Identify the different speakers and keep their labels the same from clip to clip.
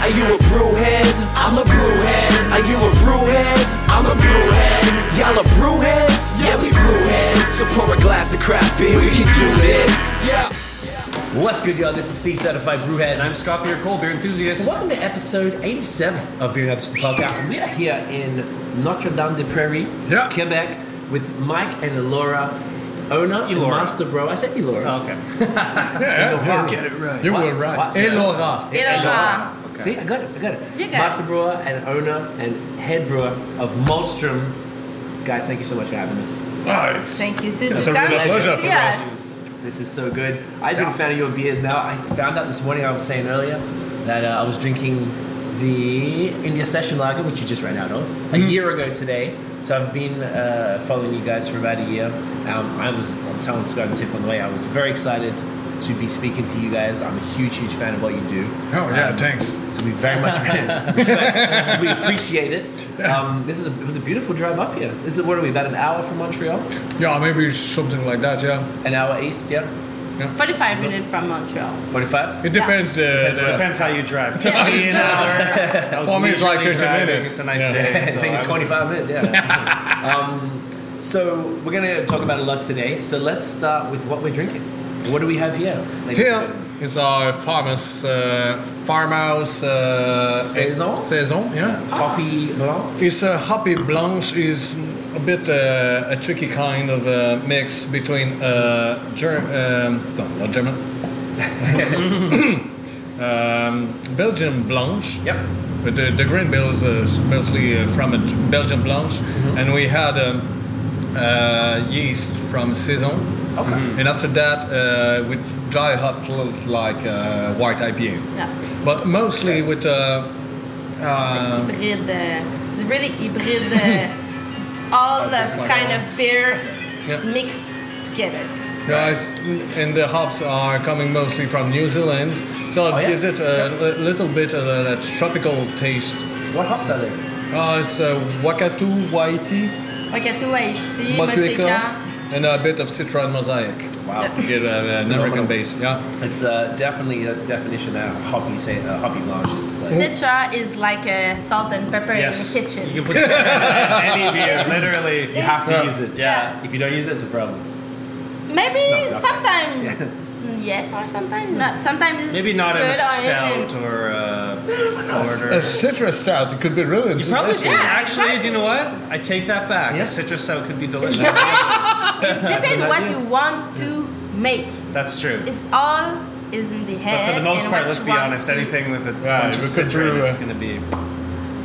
Speaker 1: Are you a brew head? I'm a brew head. Are you a brew head? I'm a brew head. Y'all are brew heads? Yeah, we brew heads. So pour a glass of craft beer, we can do this. Yeah.
Speaker 2: What's good, y'all? This is C Certified Brewhead, and I'm Scott Beer Cole, beer enthusiast.
Speaker 3: Welcome to episode 87 of Beer Nuts the Podcast. We are here in Notre Dame de Prairie,
Speaker 4: Yeah.
Speaker 3: Quebec, with Mike and Laura, owner and
Speaker 2: Elora.
Speaker 3: master bro. I said Elora.
Speaker 2: Oh, Okay.
Speaker 3: Elora.
Speaker 4: right. You were right.
Speaker 3: What?
Speaker 4: Elora.
Speaker 5: Elora.
Speaker 2: Okay.
Speaker 3: See, I got it. I got it.
Speaker 5: You got it.
Speaker 3: master brewer and owner and head brewer of Maltstrom. Guys, thank you so much for having us.
Speaker 4: Nice.
Speaker 5: Thank you. It's
Speaker 4: That's a real pleasure for us.
Speaker 3: This is so good. I've been
Speaker 4: Yeah.
Speaker 3: a fan of your beers now. I found out this morning, I was saying earlier, that uh, I was drinking the India Session Lager, which you just ran out of, a
Speaker 4: Mm-hmm.
Speaker 3: year ago today. So I've been uh, following you guys for about a year. Um, I was, I'm telling Scott and Tiff on the way, I was very excited to be speaking to you guys. I'm a huge, huge fan of what you do.
Speaker 4: Oh yeah,
Speaker 3: Um,
Speaker 4: thanks.
Speaker 3: so we very much we appreciate it. Um, this is a, it was a beautiful drive up here. This is what are we about an hour from Montreal,
Speaker 4: Yeah, maybe something like that. Yeah,
Speaker 3: an hour east, yeah,
Speaker 5: 45 minutes from Montreal.
Speaker 3: forty five.
Speaker 4: it depends. Uh,
Speaker 2: It
Speaker 4: the,
Speaker 2: depends how you drive. It took
Speaker 5: Yeah.
Speaker 2: me an hour. That was
Speaker 4: For me, it's like
Speaker 2: leisurely
Speaker 4: 30
Speaker 2: driving.
Speaker 4: minutes.
Speaker 2: It's a nice
Speaker 4: Yeah.
Speaker 2: day.
Speaker 3: I
Speaker 2: so
Speaker 3: think
Speaker 2: I
Speaker 3: it's
Speaker 2: was-
Speaker 3: 25 minutes, yeah. um, so we're going to talk about a lot today. So let's start with what we're drinking. What do we have here? ladies and
Speaker 4: here
Speaker 3: gentlemen?
Speaker 4: is our farmers uh, farmhouse uh,
Speaker 3: Saison?
Speaker 4: Saison, yeah.
Speaker 3: Poppy Blanc.
Speaker 4: It's a happy blanche. is a bit uh, a tricky kind of uh, mix between uh, Ger- um, no, not German. um, Belgian blanche.
Speaker 3: Yep.
Speaker 4: But the, the green bill is uh, mostly uh, from a G- Belgian blanche,
Speaker 3: Mm-hmm.
Speaker 4: and we had um, uh, yeast from saison.
Speaker 3: Okay.
Speaker 4: And after that, uh, we dry hopped l- like uh, white IPA.
Speaker 5: Yeah.
Speaker 4: But mostly with uh,
Speaker 5: Hybrid. uh, It's really hybrid. uh, it's all the
Speaker 4: that's my
Speaker 5: kind
Speaker 4: bad.
Speaker 5: of beer
Speaker 4: Yeah.
Speaker 5: mixed together.
Speaker 4: guys, and the hops are coming mostly from New Zealand, so it
Speaker 3: Oh, yeah?
Speaker 4: gives it a li- little bit of a, that tropical taste.
Speaker 3: What hops are there?
Speaker 4: Uh, it's uh, Wakatu Waiti,
Speaker 5: Wakatu Haiti,
Speaker 4: Motueka,
Speaker 5: Motueka.
Speaker 4: and a bit of Citron Mosaic.
Speaker 3: Wow.
Speaker 4: to get a- an
Speaker 3: phenomenal.
Speaker 4: American base. Yeah.
Speaker 3: It's uh, definitely a definition of hoppy, say, uh, hoppy Blanche. Is, uh,
Speaker 5: Citra is like a salt and pepper
Speaker 2: Yes.
Speaker 5: in the kitchen.
Speaker 2: You can put it in any beer. Literally, you
Speaker 5: It's-
Speaker 2: have to
Speaker 4: Yeah.
Speaker 2: use it.
Speaker 5: Yeah.
Speaker 2: Yeah.
Speaker 3: if you don't use it, it's a problem.
Speaker 5: Maybe
Speaker 3: No, no.
Speaker 5: sometime mm, yes or sometime not. Sometimes it's
Speaker 2: Maybe not in a
Speaker 5: good or
Speaker 2: stout
Speaker 5: even-
Speaker 2: or a
Speaker 4: A
Speaker 2: order.
Speaker 4: citrus stout, it could be really
Speaker 2: You probably
Speaker 4: interesting.
Speaker 2: should.
Speaker 5: Yeah,
Speaker 2: Actually, do you know what? I take that back.
Speaker 3: Yeah.
Speaker 2: A citrus stout could be delicious.
Speaker 5: It's depend what
Speaker 3: idea.
Speaker 5: you want to make.
Speaker 2: That's true.
Speaker 5: It's all is in the head.
Speaker 2: But for the most
Speaker 5: and
Speaker 2: part,
Speaker 5: what
Speaker 2: let's
Speaker 5: you
Speaker 2: be
Speaker 5: want
Speaker 2: honest,
Speaker 5: to-
Speaker 2: anything with a
Speaker 4: Right,
Speaker 2: bunch of
Speaker 4: we could
Speaker 2: citra
Speaker 4: brew
Speaker 2: in
Speaker 4: a-
Speaker 2: it's going to be.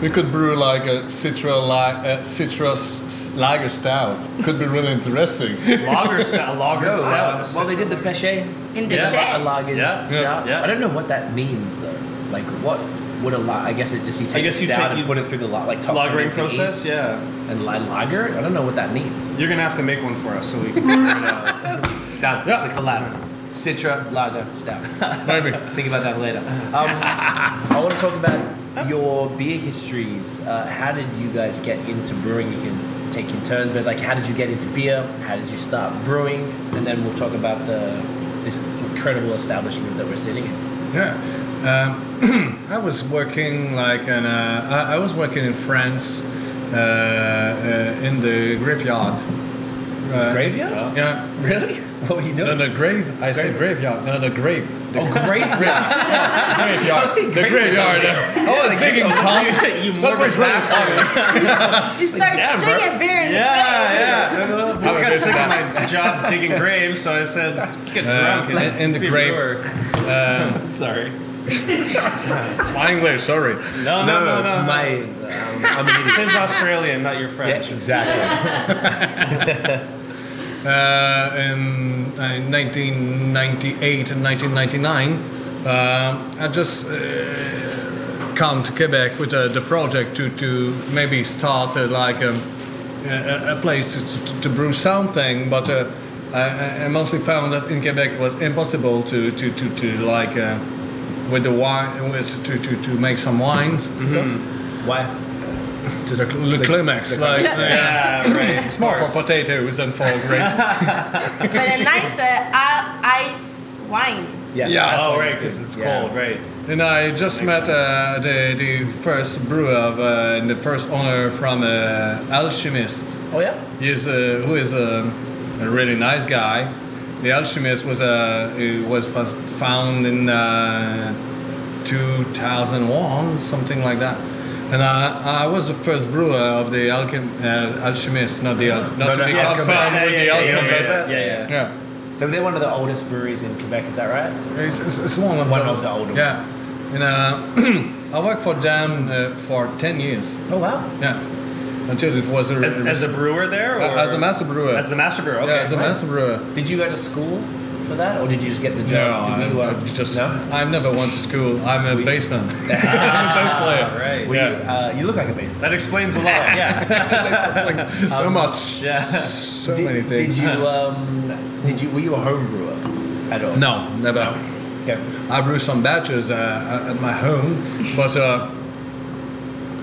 Speaker 4: We could brew like a citrus, li- a citrus s- lager stout. Could be really interesting.
Speaker 2: Lager stout, lager
Speaker 3: No,
Speaker 2: stout.
Speaker 3: uh, well, they did the Pechet.
Speaker 5: in the
Speaker 2: Yeah.
Speaker 3: A
Speaker 5: shade.
Speaker 3: lager
Speaker 2: Yeah.
Speaker 3: stout.
Speaker 2: Yeah.
Speaker 3: I don't know what that means, though. Like, what would a lager... I guess it's just you take
Speaker 2: guess
Speaker 3: a
Speaker 2: you
Speaker 3: stout
Speaker 2: take-
Speaker 3: and
Speaker 2: you-
Speaker 3: put it through the la- like top
Speaker 2: lagering
Speaker 3: fermenting
Speaker 2: process.
Speaker 3: yeast
Speaker 2: Yeah,
Speaker 3: And li- lager? I don't know what that means.
Speaker 2: you're gonna have to make one for us so we can figure it out.
Speaker 3: Done.
Speaker 4: Yeah.
Speaker 3: It's the collab. Citra Lager Stout.
Speaker 4: Maybe.
Speaker 3: Think about that later. Um, I want to talk about your beer histories. Uh, how did you guys get into brewing? You can take your turns, but like, how did you get into beer? How did you start brewing? And then we'll talk about the this incredible establishment that we're sitting in.
Speaker 4: Yeah, um, I was working like an. Uh, I, I was working in France uh, uh, in the graveyard. Uh,
Speaker 3: Graveyard?
Speaker 4: Yeah.
Speaker 3: Really? What were you
Speaker 4: No,
Speaker 3: doing?
Speaker 4: no grave. I said graveyard. No, no grave. The
Speaker 3: Oh, great graveyard.
Speaker 4: graveyard. The graveyard. I was thinking Tom.
Speaker 2: you
Speaker 4: That was really funny.
Speaker 5: You start
Speaker 2: damn, bro.
Speaker 5: drinking beer in
Speaker 2: Yeah, yeah. I
Speaker 4: a
Speaker 2: got
Speaker 4: bit
Speaker 2: sick of
Speaker 4: bad.
Speaker 2: my job digging graves, so I said, let's get drunk
Speaker 4: in- Uh, in
Speaker 2: let's
Speaker 4: the Um,
Speaker 2: be
Speaker 4: grave.
Speaker 2: brewer."
Speaker 3: Sorry.
Speaker 4: It's my English. Sorry.
Speaker 2: No, no, no, no.
Speaker 3: it's
Speaker 2: no.
Speaker 3: my. Um, I'm an idiot.
Speaker 2: This is Australian, not your French.
Speaker 3: Yeah, exactly.
Speaker 4: uh, in uh, 1998 and 1999, um, I just uh, come to Quebec with uh, the project to, to maybe start uh, like a, a, a place to, to, to brew something, but uh, I, I mostly found that in Quebec it was impossible to, to, to, to like uh, with the wine with, to, to, to make some wines.
Speaker 3: Why? Just
Speaker 4: Mm-hmm. The, cl- the climax, like yeah.
Speaker 3: yeah, right.
Speaker 4: it's more for potatoes than for grape.
Speaker 5: But a nice uh, i- ice wine.
Speaker 3: Yeah.
Speaker 4: Yeah.
Speaker 3: that's
Speaker 4: Oh,
Speaker 3: what it's
Speaker 2: Oh, right, because
Speaker 3: good.
Speaker 2: it's
Speaker 3: Yeah.
Speaker 2: cold, right?
Speaker 4: And I just met uh, the, the first brewer of, uh, and the first owner from uh, Alchemist.
Speaker 3: Oh yeah.
Speaker 4: He's uh, who is a, a really nice guy. The alchemist was a uh, was fo- found in uh, 2001, something like that. And I, I was the first brewer of the alchem- uh, alchemist, not the al- not
Speaker 3: No,
Speaker 4: to
Speaker 3: no,
Speaker 4: be
Speaker 3: yeah,
Speaker 4: confused
Speaker 3: yeah,
Speaker 4: with
Speaker 2: yeah,
Speaker 4: the
Speaker 2: yeah, yeah,
Speaker 4: alchemist.
Speaker 3: yeah, yeah.
Speaker 4: Yeah.
Speaker 3: So they're one of the oldest breweries in Quebec. Is that right?
Speaker 4: It's, it's, it's one of
Speaker 3: One
Speaker 4: the,
Speaker 3: of the older
Speaker 4: yeah.
Speaker 3: ones.
Speaker 4: And uh, I worked for them uh, for 10 years.
Speaker 3: Oh wow.
Speaker 4: Yeah. Until it was a,
Speaker 2: As, as a brewer there? Or?
Speaker 4: Uh, as a master brewer.
Speaker 2: As the master brewer, okay.
Speaker 4: yeah, as a master brewer.
Speaker 3: Did you go to school for that, or did you just get the
Speaker 4: No,
Speaker 3: job?
Speaker 4: I,
Speaker 3: Did you,
Speaker 4: I just
Speaker 3: no?
Speaker 4: I've never went to school. I'm a baseman. I'm a bass
Speaker 2: All
Speaker 4: player.
Speaker 2: right.
Speaker 3: Were
Speaker 4: yeah.
Speaker 3: you, uh, you look like a baseball.
Speaker 2: That explains a lot. yeah.
Speaker 4: so much.
Speaker 2: Yeah.
Speaker 4: So
Speaker 3: did,
Speaker 4: many things.
Speaker 3: Did you um? Did you were you a home brewer at all?
Speaker 4: No, never.
Speaker 3: Okay.
Speaker 4: I brew some batches uh, at my home, but uh,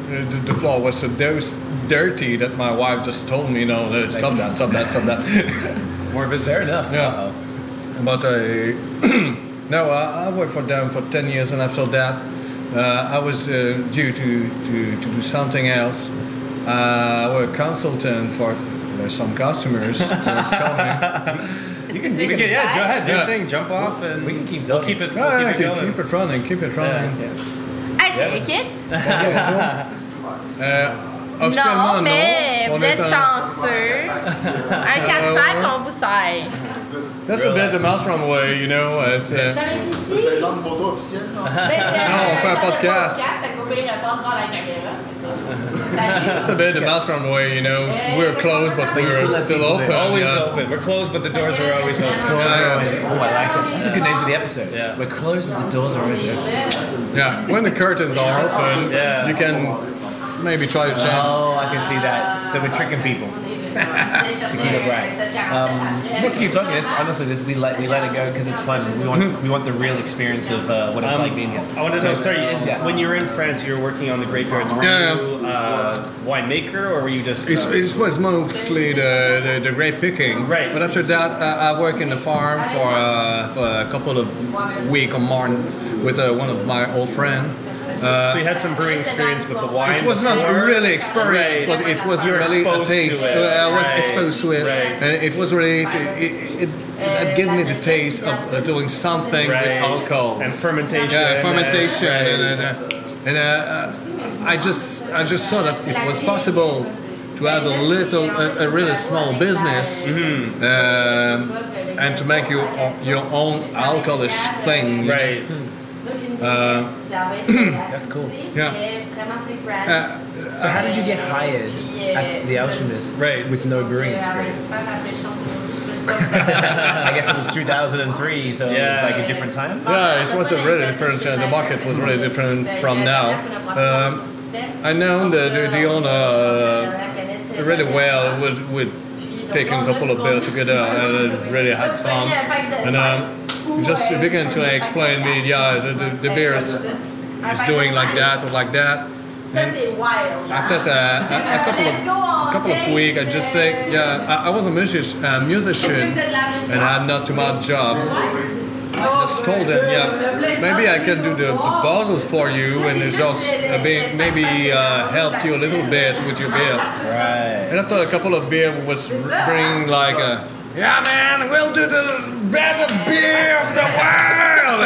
Speaker 4: the, the floor was so dose dirty that my wife just told me, "No, no, stop that, stop that, stop that."
Speaker 2: More visitors.
Speaker 3: Fair enough.
Speaker 4: Yeah.
Speaker 3: Uh-oh.
Speaker 4: But I, no, I, I worked for them for 10 years, and after that, uh, I was uh, due to, to, to do something else. Uh, I was a consultant for there's some customers. who are coming.
Speaker 5: It's
Speaker 2: You can, you can, yeah, go ahead, do
Speaker 4: Yeah.
Speaker 2: your thing, jump off, and
Speaker 3: We can keep
Speaker 2: we'll
Speaker 3: talking.
Speaker 2: keep it, we'll
Speaker 4: Oh, yeah,
Speaker 2: keep it
Speaker 4: keep,
Speaker 2: going.
Speaker 4: keep it running, keep it running.
Speaker 5: I take it.
Speaker 4: Euh, officiellement,
Speaker 5: non, mais
Speaker 4: non. On
Speaker 5: vous êtes
Speaker 4: est en-
Speaker 5: chanceux. Un 4 pack on vous sert.
Speaker 4: That's a bit the Maelstrom way, you know. It's, uh,
Speaker 5: Ça va être ici?
Speaker 6: C'était dans une photo officielle. non?
Speaker 5: Ben, c'est
Speaker 4: on fait un
Speaker 5: genre de
Speaker 4: podcast.
Speaker 5: fait qu'on peut y répondre dans la caméra.
Speaker 4: that's a bit the Maelstrom way, you know. We're closed, but
Speaker 5: But you
Speaker 4: we're
Speaker 3: still let
Speaker 4: still,
Speaker 3: people do
Speaker 4: open.
Speaker 3: it.
Speaker 2: Always
Speaker 4: yes.
Speaker 2: open. We're closed, but the doors are always open.
Speaker 4: Yeah,
Speaker 3: Oh, I like it. That's a good name for the episode.
Speaker 2: Yeah.
Speaker 3: We're closed, but the doors are always open.
Speaker 4: yeah. when the curtains are open,
Speaker 2: Yeah.
Speaker 4: you can maybe try your chance.
Speaker 3: Oh, I can see that. So we're tricking people. Keep it right. Um, we'll keep talking. It's, honestly, this, we let we let it go because it's fun. We want we want the real experience of uh, what it's like being here.
Speaker 2: I wanted to know, sorry, is,
Speaker 3: Yes.
Speaker 2: when you were in France, you were working on the grapeyards. Were
Speaker 4: Yeah,
Speaker 2: you uh, winemaker, or were you just?
Speaker 4: It's,
Speaker 2: uh,
Speaker 4: it was mostly the, the, the grape picking.
Speaker 2: Right.
Speaker 4: But after that, I, I work in the farm for, uh, for a couple of week or months with uh, one of my old friend.
Speaker 2: uh, so you had some brewing experience with the wine.
Speaker 4: It was not
Speaker 2: before?
Speaker 4: really experience,
Speaker 2: Right.
Speaker 4: but it was
Speaker 2: You were
Speaker 4: really a
Speaker 2: exposed to
Speaker 4: taste.
Speaker 2: it.
Speaker 4: Uh, I was
Speaker 2: Right.
Speaker 4: exposed to it,
Speaker 2: Right.
Speaker 4: and it was really it, it, it, it gave me the taste of uh, doing something with
Speaker 2: Right.
Speaker 4: alcohol.
Speaker 2: and fermentation.
Speaker 4: Yeah, fermentation,
Speaker 2: and,
Speaker 4: and, uh, and uh, uh, I just I just saw that it was possible to have a little, a, a really small business,
Speaker 2: Mm-hmm.
Speaker 4: um, and to make your your own alcoholish thing.
Speaker 2: right.
Speaker 4: Uh,
Speaker 5: That's cool.
Speaker 4: Yeah. Uh,
Speaker 3: So how did you get hired at the Alchemist
Speaker 2: Right.
Speaker 3: with no brewing experience? I guess it was 2003, so
Speaker 2: Yeah.
Speaker 3: it was like a different time.
Speaker 4: Yeah, it was a really different. Uh, the market was really different from now. Um, I know the the, the owner uh, really well. With with taking a couple of beers together and really had fun. And um, just he began to explain me, yeah, the, the, the beer is, is doing like that or like that.
Speaker 5: Ça, c'est wild.
Speaker 4: After that, a, a couple of couple of weeks, I just say, yeah, I, I was a musician, uh, musician, and I had not too much job. I just told him, yeah, maybe I can do the, the bottles for you and it's just a bit, maybe uh, help you a little bit with your beer.
Speaker 3: Right.
Speaker 4: And after a couple of beer was bringing like a, yeah man, we'll do the better beer of the world.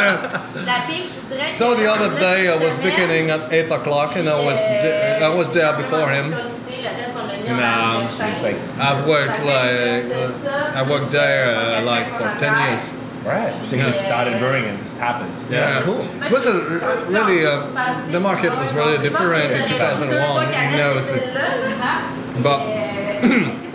Speaker 4: so the other day I was beginning at eight o'clock and I was th- I was there before him.
Speaker 5: No,
Speaker 3: It's like,
Speaker 4: I've worked like I worked there uh, like for ten years.
Speaker 3: right. So you just started brewing and it just happened.
Speaker 4: Yeah.
Speaker 3: That's cool.
Speaker 4: It was a r- really uh, the market was really different in 2001. You know, it's a- but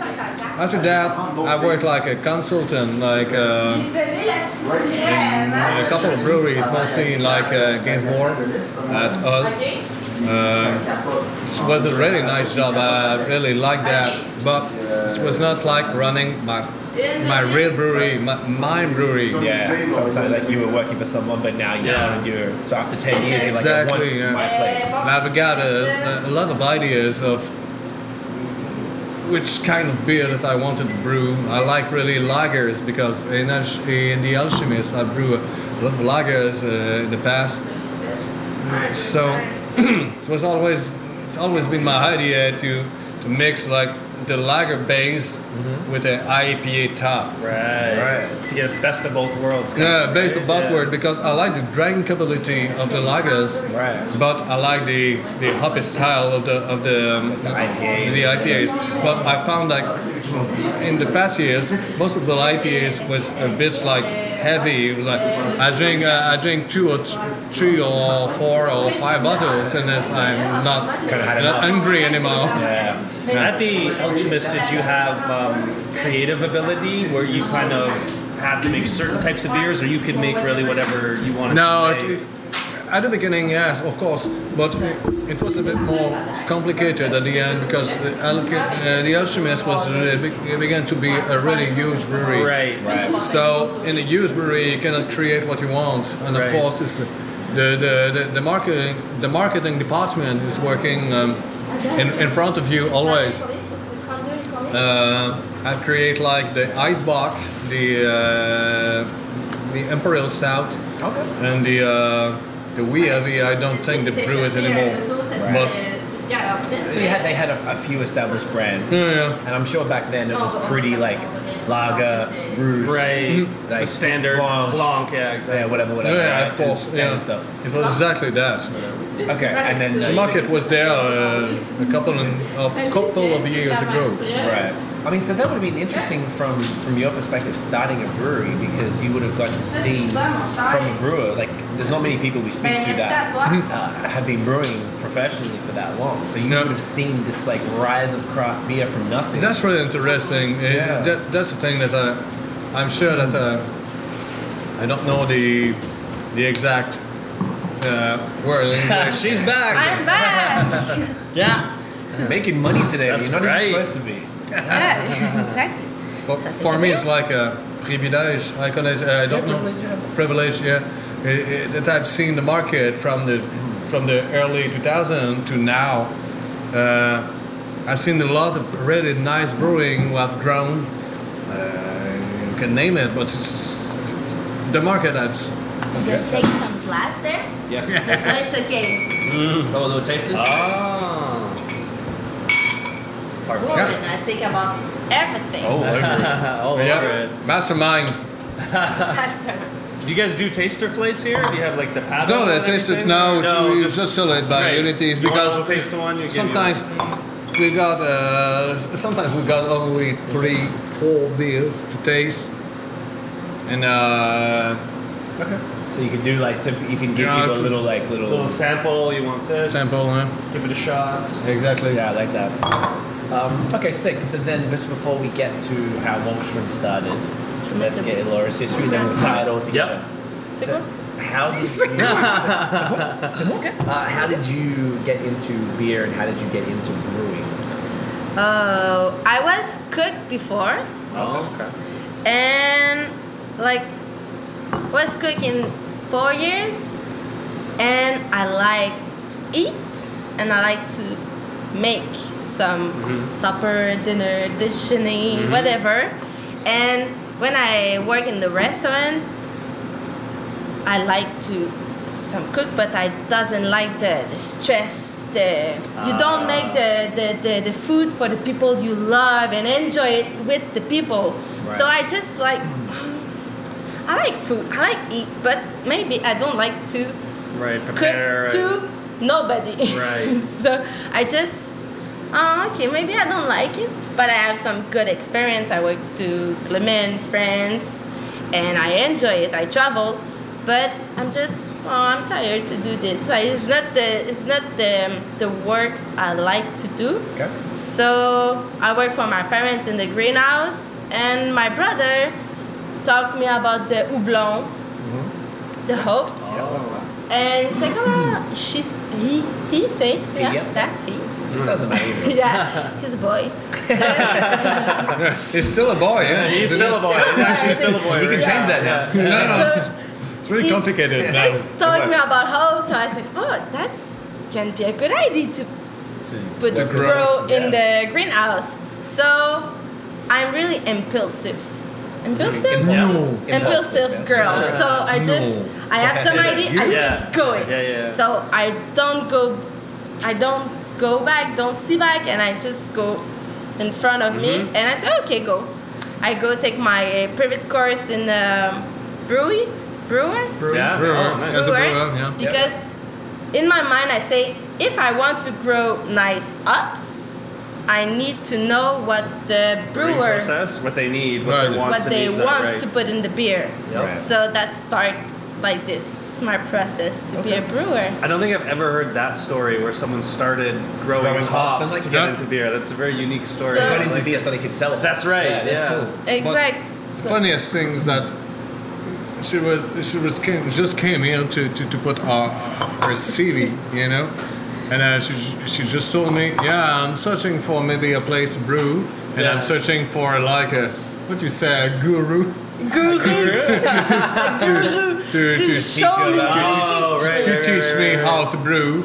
Speaker 4: After that, I worked like a consultant, like uh, in a couple of breweries, mostly like uh, Gainsbourg at Hull. Uh, it was a really nice job. I really liked that, but it was not like running my my real brewery, my, my brewery.
Speaker 3: Yeah, sometimes like you were working for someone, but now you're
Speaker 4: Yeah.
Speaker 3: you're so after ten years you're like I want
Speaker 4: Exactly, yeah.
Speaker 3: my
Speaker 5: uh,
Speaker 3: place.
Speaker 4: And I've got a, a lot of ideas of which kind of beer that I wanted to brew. I like really lagers because in, Alch- in the Alchemist I brew a lot of lagers uh, in the past. So it was always it's always been my idea to to mix like the lager base with an IPA top.
Speaker 2: Right. right. So you get best of both worlds.
Speaker 4: Yeah, based on buzzword because I like the drinkability of the lagers,
Speaker 2: Right.
Speaker 4: but I like the the hoppy style of the of the, um,
Speaker 2: IPAs.
Speaker 4: the IPAs. But I found like in the past years, most of the IPAs was a bit like heavy. Like I drink uh, I drink two or th- three or four or five bottles, and as I'm not not hungry anymore.
Speaker 2: Yeah. At the Alchemist, did you have um, creative ability where you kind of had to make certain types of beers, or you could make really whatever you wanted?
Speaker 4: No,
Speaker 2: to
Speaker 4: it,
Speaker 2: make?
Speaker 4: it- at the beginning, yes, of course, but it, it was a bit more complicated at the end because the, Alche- uh, the Alchemist was really, big- it began to be a really huge brewery.
Speaker 2: right, right.
Speaker 4: So in a huge brewery, you cannot create what you want, and
Speaker 2: Right.
Speaker 4: of course, it's, the, the, the, the marketing the marketing department is working um, in, in front of you always. Uh, I create like the Eisbach, the uh, the Imperial Stout, and the uh, the Weavy. I don't think they brew it anymore.
Speaker 5: uh,
Speaker 4: But
Speaker 3: So you had they had a, a few established brands,
Speaker 4: yeah, yeah.
Speaker 3: and I'm sure back then it was pretty like lager, rouge,
Speaker 2: Right.
Speaker 3: like
Speaker 2: The standard
Speaker 3: blanche,
Speaker 2: Blanc, yeah, exactly.
Speaker 3: yeah, whatever, whatever.
Speaker 4: yeah,
Speaker 3: right?
Speaker 4: of course,
Speaker 3: It's
Speaker 4: yeah.
Speaker 3: standard stuff.
Speaker 4: It was exactly that.
Speaker 3: Okay, and then
Speaker 4: The market was there uh, a couple of, of couple of years ago.
Speaker 3: Right.
Speaker 7: I mean, so that would have been interesting from from your perspective, starting a brewery because you would have got to see
Speaker 3: From a brewer, like there's not many people we speak to that uh, have been brewing professionally for that long. So you
Speaker 4: No.
Speaker 3: would have seen this like rise of craft beer from nothing.
Speaker 4: That's really interesting. Uh,
Speaker 3: Yeah.
Speaker 4: that, that's the thing that I, I'm sure that uh, I don't know the the exact uh, word in English.
Speaker 2: She's back.
Speaker 5: I'm back.
Speaker 3: making money today.
Speaker 2: That's
Speaker 3: You're not
Speaker 2: right.
Speaker 3: even supposed to be.
Speaker 5: yeah, exactly.
Speaker 4: For, for me, it's like a privilege. I, can, I don't know
Speaker 3: privilege, yeah.
Speaker 4: privilege. Yeah, It- it- that I've seen the market from the from the early 2000 to now. Uh, I've seen a lot of really nice brewing who have grown. Uh, you can name it, but it's, it's, it's- the market. I've s-
Speaker 5: Just take some glass there.
Speaker 3: Yes.
Speaker 5: No, it's okay.
Speaker 3: Oh, little tasters.
Speaker 2: Ah,
Speaker 3: Oh.
Speaker 5: Roman, I think about everything.
Speaker 3: Oh,
Speaker 2: All over
Speaker 4: yeah,
Speaker 2: it.
Speaker 4: mastermind.
Speaker 5: Pastor.
Speaker 2: Do you guys do taster flights here? Do you have like the paddle?
Speaker 4: No, they
Speaker 2: and
Speaker 4: taste it
Speaker 2: everything?
Speaker 4: now.
Speaker 2: No,
Speaker 4: we just, sell it by
Speaker 2: right.
Speaker 4: unities
Speaker 2: You want
Speaker 4: because
Speaker 2: a little taste of one, you give you one.
Speaker 4: sometimes we got uh, sometimes we got only three, four beers to taste, and uh,
Speaker 3: So you can do like some, you can give
Speaker 4: Yeah,
Speaker 3: people a
Speaker 4: it's-
Speaker 3: little like little.
Speaker 2: little sample. You want this?
Speaker 4: sample. Huh?
Speaker 2: Give it a shot.
Speaker 4: Exactly.
Speaker 3: Yeah, I like that. Um, okay, sick. So then, just before we get to how Wallstrom started, so let's get Laura's history, then we'll tie it all together.
Speaker 5: Second?
Speaker 3: How did you? uh, how did you get into beer and how did you get into brewing?
Speaker 5: Oh, I was cook before,
Speaker 3: Oh, okay.
Speaker 5: and like was cooking four years, and I like to eat, and I like to make some
Speaker 3: Mm-hmm.
Speaker 5: supper, dinner, dishing, whatever. And when I work in the restaurant, I like to some cook, but I doesn't like the, the stress. The you don't make the, the, the, the food for the people you love and enjoy it with the people. So I just like I like food. I like eat, but maybe I don't like to
Speaker 2: Right.
Speaker 5: cook
Speaker 2: Prepare. and-
Speaker 5: to nobody.
Speaker 2: Right.
Speaker 5: so I just oh okay maybe I don't like it, but I have some good experience. I work to Clement, France, and I enjoy it. I travel, but I'm just oh, I'm tired to do this. Like, it's not the it's not the um, the work I like to do.
Speaker 3: Okay.
Speaker 5: So I work for my parents in the greenhouse, and my brother talked me about the houblon, the hops, and it's like, oh, she's he he say yeah,
Speaker 3: Yep.
Speaker 5: that's he.
Speaker 3: It doesn't matter.
Speaker 5: Yeah, he's a boy.
Speaker 4: He's still a boy, yeah.
Speaker 2: He's still a boy. He's actually still a boy.
Speaker 3: You can
Speaker 2: right?
Speaker 3: change that now.
Speaker 4: No, no,
Speaker 5: So
Speaker 4: it's really
Speaker 5: he-
Speaker 4: complicated now.
Speaker 5: Just talking about how, so I was like, oh, that's can be a good idea to put
Speaker 4: The
Speaker 5: grow
Speaker 4: grows,
Speaker 5: in the greenhouse. So I'm really impulsive. Impulsive?
Speaker 2: No.
Speaker 5: Impulsive, girl. So I just I have some idea, I
Speaker 2: Yeah.
Speaker 5: just go it.
Speaker 2: Yeah, yeah, yeah.
Speaker 5: So I don't go I don't go back, don't see back and I just go in front of me and I say, okay, go. I go take my uh, private course in um, brewery brewer
Speaker 2: Yeah.
Speaker 4: Brewer,
Speaker 2: Oh, nice.
Speaker 4: as a
Speaker 5: brewer,
Speaker 4: brewer, yeah.
Speaker 5: because in my mind I say if I want to grow nice hops, I need to know what the
Speaker 2: Brewing
Speaker 5: brewer
Speaker 2: process, what they need, what
Speaker 4: Right.
Speaker 2: they want,
Speaker 5: what they
Speaker 2: needs,
Speaker 5: want
Speaker 2: right.
Speaker 5: to put in the beer.
Speaker 2: Right.
Speaker 5: So that start like this my process to be a brewer.
Speaker 2: I don't think I've ever heard that story where someone started growing,
Speaker 3: Growing hops.
Speaker 2: hops,
Speaker 3: Sounds like-
Speaker 2: to get
Speaker 4: Yeah.
Speaker 2: into beer. That's a very unique story.
Speaker 5: So-
Speaker 2: I
Speaker 5: Got
Speaker 3: Got
Speaker 2: like
Speaker 3: into
Speaker 2: that.
Speaker 3: beer so they could sell it.
Speaker 2: That's right,
Speaker 3: Yeah, that's
Speaker 2: yeah.
Speaker 3: cool.
Speaker 5: Exact. So-
Speaker 4: Funniest things that she was she was came, just came here to, to, to put our her CV, you know, and uh, she she just told me, yeah, I'm searching for maybe a place to brew, and I'm
Speaker 2: Yeah.
Speaker 4: searching for like a what you say a guru
Speaker 5: Guru,
Speaker 4: to to,
Speaker 5: to show me.
Speaker 2: Oh,
Speaker 5: to teach
Speaker 2: right,
Speaker 5: me.
Speaker 4: to
Speaker 2: right,
Speaker 4: teach
Speaker 2: right,
Speaker 4: me
Speaker 2: right,
Speaker 4: how to brew.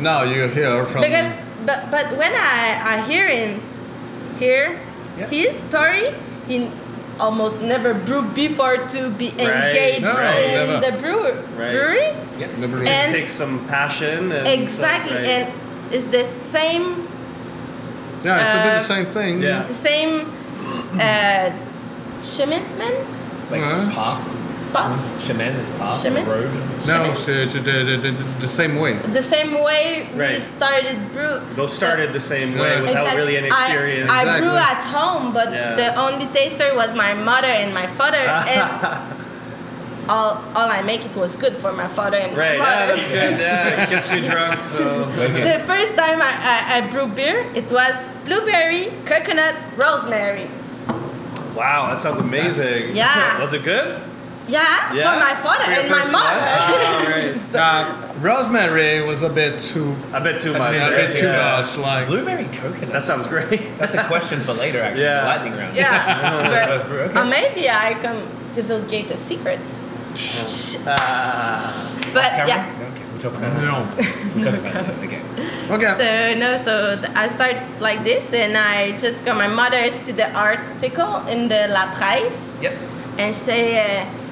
Speaker 4: Now you hear from
Speaker 5: Because but but when I I hear in here his story, he almost never brewed before to be engaged
Speaker 4: No,
Speaker 5: in
Speaker 4: never.
Speaker 5: the brewer,
Speaker 2: Right.
Speaker 5: brewery.
Speaker 4: the brewer.
Speaker 5: and-
Speaker 2: Just take some passion. And uh,
Speaker 5: Exactly,
Speaker 2: right.
Speaker 5: and it's the same
Speaker 4: yeah, it's a bit
Speaker 5: uh,
Speaker 4: the same thing.
Speaker 2: Yeah.
Speaker 5: the same uh, commitment.
Speaker 3: Like
Speaker 4: Huh?
Speaker 3: path.
Speaker 5: Puff.
Speaker 3: Shaman is path.
Speaker 5: Shaman?
Speaker 3: Road.
Speaker 4: No,
Speaker 5: Shaman.
Speaker 4: she, she, the, the, the, the same way.
Speaker 5: the same way we
Speaker 2: Right.
Speaker 5: started brew.
Speaker 2: Those started the same way
Speaker 4: Yeah.
Speaker 2: without
Speaker 5: Exactly.
Speaker 2: really any
Speaker 5: I-
Speaker 2: experience.
Speaker 5: I,
Speaker 4: Exactly.
Speaker 5: grew at home, but
Speaker 2: Yeah.
Speaker 5: the only taster was my mother and my father, and all all I make it was good for my father and
Speaker 2: right,
Speaker 5: my
Speaker 2: yeah,
Speaker 5: mother.
Speaker 2: that's good. Yeah, it gets me drunk. So
Speaker 5: the first time I, I, I brew beer, it was blueberry, coconut, rosemary.
Speaker 2: wow, that sounds amazing.
Speaker 5: Yeah.
Speaker 2: was it good?
Speaker 5: Yeah,
Speaker 2: Yeah.
Speaker 5: for my father
Speaker 2: For your
Speaker 5: and my
Speaker 2: first
Speaker 5: mother.
Speaker 2: one? Ah, right.
Speaker 4: Uh, rosemary was a bit too
Speaker 2: I bet too
Speaker 3: That's
Speaker 4: a
Speaker 2: much.
Speaker 4: bit
Speaker 3: interesting
Speaker 4: too
Speaker 3: Yeah.
Speaker 4: much. Like
Speaker 3: Blueberry
Speaker 2: That
Speaker 3: coconut.
Speaker 2: sounds great.
Speaker 3: That's a question for later, actually.
Speaker 2: Yeah.
Speaker 3: Lightning round.
Speaker 5: yeah.
Speaker 3: That's our
Speaker 5: But-
Speaker 3: first brew. Okay.
Speaker 5: Or maybe I can divulgate a secret. but
Speaker 2: Ah.
Speaker 3: Camera?
Speaker 5: yeah.
Speaker 3: Okay, we'll talk about that.
Speaker 4: no.
Speaker 3: We'll talk about that again.
Speaker 4: Okay.
Speaker 5: So no, so th- I start like this, and I just got my mother see the article in the La Presse,
Speaker 3: Yep.
Speaker 5: and say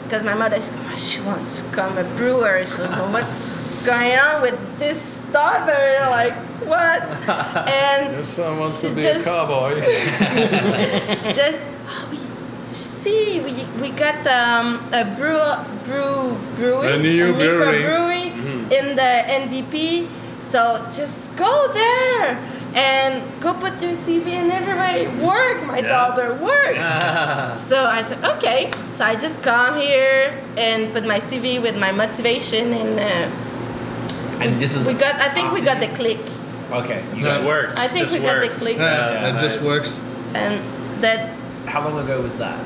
Speaker 5: because my mother is oh, she wants to become a brewer, so what's going on with this daughter? Like what? And
Speaker 4: If someone uh, wants
Speaker 5: She
Speaker 4: to be
Speaker 5: just-
Speaker 4: a cowboy.
Speaker 5: she says, oh, we see we we got um, a brew brew brewery,
Speaker 4: A new brewery.
Speaker 5: microbrewery in the NDP. So just go there and go put your CV in everybody. Work, my daughter, work. so I said okay. So I just come here and put my CV with my motivation, and uh,
Speaker 3: And this is.
Speaker 5: we got. I think we got the
Speaker 3: after
Speaker 5: click.
Speaker 3: you- Okay. You
Speaker 4: Just
Speaker 3: guys-
Speaker 4: work.
Speaker 5: I think
Speaker 2: Just
Speaker 5: we got the
Speaker 2: works.
Speaker 5: click,
Speaker 4: yeah, it just
Speaker 2: nice.
Speaker 4: works.
Speaker 5: and that
Speaker 3: How long ago was that?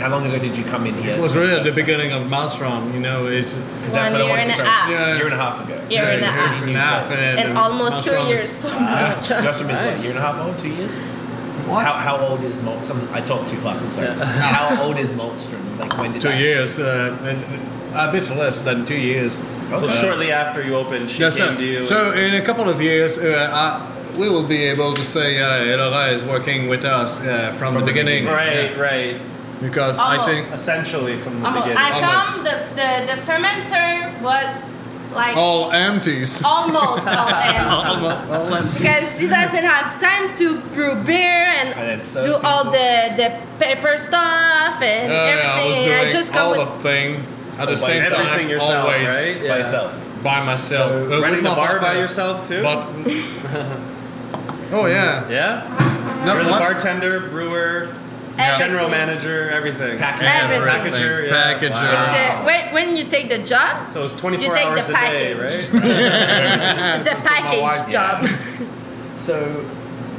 Speaker 3: How long ago did you come in here?
Speaker 4: It was really at the beginning of Maelstrom, you know. It's
Speaker 3: Because
Speaker 5: one
Speaker 3: that's what I
Speaker 5: year
Speaker 3: wanted
Speaker 5: and
Speaker 3: to
Speaker 5: a
Speaker 3: try-
Speaker 5: half.
Speaker 4: Yeah.
Speaker 3: Year and a half ago.
Speaker 5: Year and a half.
Speaker 3: Year
Speaker 5: and almost two years for
Speaker 3: Yeah.
Speaker 5: most jobs.
Speaker 3: Nostrum is Uh, what, a year and a half old? Two years?
Speaker 4: What?
Speaker 3: How, how old is Maltstrom? I talked too fast, I'm sorry. how old is Maltstrom? Like when did
Speaker 4: Two
Speaker 3: that-
Speaker 4: years, uh, and a bit less than two years.
Speaker 2: So
Speaker 4: Uh,
Speaker 2: shortly after you opened, she
Speaker 4: Yes,
Speaker 2: came
Speaker 4: sir.
Speaker 2: to you.
Speaker 4: So
Speaker 2: and,
Speaker 4: in a couple of years, uh, I, we will be able to say uh, Elora is working with us uh, from, the beginning,
Speaker 2: right, right.
Speaker 4: Yeah. Because I
Speaker 5: Almost.
Speaker 4: think
Speaker 2: Essentially from the
Speaker 5: Um,
Speaker 2: beginning.
Speaker 5: I come the, the the fermenter was like
Speaker 4: all empties.
Speaker 5: almost all empty
Speaker 4: Almost all empties.
Speaker 5: because he doesn't have time to brew beer and,
Speaker 3: And then serve
Speaker 5: do all
Speaker 3: people.
Speaker 5: the the paper stuff and
Speaker 4: Yeah, I was
Speaker 5: everything.
Speaker 4: doing
Speaker 5: and I just
Speaker 4: all
Speaker 5: go with
Speaker 4: the thing at the same
Speaker 2: everything
Speaker 4: time,
Speaker 2: yourself,
Speaker 4: always
Speaker 2: right?
Speaker 3: By
Speaker 2: Yeah.
Speaker 3: yourself.
Speaker 4: by myself. uh,
Speaker 3: So,
Speaker 4: with
Speaker 2: running the
Speaker 4: my
Speaker 2: bar by
Speaker 4: partners.
Speaker 2: yourself too?
Speaker 4: But oh yeah,
Speaker 2: yeah?
Speaker 4: Not
Speaker 2: You're the
Speaker 4: one-
Speaker 2: bartender, brewer,
Speaker 5: Everything.
Speaker 2: General manager, everything.
Speaker 5: Everything.
Speaker 2: Packager, yeah.
Speaker 4: Packager.
Speaker 5: It's a, when, when you take the job,
Speaker 2: So it's 24
Speaker 5: You take
Speaker 2: hours
Speaker 5: the
Speaker 2: a day,
Speaker 5: package.
Speaker 2: right?
Speaker 5: it's a package
Speaker 3: wife-
Speaker 5: job.
Speaker 3: So,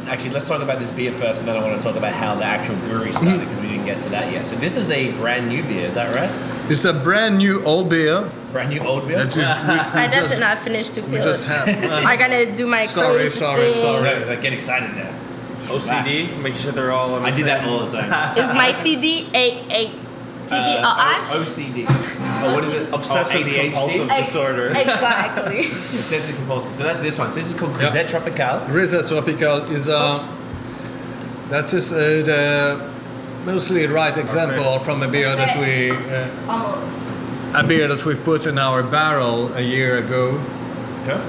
Speaker 3: actually, let's talk about this beer first, and then I want to talk about how the actual brewery started
Speaker 4: Mm-hmm.
Speaker 3: because we didn't get to that yet. So, this is a brand new beer, is that right?
Speaker 4: It's a brand new old beer
Speaker 3: Brand new old beer.
Speaker 4: that is we,
Speaker 5: I
Speaker 4: we just,
Speaker 5: definitely not finished to
Speaker 4: we
Speaker 5: feel
Speaker 4: just
Speaker 5: it.
Speaker 4: had.
Speaker 5: I'm gonna do my
Speaker 4: Sorry,
Speaker 5: crazy
Speaker 4: sorry,
Speaker 5: thing.
Speaker 4: sorry.
Speaker 3: Right, like, get excited there.
Speaker 2: OCD, make sure they're all. On the
Speaker 7: I do
Speaker 2: same-
Speaker 7: that all the time.
Speaker 5: It's my TD eight
Speaker 4: Uh,
Speaker 5: TDRH.
Speaker 7: OCD. Oh, what is it?
Speaker 2: Obsessive
Speaker 7: oh, ADHD?
Speaker 2: compulsive disorder.
Speaker 5: Exactly.
Speaker 7: Obsessive compulsive. So that's this one. So this is called Grisette Tropicale.
Speaker 4: Reza Tropical is a that is uh, the mostly right example from a beer that we uh,
Speaker 5: Almost.
Speaker 4: a beer that we've put in our barrel a year ago
Speaker 2: Okay.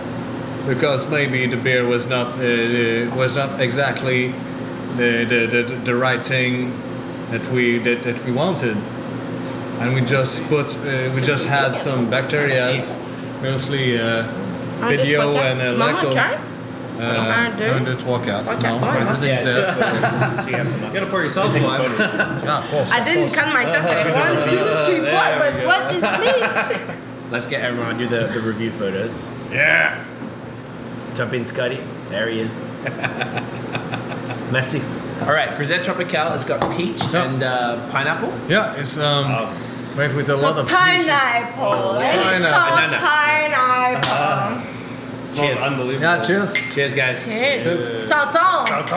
Speaker 4: because maybe the beer was not uh, was not exactly the, the, the, the right thing that we that, that we wanted, and we just put uh, we just had some bacteria, mostly uh, video and uh,
Speaker 5: Mama
Speaker 4: lacto.
Speaker 5: car?
Speaker 4: Uh,
Speaker 5: Under?
Speaker 4: under it walk out.
Speaker 5: Walk
Speaker 4: No,
Speaker 5: out. Oh, I
Speaker 4: but it's, uh,
Speaker 3: So you have some. You gotta pour
Speaker 2: Self
Speaker 3: yourself
Speaker 2: one.
Speaker 3: one.
Speaker 4: yeah, of course.
Speaker 5: I didn't count myself. Like one, two, three, four. But what is this?
Speaker 3: Let's get everyone to do the, the review photos.
Speaker 2: Yeah.
Speaker 3: Jump in, Scotty. There he is. Messi.
Speaker 7: All right, Grisette Tropicale. It's got peach
Speaker 4: So-
Speaker 7: and uh, pineapple.
Speaker 4: Yeah, it's um, made with a lot
Speaker 5: The
Speaker 4: of peaches. Oh,
Speaker 5: pineapple. It's
Speaker 4: Pineapple. Uh-huh.
Speaker 5: called
Speaker 3: Banana.
Speaker 5: pineapple.
Speaker 2: Smells
Speaker 3: Cheers.
Speaker 2: unbelievable.
Speaker 4: Yeah, cheers.
Speaker 3: Cheers, guys.
Speaker 5: Cheers. Salton.
Speaker 4: Salton.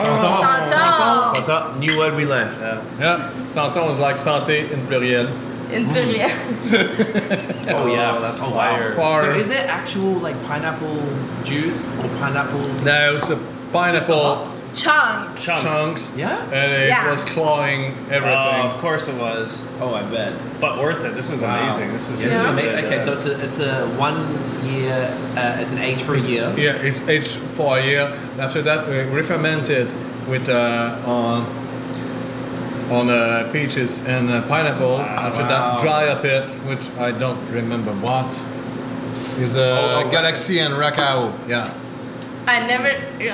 Speaker 5: Salton.
Speaker 3: What's up? New word we learned.
Speaker 7: Uh,
Speaker 4: Yeah, santon is like santé in pluriel.
Speaker 5: In Peru.
Speaker 3: oh, yeah, that's
Speaker 7: Oh, wow.
Speaker 3: fire.
Speaker 7: So
Speaker 4: Or
Speaker 7: is there actual like pineapple juice or pineapples?
Speaker 4: no, it's
Speaker 7: Just
Speaker 4: a
Speaker 7: the
Speaker 4: pineapple
Speaker 7: nuts?
Speaker 5: Chunk.
Speaker 2: Chunks.
Speaker 4: chunks.
Speaker 7: Yeah?
Speaker 4: and it
Speaker 5: Yeah.
Speaker 4: was clawing
Speaker 2: Oh,
Speaker 4: everything.
Speaker 2: of course it was.
Speaker 3: Oh, I bet.
Speaker 2: But worth it. This is
Speaker 3: Wow.
Speaker 2: amazing. This is
Speaker 7: Yeah, this is
Speaker 5: Yeah.
Speaker 7: ama-
Speaker 2: really good.
Speaker 7: Okay, so it's a, it's a one year, uh, it's an age for a year.
Speaker 4: yeah, it's aged for a year. After that, we re-fermented with uh, on on uh, peaches and uh, pineapple.
Speaker 2: Ah,
Speaker 4: After that, dry up it, which I don't remember what. Is uh,
Speaker 7: oh,
Speaker 4: Galaxy and Rakao. Yeah.
Speaker 5: I never,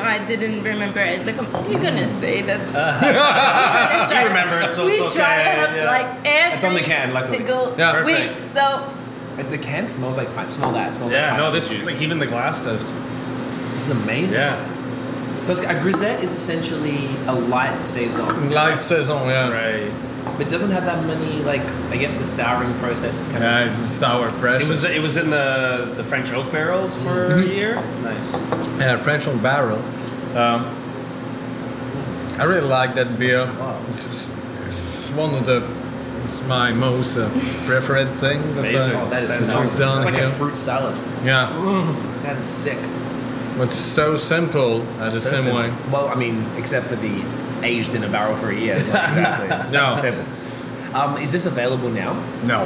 Speaker 5: I didn't remember it. Like, I'm- you're gonna say that.
Speaker 2: You remember it, so
Speaker 5: we
Speaker 2: it's
Speaker 5: try
Speaker 2: okay,
Speaker 5: to have
Speaker 2: yeah.
Speaker 5: like every
Speaker 7: It's on the can, luckily.
Speaker 5: single
Speaker 4: Yeah.
Speaker 5: week.
Speaker 4: Perfect.
Speaker 5: So
Speaker 7: And The can smells like pine. Smell that. It smells
Speaker 2: Yeah,
Speaker 7: like
Speaker 2: no,
Speaker 7: pineapple
Speaker 2: this
Speaker 7: juice.
Speaker 2: like even the glass does.
Speaker 7: this is amazing.
Speaker 2: Yeah.
Speaker 7: So it's, a grisette is essentially a light saison,
Speaker 4: Light saison, yeah.
Speaker 2: Right.
Speaker 7: but it doesn't have that many like I guess the souring process is kind
Speaker 4: Yeah, it's just sour press.
Speaker 2: It was it was in the the French oak barrels for a year. Mm-hmm. Nice.
Speaker 4: Yeah, French on barrel. Um, I really like that beer. It's, just- it's one of the it's my most uh, preferred thing that,
Speaker 2: Amazing.
Speaker 7: of. Oh,
Speaker 4: uh,
Speaker 7: that is
Speaker 2: It's
Speaker 7: phenomenal.
Speaker 4: done
Speaker 7: It's like
Speaker 4: here.
Speaker 7: a fruit salad.
Speaker 4: yeah.
Speaker 7: That is sick.
Speaker 4: But so simple at the
Speaker 7: So
Speaker 4: same
Speaker 7: simple.
Speaker 4: way.
Speaker 7: Well, I mean, except for the aged in a barrel for a year. It's not exactly.
Speaker 4: No.
Speaker 7: Simple. Um, is this available now?
Speaker 4: No.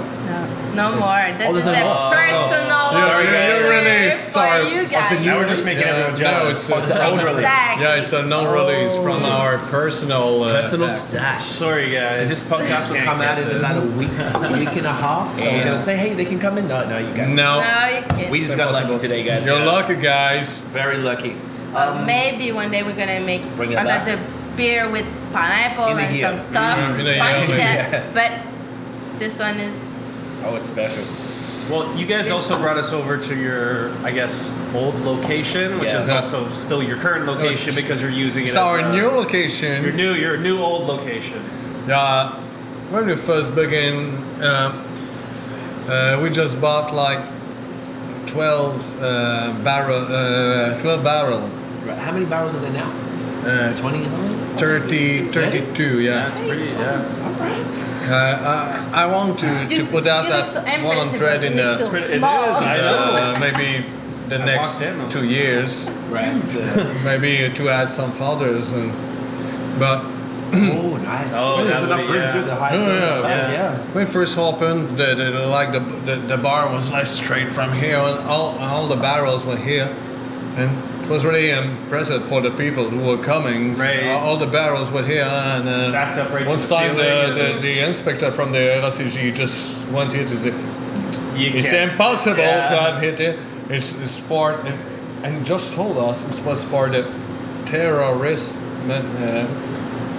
Speaker 5: no more. That
Speaker 7: Oh,
Speaker 5: is
Speaker 7: there's
Speaker 5: a
Speaker 7: no more.
Speaker 5: personal.
Speaker 4: Yeah, you're
Speaker 5: reserve
Speaker 4: really
Speaker 5: Oh, for
Speaker 4: sorry.
Speaker 5: You
Speaker 4: Of the
Speaker 5: guys.
Speaker 2: Now we're just making
Speaker 4: Yeah,
Speaker 2: everyone
Speaker 4: no,
Speaker 2: jealous.
Speaker 4: it's, uh,
Speaker 7: an old release.
Speaker 5: Exactly.
Speaker 4: Yeah, it's a non-release from our personal. Uh,
Speaker 7: Personal
Speaker 4: back.
Speaker 7: stash.
Speaker 2: Sorry guys.
Speaker 7: This podcast will
Speaker 2: Can't
Speaker 7: come
Speaker 2: get
Speaker 7: out in
Speaker 2: this.
Speaker 7: about a week, week and a half. So I was
Speaker 3: Yeah.
Speaker 7: gonna say, hey, they can come in. No, no, you guys.
Speaker 4: No,
Speaker 5: No, you can't.
Speaker 3: We just got lucky today, guys.
Speaker 4: you're
Speaker 3: Yeah.
Speaker 4: lucky, guys.
Speaker 3: Very lucky.
Speaker 5: But
Speaker 4: um,
Speaker 5: maybe one day we're gonna make
Speaker 7: Bring it back.
Speaker 5: another beer with pineapple
Speaker 7: In a
Speaker 5: and
Speaker 7: year.
Speaker 5: some stuff.
Speaker 4: Mm, in a year, in
Speaker 5: funky
Speaker 4: a
Speaker 5: that.
Speaker 7: year.
Speaker 5: But this one is
Speaker 7: Oh, it's special.
Speaker 2: Well, you guys also brought us over to your, I guess, old location, which
Speaker 7: Yeah.
Speaker 2: is also still your current location because you're using it.
Speaker 4: It's our
Speaker 2: as a-
Speaker 4: new location.
Speaker 2: Your new, your new old location.
Speaker 4: Yeah, when we first began, uh, uh, we just bought like 12 uh, barrel, uh, 12 barrel,
Speaker 7: Right. How many barrels are there now?
Speaker 4: uh,
Speaker 7: Twenty or something?
Speaker 4: 30, 32, yeah.
Speaker 2: That's pretty. Yeah,
Speaker 4: Uh, I, I want to,
Speaker 5: You
Speaker 4: to
Speaker 5: s-
Speaker 4: put out
Speaker 5: you look
Speaker 4: that
Speaker 5: so
Speaker 4: one
Speaker 5: impressive,
Speaker 4: hundred
Speaker 5: but
Speaker 4: in
Speaker 5: you're
Speaker 4: the,
Speaker 5: still
Speaker 2: pretty- it is,
Speaker 5: small.
Speaker 2: I-
Speaker 4: uh, maybe the
Speaker 2: I
Speaker 4: next
Speaker 2: walked in.
Speaker 4: two years,
Speaker 7: Right. Uh,
Speaker 4: maybe to add some fathers and, but
Speaker 3: Hmm.
Speaker 7: oh, nice.
Speaker 2: Oh,
Speaker 7: So there's
Speaker 2: that
Speaker 7: enough
Speaker 2: would be-
Speaker 7: room
Speaker 2: yeah.
Speaker 7: too. The
Speaker 3: Oh,
Speaker 7: highest.
Speaker 4: Yeah, yeah,
Speaker 7: yeah.
Speaker 2: yeah.
Speaker 4: When first opened, the, the, the like the, the the bar was like straight from here, and all all the barrels were here, and it was really impressive for the people who were coming.
Speaker 2: Right.
Speaker 4: All, all the barrels were here, and uh,
Speaker 2: Stacked up right to
Speaker 4: one
Speaker 2: the
Speaker 4: time
Speaker 2: ceiling
Speaker 4: the,
Speaker 2: and-
Speaker 4: the, the inspector from the RCG just went here to say,
Speaker 2: you
Speaker 4: "It's
Speaker 2: can't-
Speaker 4: impossible
Speaker 2: Yeah.
Speaker 4: to have hit it. It's it's for," and, and just told us it was for the terrorist. Uh,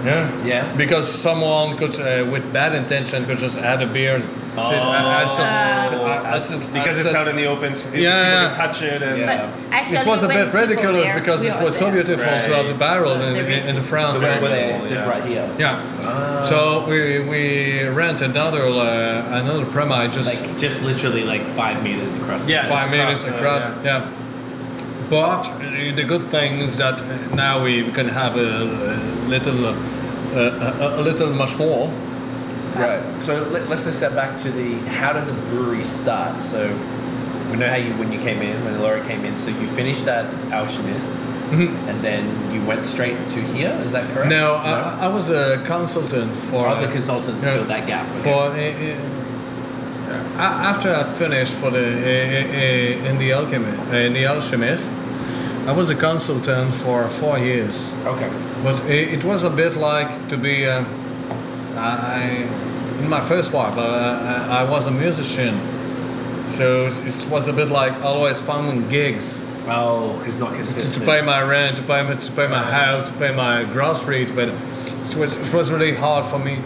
Speaker 4: Yeah.
Speaker 3: Yeah.
Speaker 4: Because someone could, uh, with bad intention, could just add a beer.
Speaker 3: Oh.
Speaker 4: add some- add some-
Speaker 2: because
Speaker 4: add
Speaker 2: it's
Speaker 4: some-
Speaker 2: out in the open, so people
Speaker 4: yeah.
Speaker 2: can touch it. And
Speaker 5: But
Speaker 3: Yeah.
Speaker 5: actually,
Speaker 4: It was a
Speaker 5: when
Speaker 4: bit
Speaker 5: people
Speaker 4: ridiculous
Speaker 5: there,
Speaker 4: because
Speaker 5: we
Speaker 4: it
Speaker 5: are
Speaker 4: was so
Speaker 5: there.
Speaker 4: beautiful
Speaker 2: Right.
Speaker 4: throughout the barrels in,
Speaker 5: The
Speaker 4: in, in the
Speaker 5: reason.
Speaker 4: front.
Speaker 3: So
Speaker 4: right?
Speaker 3: where were they? Just
Speaker 2: Yeah.
Speaker 3: right here.
Speaker 4: Yeah.
Speaker 2: Ah.
Speaker 4: so we, we rent another uh, another premise just
Speaker 3: Like just literally like five meters across.
Speaker 2: Yeah.
Speaker 3: The
Speaker 4: five
Speaker 2: just
Speaker 4: minutes
Speaker 2: across the-
Speaker 4: across. yeah. But uh, the good thing is that now we can have a, a little, uh, a, a, a little much more.
Speaker 3: Right. So let, let's just step back to the how did the brewery start? So we know how you when you came in when Laura came in. So you finished at Alchemist,
Speaker 7: Mm-hmm.
Speaker 3: and then you went straight to here. Is that correct?
Speaker 4: Now
Speaker 7: uh,
Speaker 4: I, I was a consultant for
Speaker 3: Other consultant
Speaker 4: Yeah.
Speaker 3: filled that gap.
Speaker 4: for uh, uh, a- after I finished for the uh, uh, uh, in the alchemy in the alchemist, I was a consultant for four years.
Speaker 3: Okay.
Speaker 4: But i- it was a bit like to be. Uh, I, in my first wife, uh, I, I was a musician, so it was a bit like always finding gigs
Speaker 3: Oh, because not
Speaker 4: to, to
Speaker 3: consistent.
Speaker 4: pay my rent, to pay my, to pay my house, to pay my groceries. But it was it was really hard for me,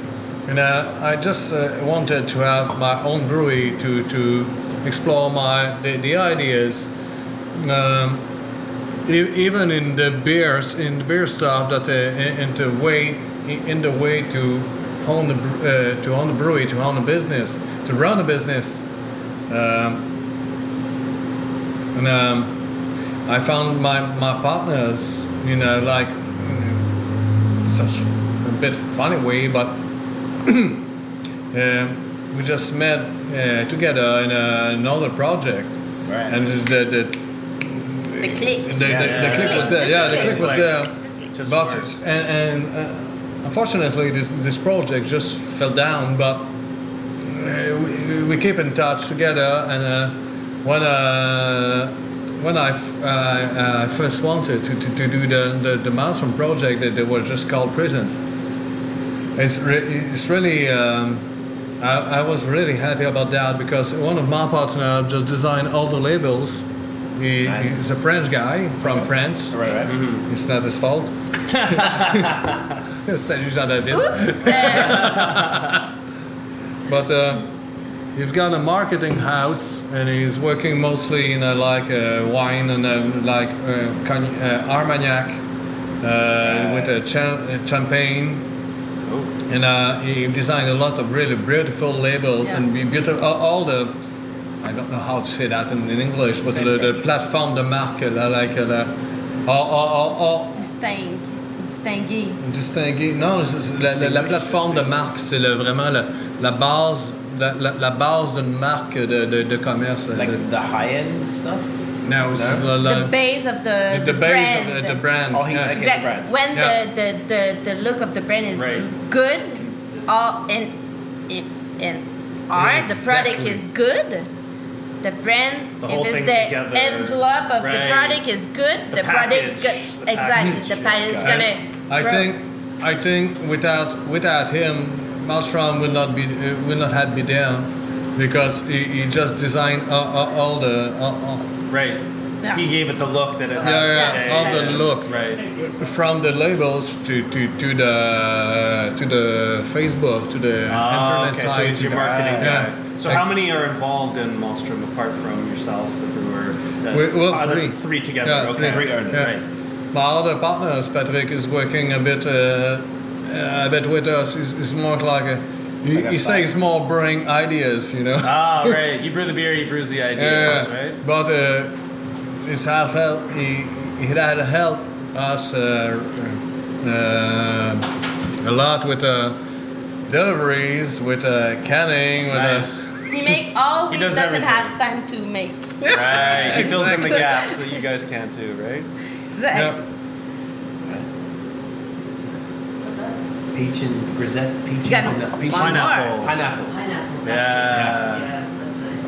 Speaker 4: and uh, I just uh, wanted to have my own brewery to to explore my the, the ideas. Um, e- even in the beers, in the beer stuff, that uh, in in the way, in the way to own the br- uh, to own the brewery, to own a business, to run a business, um, and um, I found my, my partners, you know, like mm, such a bit funny way, but um, we just met uh, together in a, another project,
Speaker 3: Right.
Speaker 4: and the the,
Speaker 5: The click.
Speaker 4: the, the, the
Speaker 2: yeah,
Speaker 4: click
Speaker 5: yeah.
Speaker 4: was there.
Speaker 5: Just
Speaker 4: Yeah, the
Speaker 5: click.
Speaker 4: click was
Speaker 2: Just
Speaker 4: there.
Speaker 5: Just click.
Speaker 2: Just
Speaker 4: but
Speaker 2: works.
Speaker 4: and, and uh, unfortunately, this this project just fell down. But uh, we, we keep in touch together, and uh, when uh, when I f- uh, uh, first wanted to, to, to do the, the, the milestone project that, that was just called Prisons, it's, re- it's really um, I, I was really happy about that because one of my partners just designed all the labels. He,
Speaker 3: Nice.
Speaker 4: He's a French guy from France.
Speaker 3: Right, right.
Speaker 4: It's not his fault. Salut Jean David.
Speaker 5: Oops. uh,
Speaker 4: But uh, he's got a marketing house and he's working mostly in uh like uh, wine and um, like uh, Cogn- uh, Armagnac uh, with a cha- uh, champagne. And uh, he designed a lot of really beautiful labels and be- beautiful all, all the. I don't know how to say that in, in English, but the, the platform de marque, la- like uh, the, all, all, all, all,
Speaker 5: distingue. Distinguer.
Speaker 4: Distinguer. Non, c'est- c'est la, la- la plateforme de marque, c'est le- vraiment la, la base. La, la- la base d'une marque de, de, de commerce. là,
Speaker 3: Like
Speaker 4: de-
Speaker 3: the high end stuff.
Speaker 4: non, c'est la- la-
Speaker 5: The base of the,
Speaker 4: the
Speaker 5: the
Speaker 4: base
Speaker 5: brand.
Speaker 4: of the, the brand.
Speaker 3: Oh, he-
Speaker 4: yeah.
Speaker 3: okay.
Speaker 5: That
Speaker 3: brand.
Speaker 5: When
Speaker 4: Yeah.
Speaker 5: the, the, the, the look of the brand is
Speaker 2: Right.
Speaker 5: good, all and if and are the
Speaker 4: Exactly.
Speaker 5: product is good, the brand
Speaker 2: The whole
Speaker 5: if it's
Speaker 2: thing
Speaker 5: the
Speaker 2: together.
Speaker 5: envelope of the
Speaker 2: Right.
Speaker 5: product is good,
Speaker 2: The
Speaker 5: the, product's
Speaker 2: package,
Speaker 5: good.
Speaker 2: the
Speaker 5: exactly,
Speaker 2: package,
Speaker 5: the package is
Speaker 2: yeah.
Speaker 5: gonna.
Speaker 4: I
Speaker 5: grow.
Speaker 4: think, I think without without him, Malmstrom will not be uh, will not have be there because he, he just designed all, all, all the all, all,
Speaker 2: Right.
Speaker 5: Yeah.
Speaker 2: He gave it the look that it
Speaker 4: yeah,
Speaker 2: has
Speaker 4: yeah,
Speaker 2: today.
Speaker 4: all the look.
Speaker 2: Right.
Speaker 4: from the labels to, to, to the to the Facebook to the
Speaker 2: Oh,
Speaker 4: internet
Speaker 2: okay,
Speaker 4: site.
Speaker 2: so he's your marketing guy.
Speaker 4: Yeah.
Speaker 2: So how many are involved in Maelstrom apart from yourself, the brewer? The
Speaker 4: We, well,
Speaker 2: other-
Speaker 4: three.
Speaker 2: Three together.
Speaker 4: Yeah,
Speaker 2: okay.
Speaker 4: three.
Speaker 2: Right.
Speaker 4: Yes. My other partners, Patrick, is working a bit uh, a bit with us. He's, he's more like a he,
Speaker 3: Like a
Speaker 4: he says more bring ideas, you know.
Speaker 2: Ah, right. You brew the beer, he brews the ideas, right?
Speaker 4: But uh, it's half help. He he had to help us uh, uh, a lot with uh, deliveries, with uh, canning, with uh,
Speaker 2: Nice.
Speaker 5: he make all
Speaker 2: He
Speaker 5: we
Speaker 2: does
Speaker 5: doesn't
Speaker 2: everything.
Speaker 5: have time to make.
Speaker 2: Right. He fills in the gaps that you guys can't do, right?
Speaker 5: Exactly.
Speaker 4: yeah.
Speaker 3: Peach and grisette, peach
Speaker 5: Got
Speaker 3: and
Speaker 5: one
Speaker 3: peach
Speaker 5: more.
Speaker 3: pineapple. Pineapple.
Speaker 6: Pineapple.
Speaker 2: Yeah.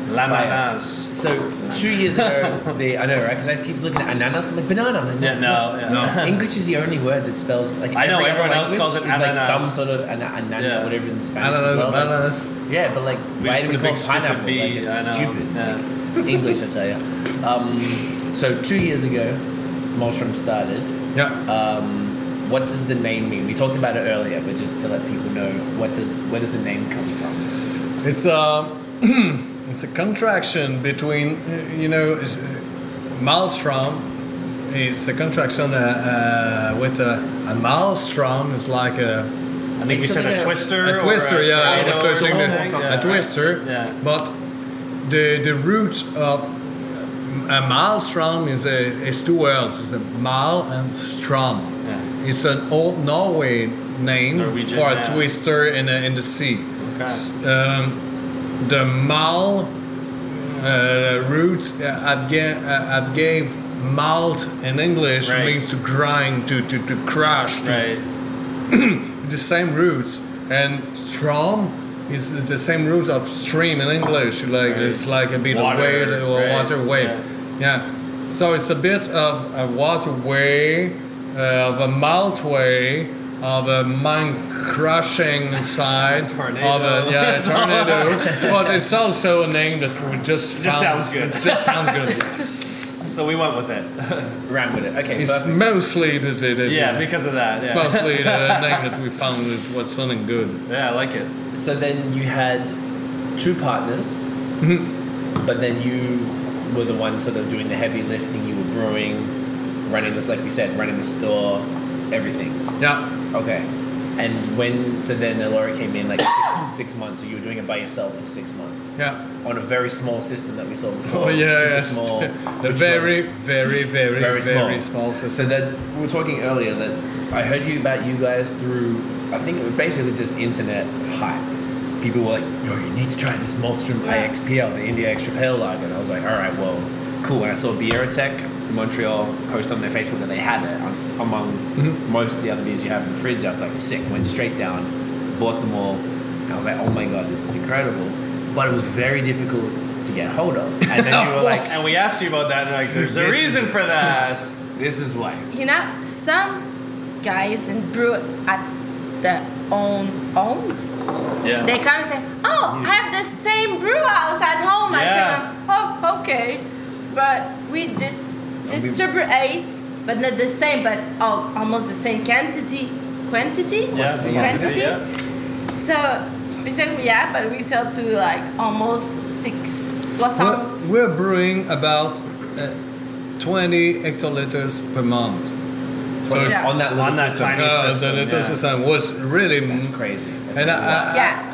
Speaker 2: Lamanas.
Speaker 3: So
Speaker 7: Two years ago, the, I know, right? Because I keep looking at ananas. I'm like, banana. I'm like, no,
Speaker 2: Yeah,
Speaker 7: it's
Speaker 2: no,
Speaker 7: not.
Speaker 2: yeah.
Speaker 7: English is the only word that spells like
Speaker 2: I know,
Speaker 7: every
Speaker 2: everyone
Speaker 7: other
Speaker 2: else
Speaker 7: language
Speaker 2: calls it
Speaker 7: is like
Speaker 2: ananas.
Speaker 7: some sort of ana- anana,
Speaker 2: Yeah.
Speaker 7: whatever in Spanish. as
Speaker 4: Ananas,
Speaker 7: well. Like,
Speaker 4: bananas.
Speaker 7: yeah, but like,
Speaker 2: We
Speaker 7: why
Speaker 2: just
Speaker 7: do
Speaker 2: put
Speaker 7: we
Speaker 2: a
Speaker 7: call
Speaker 2: big
Speaker 7: it pineapple?
Speaker 2: stupid B,
Speaker 7: like, it's
Speaker 2: I know.
Speaker 7: stupid.
Speaker 2: Yeah.
Speaker 7: English, I tell you. Um, so two years ago, Molstrom started.
Speaker 4: Yeah.
Speaker 7: Um,
Speaker 3: what does the name mean? We talked about it earlier, but just to let people know, what does where does the name come from?
Speaker 4: It's a it's a contraction between uh, you know is- maelstrom. It's a contraction uh, uh, with a, a maelstrom. It's like a
Speaker 2: I think we said a twister.
Speaker 4: a twister,
Speaker 2: or a
Speaker 4: yeah, I was
Speaker 2: tornado or
Speaker 4: searching the-
Speaker 2: something,
Speaker 4: a
Speaker 2: yeah.
Speaker 4: twister.
Speaker 2: Yeah.
Speaker 4: But the the root of a maelstrom is a is two words. It's a mal and strom.
Speaker 2: Yeah.
Speaker 4: It's an old Norway name
Speaker 2: Norwegian,
Speaker 4: for a
Speaker 2: yeah.
Speaker 4: twister in a, in the sea.
Speaker 2: Okay.
Speaker 4: S- Um, the mal uh, root uh, Abga- uh, Abgave malt in English
Speaker 2: Right.
Speaker 4: means to grind, to to, to crush, to
Speaker 2: Right.
Speaker 4: the same roots and strom is the same root of stream in english like it's like a bit
Speaker 2: Water,
Speaker 4: of wave or
Speaker 2: right,
Speaker 4: water wave yeah.
Speaker 2: yeah.
Speaker 4: so it's a bit of a waterway uh, of a maltway of a mind crushing side of
Speaker 2: Tornado.
Speaker 4: a yeah a tornado but it's also a name that we just found,
Speaker 2: Just sounds good.
Speaker 4: just sounds good
Speaker 2: So we went with it.
Speaker 3: Ran with it. Okay,
Speaker 4: it's
Speaker 3: perfect.
Speaker 4: mostly the, the, the
Speaker 2: Yeah, because of that.
Speaker 4: it's
Speaker 2: Yeah,
Speaker 4: mostly the name that we found that was sounding good
Speaker 2: yeah I like it.
Speaker 3: So then you had two partners,
Speaker 4: Mm-hmm.
Speaker 3: but then you were the one sort of doing the heavy lifting. You were brewing, running this, like we said, running the store, everything.
Speaker 4: yeah
Speaker 3: Okay. And when so then Elora came in like six, six months, so you were doing it by yourself for six months.
Speaker 4: Yeah.
Speaker 3: On a very small system that we saw before.
Speaker 4: Oh yeah,
Speaker 3: super
Speaker 4: yeah.
Speaker 3: Small.
Speaker 4: the
Speaker 3: which
Speaker 4: very,
Speaker 3: was
Speaker 4: very, very, very, small.
Speaker 3: So
Speaker 4: system.
Speaker 3: that we were talking earlier that I heard you about you guys through I think it was basically just internet hype. People were like, "Yo, you need to try this Malmstrom
Speaker 5: Yeah.
Speaker 3: IXPL, the India Extra Pale Lager." And I was like, "All right, well, cool." And I saw Biera Tech in Montreal post on their Facebook that they had it um, among
Speaker 4: Mm-hmm.
Speaker 3: most of the other beers you have in the fridge. I was like, "Sick!" Went straight down, bought them all, and I was like, "Oh my god, this is incredible!" But it was very difficult to get hold of. And then you were like,
Speaker 2: And we asked you about that, and like, there's a
Speaker 3: This-
Speaker 2: reason for that.
Speaker 3: "This is why."
Speaker 5: You know, some guys in brew at their own homes.
Speaker 2: Yeah.
Speaker 5: They come and say,
Speaker 4: Mm.
Speaker 5: "Oh, I have the same brew house at home."
Speaker 2: Yeah.
Speaker 5: I say, "Oh, okay," but we just distribute, but not the same, but al- almost the same quantity. Quantity.
Speaker 2: yeah.
Speaker 5: Quantity.
Speaker 2: Yeah.
Speaker 5: So we say yeah, but we sell to like almost six,
Speaker 4: we're,
Speaker 5: soixante.
Speaker 4: we're brewing about uh, 20 hectoliters per month. So it's
Speaker 5: Yeah.
Speaker 3: on that little
Speaker 2: On that
Speaker 3: system.
Speaker 2: tiny
Speaker 4: uh, the
Speaker 2: system,
Speaker 4: little
Speaker 2: yeah.
Speaker 4: system was really
Speaker 3: That's crazy. That's
Speaker 4: And I,
Speaker 3: a lot.
Speaker 4: I-
Speaker 5: Yeah.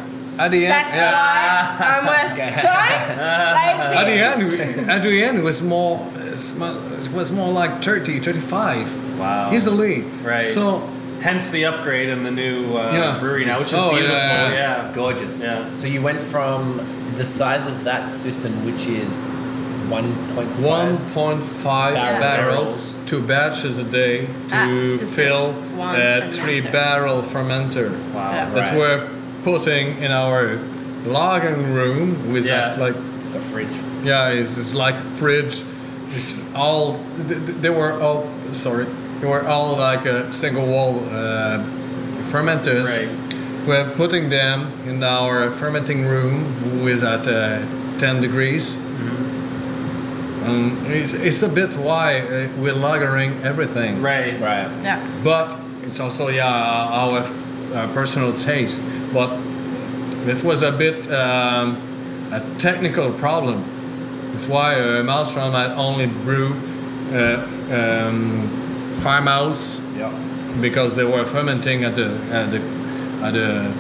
Speaker 4: at the end,
Speaker 5: That's
Speaker 4: yeah,
Speaker 5: why I was trying
Speaker 4: at
Speaker 5: like
Speaker 4: the
Speaker 5: this.
Speaker 4: end, we- at the end, it was more, uh, sm- it was more like 30, 35
Speaker 2: Wow.
Speaker 4: easily.
Speaker 2: Right.
Speaker 4: So
Speaker 2: Hence the upgrade and the new uh,
Speaker 4: Yeah.
Speaker 2: brewery now, which is
Speaker 4: Oh, yeah,
Speaker 2: beautiful.
Speaker 4: yeah,
Speaker 2: Yeah.
Speaker 3: gorgeous.
Speaker 2: Yeah.
Speaker 3: So you went from the size of that system, which is 1.5.
Speaker 4: 1.5
Speaker 3: Barrel.
Speaker 4: barrels,
Speaker 2: Barrels.
Speaker 4: two batches a day to,
Speaker 5: Ah, to fill
Speaker 4: fill
Speaker 5: one
Speaker 4: a three
Speaker 5: fermenter.
Speaker 4: barrel fermenter
Speaker 2: Wow.
Speaker 5: Yeah.
Speaker 4: that
Speaker 3: Right.
Speaker 4: we're putting in our logging room with
Speaker 2: Yeah.
Speaker 4: that, like
Speaker 3: It's a fridge.
Speaker 4: yeah it's, it's like fridge it's all th- th- they were all sorry they were all like a single wall uh, fermenters
Speaker 2: Right.
Speaker 4: we're putting them in our fermenting room who is at uh, 10 degrees
Speaker 2: Mm-hmm.
Speaker 4: um, it's, it's a bit why uh, we're lagering everything
Speaker 2: Right.
Speaker 3: Right.
Speaker 5: Yeah.
Speaker 4: but it's also yeah our uh, personal taste but it was a bit um, a technical problem that's why uh, maelstrom had only brew uh, um, farmhouse
Speaker 3: Yeah.
Speaker 4: because they were fermenting at the at the at the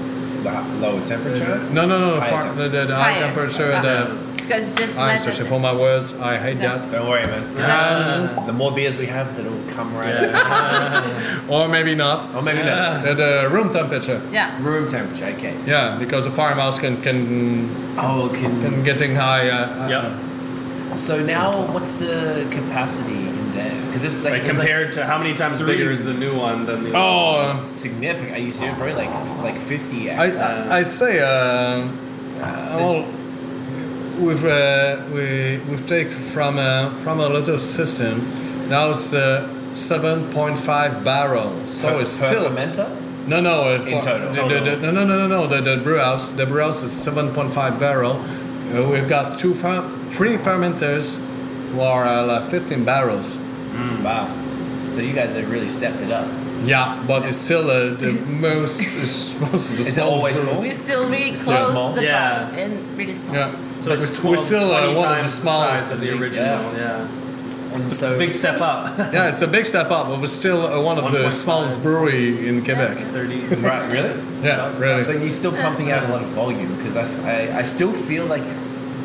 Speaker 3: The h- lower temperature.
Speaker 4: no no no
Speaker 3: High
Speaker 4: far, the,
Speaker 3: temperature.
Speaker 4: the, the high
Speaker 5: Higher. Uh-huh.
Speaker 4: temperature the
Speaker 5: Because just
Speaker 4: I'm
Speaker 5: let
Speaker 4: searching
Speaker 5: it-
Speaker 4: for my words I hate
Speaker 5: Yeah.
Speaker 4: that
Speaker 3: Don't worry, man.
Speaker 4: Ah,
Speaker 3: The more beers we have, that'll come right.
Speaker 2: Yeah.
Speaker 4: or maybe not Uh,
Speaker 3: Or maybe
Speaker 4: the, the room temperature
Speaker 5: Yeah.
Speaker 3: not. Room temperature. Okay.
Speaker 4: yeah because the farmhouse can can
Speaker 3: Oh, can.
Speaker 4: and getting high. Uh,
Speaker 2: Yep.
Speaker 3: So now, what's the capacity in there? Because it's like,
Speaker 2: Like
Speaker 3: it's
Speaker 2: compared to how many times
Speaker 3: three-
Speaker 2: bigger is the new one than the old?
Speaker 4: Oh, uh,
Speaker 3: like significant. Are you serious? Probably like like 50
Speaker 4: I,
Speaker 3: x.
Speaker 4: I say, uh, all, we've uh, we we've taken from a from a little system. Now it's uh, seven point five barrels, so
Speaker 3: per,
Speaker 4: it's
Speaker 3: per
Speaker 4: still
Speaker 3: fermenter.
Speaker 4: no no uh,
Speaker 3: In total.
Speaker 4: the- the- the- no no no no no the, the brew house the brew house is seven point five barrel. Uh, we've got two fer- three fermenters who are uh, like fifteen barrels.
Speaker 3: Wow. So you guys have really stepped it up.
Speaker 4: Yeah, but it's still uh, the most. It's most of the
Speaker 3: Is it
Speaker 4: smallest
Speaker 3: always
Speaker 4: brewery.
Speaker 3: full?
Speaker 5: We still really close
Speaker 3: small.
Speaker 5: the
Speaker 2: Yeah.
Speaker 5: crowd and really small.
Speaker 4: Yeah.
Speaker 2: So it's
Speaker 4: we're, we're
Speaker 2: 12,
Speaker 4: still uh, one
Speaker 2: 20
Speaker 4: of the
Speaker 2: times
Speaker 4: smallest.
Speaker 2: size of the original. Yeah,
Speaker 3: And so
Speaker 2: big step up.
Speaker 4: yeah, it's a big step up, but we're still uh, one of the
Speaker 2: 1.5.
Speaker 4: smallest brewery in Quebec.
Speaker 2: Thirty.
Speaker 3: right, really?
Speaker 4: Yeah, really.
Speaker 3: But you're still pumping out a lot of volume because I, f- I- I still feel like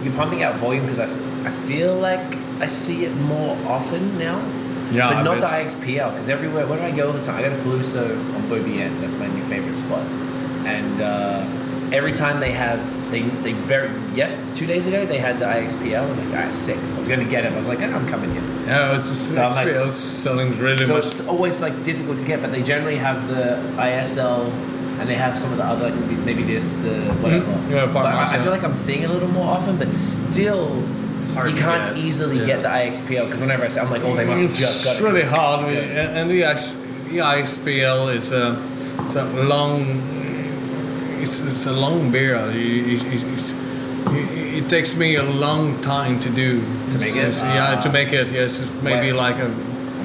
Speaker 3: you're pumping out volume because I, f- I feel like I see it more often now.
Speaker 4: Yeah,
Speaker 3: but
Speaker 4: I
Speaker 3: not
Speaker 4: bet.
Speaker 3: the IXPL because everywhere, where do I go all the time? I go to Paluso on Bobian, that's my new favorite spot. And uh, every time they have, they, they very, yes, two days ago they had the IXPL. I was like, ah, sick. I was going to get it. I was like, ah, I'm coming here.
Speaker 4: Yeah, it's just
Speaker 3: So I'm like-
Speaker 4: it's selling really
Speaker 3: So
Speaker 4: much.
Speaker 3: it's always like difficult to get, but they generally have the ISL and they have some of the other like, maybe this the whatever.
Speaker 2: Mm-hmm.
Speaker 4: Yeah, fuck
Speaker 3: but I, I
Speaker 4: myself.
Speaker 3: feel like I'm seeing it a little more often, but still.
Speaker 2: Hard
Speaker 3: you
Speaker 2: to
Speaker 3: can't
Speaker 2: get.
Speaker 3: easily
Speaker 2: Yeah.
Speaker 3: get the IXPL because whenever I say, I'm like, oh, they must have
Speaker 4: It's
Speaker 3: just got
Speaker 4: really
Speaker 3: it.
Speaker 4: hard. We-
Speaker 3: Yeah.
Speaker 4: And, and the X- the IXPL is a, it's a long. It's, it's a long beer. It, it, it, it's- it- it takes me a long time to do. To
Speaker 3: make it?
Speaker 4: yeah, to make it. Yes, it's maybe
Speaker 3: Wait.
Speaker 4: like a.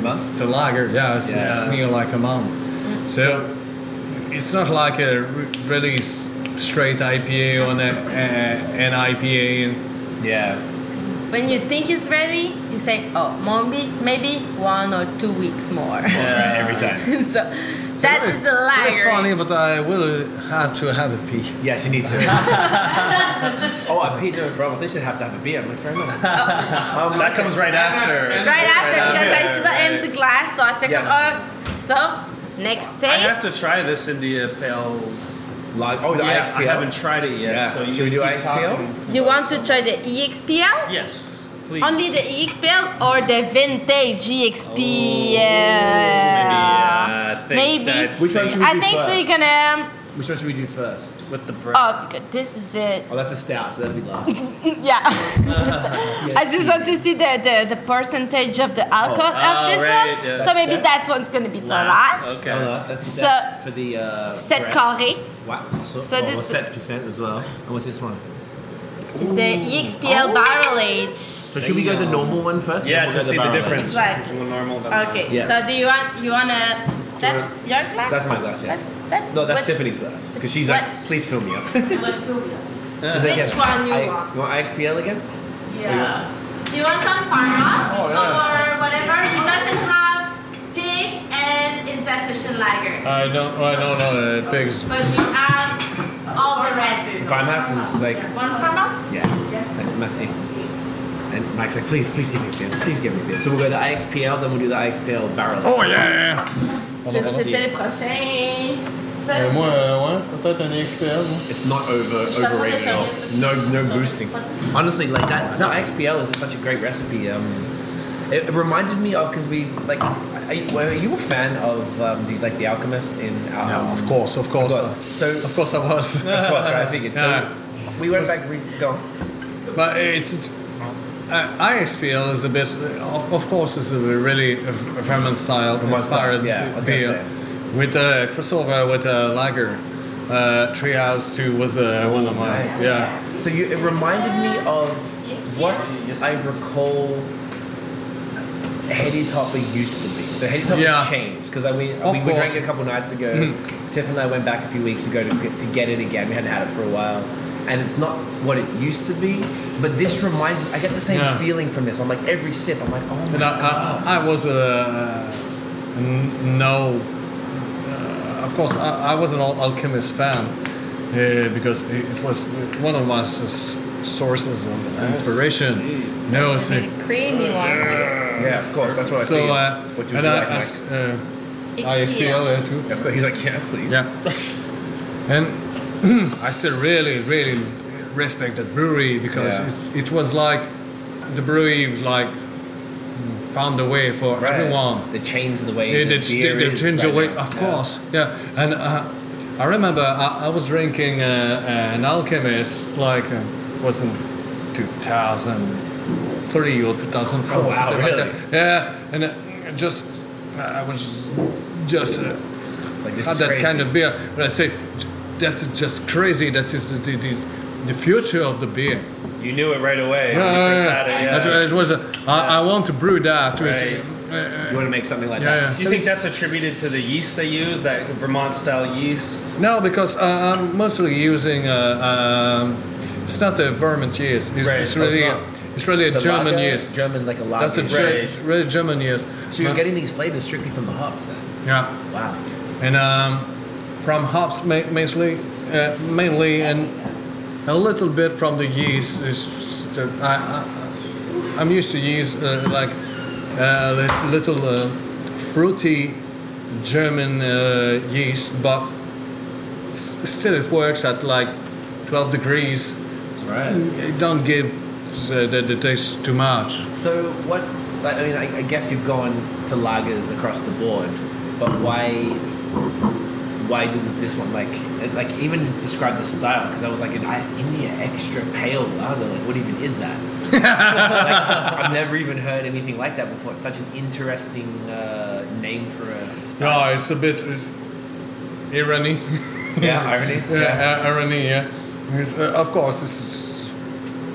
Speaker 3: month?
Speaker 4: It's a lager. Yeah, it's,
Speaker 3: Yeah.
Speaker 4: it's near like a month.
Speaker 5: Mm.
Speaker 4: So it's not like a re- really s- straight IPA or an, uh, an IPA. And,
Speaker 3: Yeah.
Speaker 5: When you think it's ready, you say, oh, maybe, maybe one or two weeks more.
Speaker 3: yeah. Every
Speaker 2: Uh,
Speaker 3: time.
Speaker 5: so that's just the
Speaker 4: Very funny,
Speaker 5: lager.
Speaker 4: but I will have to have a pee.
Speaker 3: Yes, you need to. oh, I peed no problem. They should have to have a beer. I'm like, fair enough. um,
Speaker 2: That comes right after.
Speaker 5: Right after, because I
Speaker 2: Yeah,
Speaker 5: see the
Speaker 2: right.
Speaker 5: empty glass, so I said,
Speaker 3: Yes.
Speaker 5: oh, so next
Speaker 2: I have
Speaker 5: taste.
Speaker 2: to try this India Pale.
Speaker 3: like, oh, the
Speaker 2: yeah,
Speaker 3: IXPL.
Speaker 2: I haven't tried it yet.
Speaker 3: Yeah.
Speaker 2: So you
Speaker 3: Should we
Speaker 2: can
Speaker 3: do
Speaker 2: keep
Speaker 3: IXPL?
Speaker 2: talking.
Speaker 5: You want to try the E EXPL?
Speaker 2: Yes, please.
Speaker 5: Only the E EXPL or the vintage E EXPL?
Speaker 2: yeah, uh, I think
Speaker 5: maybe.
Speaker 2: that-
Speaker 3: Which one should we
Speaker 5: I
Speaker 3: do
Speaker 5: think so.
Speaker 3: first?
Speaker 5: You're gonna.
Speaker 3: Which one should we do first?
Speaker 2: with the bread.
Speaker 5: Oh, good, this is it.
Speaker 3: Oh, that's a stout, so that'll be last.
Speaker 5: Yeah. I just want to see the, the, the percentage of the alcohol
Speaker 2: Oh,
Speaker 5: of this
Speaker 2: right,
Speaker 5: one.
Speaker 2: yeah.
Speaker 5: So maybe
Speaker 3: Set.
Speaker 5: that's one's gonna be the
Speaker 2: Last,
Speaker 5: last.
Speaker 2: okay.
Speaker 3: Hold on, that's
Speaker 5: So-
Speaker 3: set for the uh,
Speaker 5: Set
Speaker 3: bread.
Speaker 5: carré
Speaker 3: Wow, so,
Speaker 5: So
Speaker 3: well,
Speaker 5: this-
Speaker 3: well, set percent as well. And what's this one?
Speaker 5: is the EXPL barrel age.
Speaker 3: So should we go the normal one first? Then
Speaker 2: yeah,
Speaker 3: we'll
Speaker 2: to
Speaker 3: go
Speaker 2: see the
Speaker 3: barrel
Speaker 2: difference.
Speaker 5: Right.
Speaker 2: between the normal. than the-
Speaker 5: Okay.
Speaker 3: Yes.
Speaker 5: So do you want you wanna? That's your glass.
Speaker 3: That's my glass, yeah.
Speaker 5: That's, that's
Speaker 3: one. No, that's
Speaker 5: which-
Speaker 3: Tiffany's glass because she's
Speaker 5: What?
Speaker 3: like, please fill me up. 'Cause they
Speaker 5: Which
Speaker 3: get-
Speaker 5: one you
Speaker 3: I-
Speaker 5: want?
Speaker 3: You want IXPL again?
Speaker 5: Yeah. Do you want some farmhouse
Speaker 3: Oh, yeah.
Speaker 5: or whatever? It doesn't have pig and it's a session
Speaker 3: Uh.
Speaker 5: lager,
Speaker 4: I don't, I don't know the pigs.
Speaker 5: but we have all the rest.
Speaker 3: Farmhouse is like,
Speaker 5: One farmhouse.
Speaker 3: yeah, like messy. And Mike's like, please, please give me a beer. Please give me a beer. So we'll go to IXPL, then we'll do the IXPL barrel.
Speaker 4: Oh yeah!
Speaker 5: C'est- C'était le prochain. Ça,
Speaker 4: Euh, moi,
Speaker 5: je-
Speaker 4: euh, ouais, peut-être un XPL. moi.
Speaker 3: It's not over
Speaker 5: Je savais
Speaker 3: overrated
Speaker 5: ça.
Speaker 3: at all. No no boosting. Honestly, like that. No, XPL is such a great recipe. Um, it, it reminded me of because we like. Are you, were you a fan of um, the like the Alchemist in? Um,
Speaker 4: Yeah, of course, of course.
Speaker 3: Of course.
Speaker 4: So, of course I was.
Speaker 3: Of course, right, I figured. So
Speaker 4: Yeah.
Speaker 3: we went back. Re- go. on.
Speaker 4: but it's uh, IXPL is a bit, of, of course, is a really Vermont style
Speaker 3: Vermont style,
Speaker 4: inspired
Speaker 3: yeah, I was gonna
Speaker 4: beer with a crossover with a lager. Uh, Treehouse Two was uh, one of my
Speaker 3: nice.
Speaker 4: yeah.
Speaker 3: So you, it reminded me of what
Speaker 2: Yes,
Speaker 3: I
Speaker 2: please.
Speaker 3: recall. Heady Topper used to be. So Heady Topper's
Speaker 4: Yeah.
Speaker 3: changed because I we,
Speaker 4: Of
Speaker 3: we, we drank
Speaker 4: course. Hmm.
Speaker 3: it a couple nights ago. Tiff and I went back a few weeks ago to get, to get it again. We hadn't had it for a while, and it's not what it used to be. But this reminds me. I get the same
Speaker 4: Yeah.
Speaker 3: feeling from this. I'm like every sip. I'm like, oh my
Speaker 4: And I,
Speaker 3: god.
Speaker 4: I, I was a n- no, uh, of course, I, I was an al- alchemist fan uh, because it it was one of my s- sources of
Speaker 3: Oh,
Speaker 4: inspiration. No, so,
Speaker 5: creamy one.
Speaker 3: yeah, of course. That's what I
Speaker 4: so
Speaker 3: figured.
Speaker 4: uh,
Speaker 3: what would you
Speaker 4: and I,
Speaker 3: like,
Speaker 4: I,
Speaker 3: Mike?
Speaker 4: s- uh,
Speaker 3: Euh, ah,
Speaker 4: I XPL uh, too.
Speaker 3: Of course, he's like, yeah, please.
Speaker 4: Yeah. and I still really, really respect that brewery because
Speaker 3: Yeah.
Speaker 4: it, it was like the brewery like found a way for
Speaker 3: Right.
Speaker 4: everyone.
Speaker 3: The chains in the way.
Speaker 4: Yeah,
Speaker 3: the
Speaker 4: they,
Speaker 3: beer
Speaker 4: they, they
Speaker 3: is
Speaker 4: change
Speaker 3: right
Speaker 4: away,
Speaker 3: now.
Speaker 4: of
Speaker 3: Yeah.
Speaker 4: course. Yeah, and uh, I remember I, I was drinking uh, an alchemist like uh, was in 2003 or 2004,
Speaker 3: Oh, wow,
Speaker 4: something
Speaker 3: really?
Speaker 4: like that. Yeah, and uh, just I was just uh,
Speaker 3: Like this
Speaker 4: had
Speaker 3: is
Speaker 4: that
Speaker 3: crazy.
Speaker 4: kind of beer, and I say that's just crazy. That is the the, the future of the beer.
Speaker 5: Um,
Speaker 2: You knew it right away. when you
Speaker 4: Yeah,
Speaker 2: first
Speaker 4: yeah,
Speaker 2: had it,
Speaker 4: yeah. uh, That's
Speaker 2: yeah.
Speaker 4: what It was. A, I, I want to brew that. Which,
Speaker 2: Right.
Speaker 3: You want to make something like
Speaker 4: Yeah,
Speaker 3: that.
Speaker 4: yeah.
Speaker 2: Do you think that's attributed to the yeast they use, that Vermont style yeast?
Speaker 4: No, because uh, I'm mostly using. Uh, um, it's not the vermin yeast. It's,
Speaker 2: Right.
Speaker 4: it's
Speaker 2: Oh, it's
Speaker 4: really,
Speaker 3: not.
Speaker 4: it's really a German
Speaker 3: lager,
Speaker 4: yeast.
Speaker 3: German, like a lager.
Speaker 4: That's a Ger-
Speaker 2: Right.
Speaker 4: it's really German yeast.
Speaker 3: So you're
Speaker 4: But-
Speaker 3: getting these flavors strictly from the hops then?
Speaker 4: yeah,
Speaker 3: Wow.
Speaker 4: and um, from hops ma- mainly, uh, mainly, and a little bit from the yeast. It's just, uh, I, I, I'm used to yeast uh, like uh, li- little uh, fruity German uh, yeast, but s- still it works at like 12 degrees.
Speaker 3: Right.
Speaker 4: It don't give uh, the, the taste too much.
Speaker 3: So what? like, I mean, I, I guess you've gone to lagers across the board, but why? Why did with this one? Like, it- like even to describe the style, because I was like, an I- India extra pale lager. Like, what even is that? like, I've never even heard anything like that before. It's such an interesting uh, name for a style.
Speaker 4: No, it's a bit uh, irony.
Speaker 3: Yeah, irony.
Speaker 4: Yeah, uh, irony. Yeah, Because, uh, of course, this is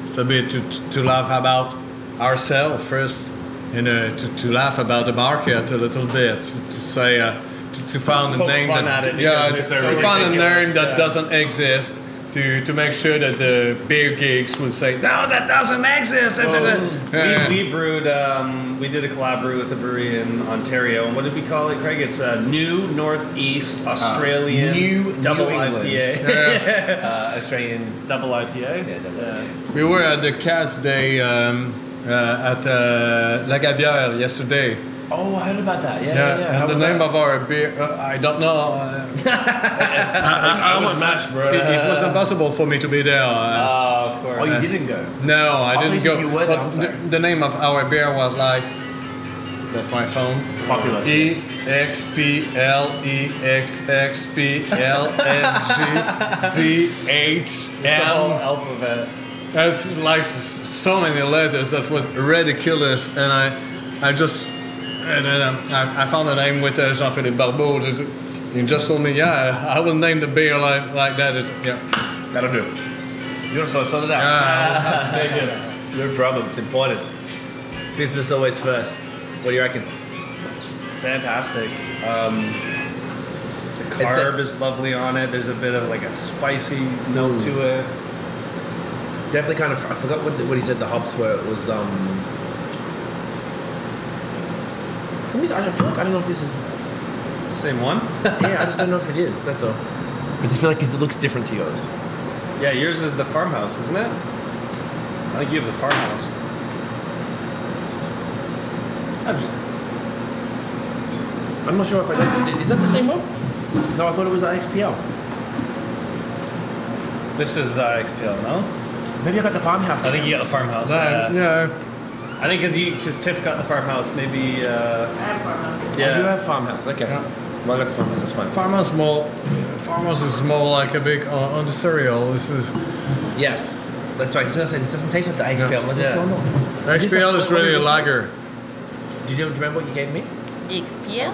Speaker 4: it's a bit to, to laugh about ourselves first, and uh, to, to laugh about the market a little bit. To say uh, to, to find a
Speaker 2: Poke
Speaker 4: name
Speaker 2: fun
Speaker 4: that
Speaker 2: at it
Speaker 4: yeah,
Speaker 2: because
Speaker 4: it's,
Speaker 2: it's so
Speaker 4: to find a
Speaker 2: ridiculous,
Speaker 4: name that
Speaker 2: yeah.
Speaker 4: doesn't exist. To, to make sure that the beer geeks would say no, that doesn't exist. Yeah.
Speaker 2: Um, we, we brewed, um, we did a collab brew with a brewery in Ontario. And what did we call it, Craig? It's a New Northeast Australian
Speaker 3: Uh, New-
Speaker 2: Double
Speaker 3: New England.
Speaker 2: IPA.
Speaker 3: Uh, Australian.
Speaker 2: double IPA?
Speaker 3: Yeah, double
Speaker 2: Yeah.
Speaker 4: We were at the cast day um, uh, at uh, La Gabière yesterday.
Speaker 3: Oh, I heard about that. Yeah, yeah.
Speaker 4: Yeah,
Speaker 3: yeah.
Speaker 4: and
Speaker 3: How
Speaker 4: the
Speaker 3: was
Speaker 4: name
Speaker 3: that?
Speaker 4: of our beer, uh, I don't know. Uh,
Speaker 3: I was matched, bro.
Speaker 4: it, it was impossible for me to be there. Uh,
Speaker 2: Oh, of
Speaker 3: oh,
Speaker 2: course.
Speaker 3: you didn't go.
Speaker 4: no, I didn't
Speaker 3: obviously
Speaker 4: go.
Speaker 3: Oh, you were there,
Speaker 4: but
Speaker 3: I'm
Speaker 4: the,
Speaker 3: sorry.
Speaker 4: the name of our beer was like. That's my phone.
Speaker 2: Popular.
Speaker 4: E X P L E X X P L N G D H
Speaker 2: It's the whole
Speaker 4: M.
Speaker 2: alphabet.
Speaker 4: That's like s- so many letters that was ridiculous, and I, I just, and then um, I, I found a name with uh, Jean-Philippe Barbeau. that- He just told me, yeah, I will name the beer like, like that. It's, yeah,
Speaker 3: That'll do. You want to sort it out? No problem. It's important. Business always first. What do you reckon?
Speaker 2: Fantastic. Um, the
Speaker 3: It's a-
Speaker 2: carb is lovely on it. There's a bit of like a spicy note
Speaker 3: Mm.
Speaker 2: to it.
Speaker 3: Definitely kind of. I forgot what, what he said the hops were. It was. um Let me see, I don't feel like I don't know if this is.
Speaker 2: Same one?
Speaker 3: Yeah, I just don't know if it is. That's all. I just feel like it looks different to yours.
Speaker 2: yeah, yours is the farmhouse, isn't it? I think you have the farmhouse.
Speaker 3: I'm not sure if I. Don't, is that the same one? No, I thought it was XPL.
Speaker 2: This is the XPL, no?
Speaker 3: Maybe I got the farmhouse.
Speaker 2: I think you got the farmhouse.
Speaker 4: That-
Speaker 2: Uh,
Speaker 4: yeah.
Speaker 2: I think because you because Tiff got the farmhouse, maybe. Uh,
Speaker 3: Yeah. Oh, You
Speaker 2: yeah.
Speaker 3: have farmhouse. Okay. Well, I got the farmhouse. That's fine.
Speaker 4: Farmers more, farmers is more like a big uh, on, on the cereal. This is
Speaker 3: Yes. That's right. He's gonna say this doesn't taste like the XPL. Like, what's
Speaker 2: Yeah.
Speaker 3: going on?
Speaker 4: XPL is really a lager.
Speaker 3: Do you remember what you gave me?
Speaker 5: XPL?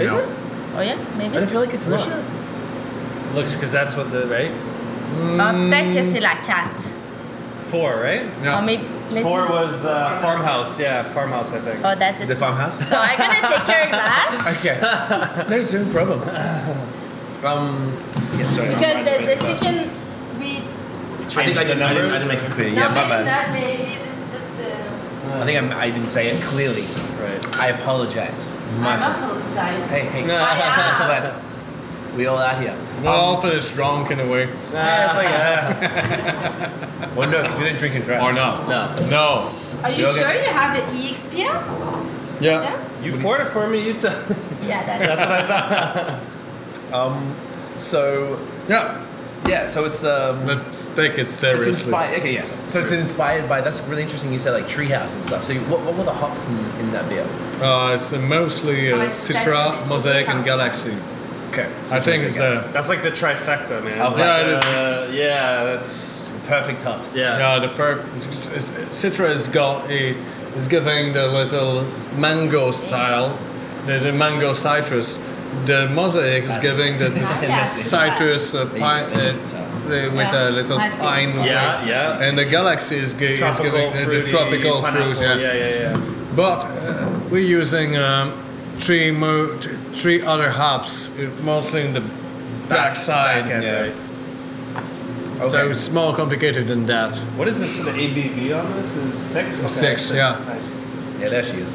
Speaker 3: Is
Speaker 4: No.
Speaker 3: it?
Speaker 5: Oh yeah, maybe.
Speaker 3: I don't feel like it's not.
Speaker 2: Looks because that's what the right
Speaker 5: Ah, peut-être que c'est la 4.
Speaker 2: four right
Speaker 5: Or
Speaker 4: Yeah.
Speaker 5: maybe. let
Speaker 2: four
Speaker 5: me-
Speaker 2: was uh, farmhouse. Yeah, farmhouse. I think.
Speaker 5: Oh, that is.
Speaker 3: The farmhouse.
Speaker 5: So I'm gonna take your glass
Speaker 3: Okay. no, no problem. Um. Yeah, sorry.
Speaker 5: because the, the second
Speaker 3: I
Speaker 5: we.
Speaker 3: think I
Speaker 2: Change the
Speaker 3: didn't, I didn't, I
Speaker 2: numbers.
Speaker 3: didn't make it clear.
Speaker 5: no,
Speaker 3: Yeah, my
Speaker 5: maybe
Speaker 3: bad.
Speaker 5: not. Maybe it's just the.
Speaker 3: I think I'm, I didn't say it clearly.
Speaker 2: Right.
Speaker 3: I apologize. My fault.
Speaker 5: I'm Oh, apologize.
Speaker 3: Hey, hey.
Speaker 5: I
Speaker 3: it's
Speaker 5: am.
Speaker 3: fine. We all out here.
Speaker 4: We're all finished drunk in a way,
Speaker 3: Well, no, because we didn't drink and drive.
Speaker 4: or not?
Speaker 3: No.
Speaker 4: No.
Speaker 5: Are you
Speaker 3: You'll get-
Speaker 5: sure you have the EXPL?
Speaker 3: Uh,
Speaker 4: Yeah.
Speaker 5: Yeah.
Speaker 2: You poured it for me. You t-
Speaker 5: Yeah, that.
Speaker 3: So
Speaker 4: Yeah.
Speaker 3: yeah, so it's um.
Speaker 4: Let's take it
Speaker 3: It's
Speaker 4: seriously.
Speaker 3: inspired. Okay, yes. So it's inspired by. That's really interesting. You said like treehouse and stuff. So you, what, what were the hops in, in that beer?
Speaker 4: Uh, it's uh, mostly uh,
Speaker 5: Oh, it's
Speaker 4: Citra,
Speaker 5: definitely
Speaker 4: Mosaic,
Speaker 5: Citra.
Speaker 4: and Galaxy.
Speaker 3: Okay.
Speaker 4: I think it's
Speaker 3: the
Speaker 4: the
Speaker 2: that's like the trifecta, man.
Speaker 3: Of
Speaker 4: Yeah, it
Speaker 2: Like,
Speaker 4: is.
Speaker 2: uh, yeah, that's
Speaker 3: perfect hops.
Speaker 2: yeah.
Speaker 4: yeah the fir- it's, it's, Citra is got a, is giving the little mango style, the, the mango citrus. The Mosaic is giving the, the
Speaker 5: Yeah.
Speaker 4: citrus uh, pine uh, the- with a little
Speaker 5: Yeah.
Speaker 4: pine.
Speaker 5: Yeah,
Speaker 2: Yeah, yeah.
Speaker 4: And the Galaxy is, gi- is
Speaker 2: Tropical
Speaker 4: giving the, the
Speaker 2: fruity
Speaker 4: tropical
Speaker 2: pineapple,
Speaker 4: fruit. Yeah.
Speaker 2: yeah, yeah, yeah.
Speaker 4: But uh, We're using um, three mo- t- three other hops, uh, mostly in the backside.
Speaker 2: Back end,
Speaker 3: Yeah.
Speaker 2: right.
Speaker 4: So it's more complicated than that.
Speaker 2: What is this? The ABV on this is six. Okay,
Speaker 4: Six, yeah.
Speaker 2: Nice.
Speaker 3: Yeah, there she is.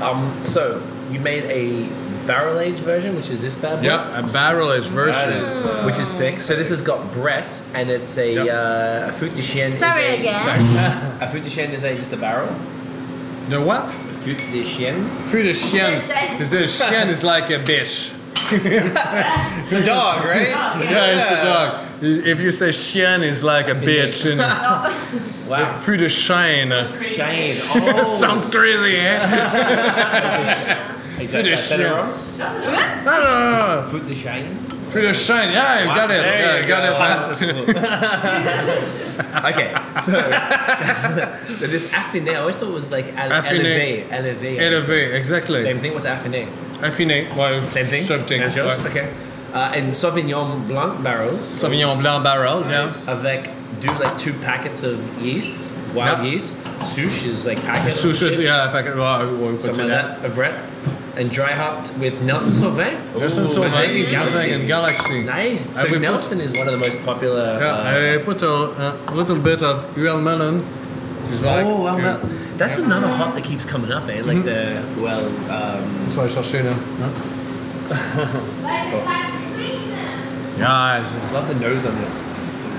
Speaker 3: Um, so you made a barrel aged version, which is this bad boy,
Speaker 4: Yeah, a barrel aged
Speaker 2: That
Speaker 4: version.
Speaker 2: is, uh,
Speaker 3: which is sick. So this has got Brett, and it's a
Speaker 4: Yep.
Speaker 3: uh, a fruit de chien.
Speaker 5: Sorry
Speaker 3: is a,
Speaker 5: again.
Speaker 3: A fruit de chien is a just a barrel.
Speaker 4: The what?
Speaker 3: Fruit de chien.
Speaker 4: Through the chien.
Speaker 5: chien.
Speaker 4: The chien is like a bitch.
Speaker 2: it's a dog, right?
Speaker 4: Yeah, it's a dog. If you say chien, it's like a bitch. You know?
Speaker 3: Wow.
Speaker 4: Through the shine. uh,
Speaker 3: Chien. Oh.
Speaker 4: Sounds crazy, eh?
Speaker 3: Is
Speaker 4: Fruit
Speaker 3: that-
Speaker 4: de
Speaker 3: I said it
Speaker 4: chien.
Speaker 3: wrong?
Speaker 4: No, no, no, no.
Speaker 3: Fruit de chien.
Speaker 4: Through the shine. Yeah, you got it.
Speaker 2: There
Speaker 4: Yeah,
Speaker 2: you
Speaker 4: got
Speaker 2: go.
Speaker 4: it. man.
Speaker 3: Okay, so, so this affiné, I always thought it was like al-
Speaker 4: Affiné.
Speaker 3: élevé, élevé.
Speaker 4: Elevate, E exactly.
Speaker 3: Same thing. What's affiné?
Speaker 4: Affiné. Well,
Speaker 3: Same thing.
Speaker 4: Same thing.
Speaker 3: And just-
Speaker 4: Like
Speaker 3: Okay. Uh, and Sauvignon Blanc barrels
Speaker 4: Sauvignon Blanc barrel, yeah.
Speaker 3: avec do like two packets of yeast, wild
Speaker 4: Yeah.
Speaker 3: yeast. Souche is like packet. of
Speaker 4: Sushi,
Speaker 3: shit,
Speaker 4: yeah, packet. Well, we will
Speaker 3: Something
Speaker 4: consider
Speaker 3: like
Speaker 4: that.
Speaker 3: that. A bread. And dry hopped with Nelson Sauvin.
Speaker 4: Nelson
Speaker 3: Ooh,
Speaker 4: Sauvin,
Speaker 3: Mosaic and
Speaker 4: Mosaic and Galaxy.
Speaker 3: Nice.
Speaker 4: And
Speaker 3: So
Speaker 4: we put-
Speaker 3: Nelson is one of the most popular.
Speaker 4: Yeah,
Speaker 3: uh,
Speaker 4: I put a, a little bit of real melon. It's like,
Speaker 3: oh, well,
Speaker 4: yeah. Mm-hmm.
Speaker 3: Mel- that's another hop that keeps coming up, man. Like the well, um,
Speaker 4: That's why I chercher là. Yeah, it's-
Speaker 3: I love the nose on this.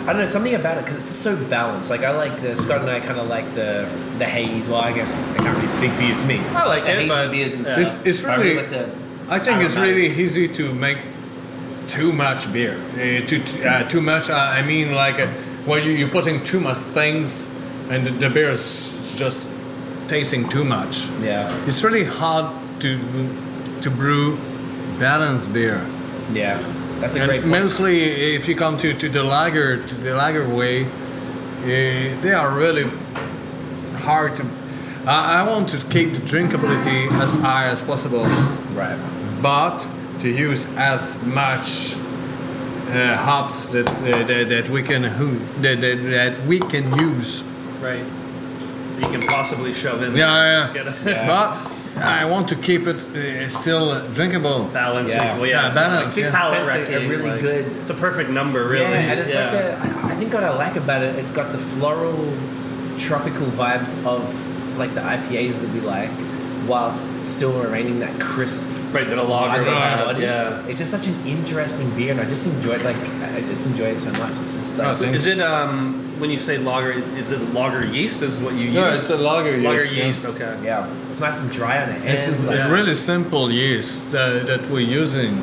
Speaker 3: I don't know something about it because it's just so balanced. Like I like the Scott and I kind of like the the haze. Well, I guess I can't really speak for you. It's me.
Speaker 2: I like
Speaker 3: the
Speaker 2: it,
Speaker 3: hazy
Speaker 2: but-
Speaker 3: beers and
Speaker 2: yeah.
Speaker 3: stuff.
Speaker 4: It's- it's
Speaker 3: I really
Speaker 4: really-
Speaker 3: like the.
Speaker 4: I think it's
Speaker 3: Aromatic.
Speaker 4: really easy to make too much beer. Uh, too uh, too much. I I mean, like uh, when you, you're putting too much things, and the, the beer is just tasting too much.
Speaker 3: Yeah,
Speaker 4: It's really hard to to brew balanced beer.
Speaker 3: yeah. That's a
Speaker 4: And
Speaker 3: great point.
Speaker 4: mostly, if you come to, to the lager to the lager way, uh, they are really hard to. I, I want to keep the drinkability as high as possible
Speaker 3: right.
Speaker 4: but to use as much uh, hops that, uh, that that we can who that, that, that we can use.
Speaker 2: uh, Right. You can possibly shove in.
Speaker 4: Yeah,
Speaker 2: Just
Speaker 4: yeah.
Speaker 2: get a
Speaker 4: But I want to keep it uh, still drinkable.
Speaker 2: Balance.
Speaker 3: Yeah.
Speaker 2: Like, well, yeah,
Speaker 4: Yeah,
Speaker 2: it's
Speaker 4: balance,
Speaker 2: Like six
Speaker 4: yeah.
Speaker 2: palate
Speaker 3: It's like a
Speaker 2: reckoning,
Speaker 3: really
Speaker 2: like-
Speaker 3: good-
Speaker 2: It's a perfect number, really.
Speaker 3: Yeah, and it's like
Speaker 2: Yeah.
Speaker 3: the. I I think what I like about it, it's got the floral, tropical vibes of like the IPAs that we like, whilst still remaining that crisp.
Speaker 2: right that a lager
Speaker 3: vibe
Speaker 2: would
Speaker 3: in our
Speaker 2: have.
Speaker 3: body.
Speaker 2: Yeah.
Speaker 3: It's just such an interesting beer, and I just enjoy it. Like I I just enjoy it so much. It's just
Speaker 4: Oh,
Speaker 3: like,
Speaker 4: thank-
Speaker 2: Is it um when you say lager? Is it lager yeast? Is what you
Speaker 4: No,
Speaker 2: use?
Speaker 4: it's a lager yeast.
Speaker 2: lager
Speaker 4: yeah.
Speaker 2: yeast. Okay.
Speaker 3: yeah, it's nice and dry on the end.
Speaker 4: This is
Speaker 3: like,
Speaker 4: a really simple yeast that, that we're using.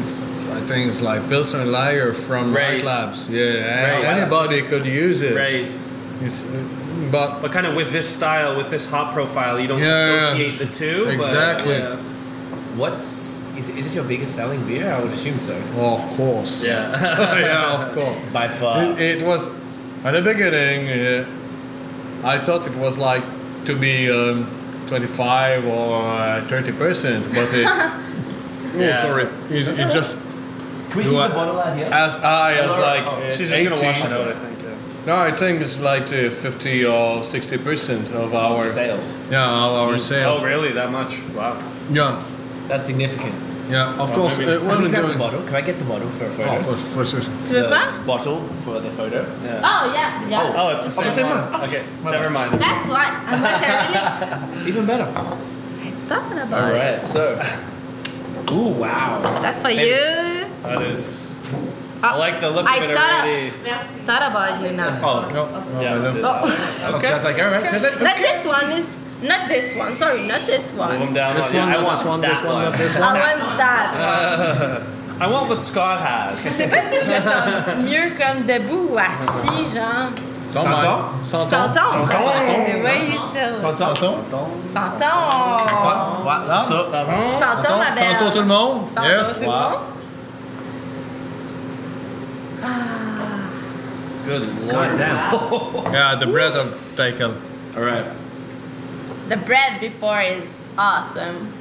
Speaker 4: It's, I think it's like Pilsner Lager from
Speaker 2: Right.
Speaker 4: Right Labs. Yeah,
Speaker 2: Right.
Speaker 4: anybody could use it.
Speaker 2: Right.
Speaker 4: It's, uh, but
Speaker 2: But kind of with this style, with this hop profile, you don't
Speaker 4: Yeah, yeah, yeah.
Speaker 2: associate the two.
Speaker 4: Exactly.
Speaker 2: But,
Speaker 3: What's is, is this your biggest selling beer? I would assume so.
Speaker 4: oh, of course.
Speaker 2: yeah. yeah.
Speaker 4: yeah, of course.
Speaker 3: By far.
Speaker 4: It, it was at the beginning. Uh, I thought it was like to be um, 25 or 30 percent, but it, oh,
Speaker 2: Yeah.
Speaker 4: sorry, it, it just
Speaker 3: Can we
Speaker 4: do
Speaker 3: keep
Speaker 4: I-
Speaker 3: the bottle out here?
Speaker 4: as high as like uh,
Speaker 2: Oh, She's just gonna wash
Speaker 4: 80.
Speaker 2: it out, I think. yeah.
Speaker 4: No, I think it's like uh, 50 or 60 percent of our
Speaker 3: Sales.
Speaker 4: yeah of our sales.
Speaker 2: Oh, really? That much? Wow.
Speaker 4: Yeah,
Speaker 3: That's significant.
Speaker 4: yeah, of course.
Speaker 2: Oh, maybe-
Speaker 4: Uh, what
Speaker 3: Can we
Speaker 4: we're
Speaker 3: grab the
Speaker 4: doing.
Speaker 3: bottle? Can I get the bottle for a photo?
Speaker 4: Oh, for, for sure.
Speaker 5: Tu veux
Speaker 3: The
Speaker 5: pas?
Speaker 3: bottle for the photo.
Speaker 5: Oh, yeah. yeah.
Speaker 2: Oh, it's the same,
Speaker 3: the same
Speaker 2: one.
Speaker 3: one.
Speaker 2: Okay,
Speaker 3: My
Speaker 2: never
Speaker 3: bad.
Speaker 2: mind.
Speaker 5: That's why. I'm not really
Speaker 3: Even better.
Speaker 5: thought about
Speaker 3: All
Speaker 5: it.
Speaker 3: right. So. Ooh wow.
Speaker 5: That's for
Speaker 2: Maybe.
Speaker 5: you.
Speaker 2: That is.
Speaker 5: I
Speaker 2: like the look of
Speaker 5: I
Speaker 2: it
Speaker 5: thought,
Speaker 2: already.
Speaker 5: thought about you now.
Speaker 3: Oh.
Speaker 4: No,
Speaker 2: Yeah.
Speaker 4: no, I don't.
Speaker 5: Oh,
Speaker 3: Okay. I was like, all right. So I was like,
Speaker 5: not this one is not this one. Sorry, not this
Speaker 2: Pull 'em
Speaker 5: one.
Speaker 2: down.
Speaker 3: This
Speaker 2: Oh, yeah,
Speaker 3: one,
Speaker 2: I
Speaker 3: not this
Speaker 2: want
Speaker 3: one,
Speaker 2: that
Speaker 3: this one, not this
Speaker 5: I want
Speaker 4: Uh.
Speaker 5: that.
Speaker 2: I want what Scott
Speaker 5: Je
Speaker 2: has.
Speaker 5: sais pas si je me sens mieux comme debout ou assis, genre.
Speaker 4: Santons?
Speaker 5: S'entendre.
Speaker 3: S'entendre.
Speaker 5: The way you tell.
Speaker 4: Santons?
Speaker 5: S'entendre.
Speaker 3: Wow,
Speaker 4: Ah.
Speaker 3: so- so-
Speaker 5: S'entendre, ma belle.
Speaker 4: Santons tout le monde?
Speaker 5: S'entendre,
Speaker 4: Yes.
Speaker 5: tout le monde. Ah.
Speaker 2: Good
Speaker 3: God
Speaker 2: lord.
Speaker 3: damn.
Speaker 4: Yeah, the bread of taken.
Speaker 3: All right.
Speaker 5: The bread before is awesome.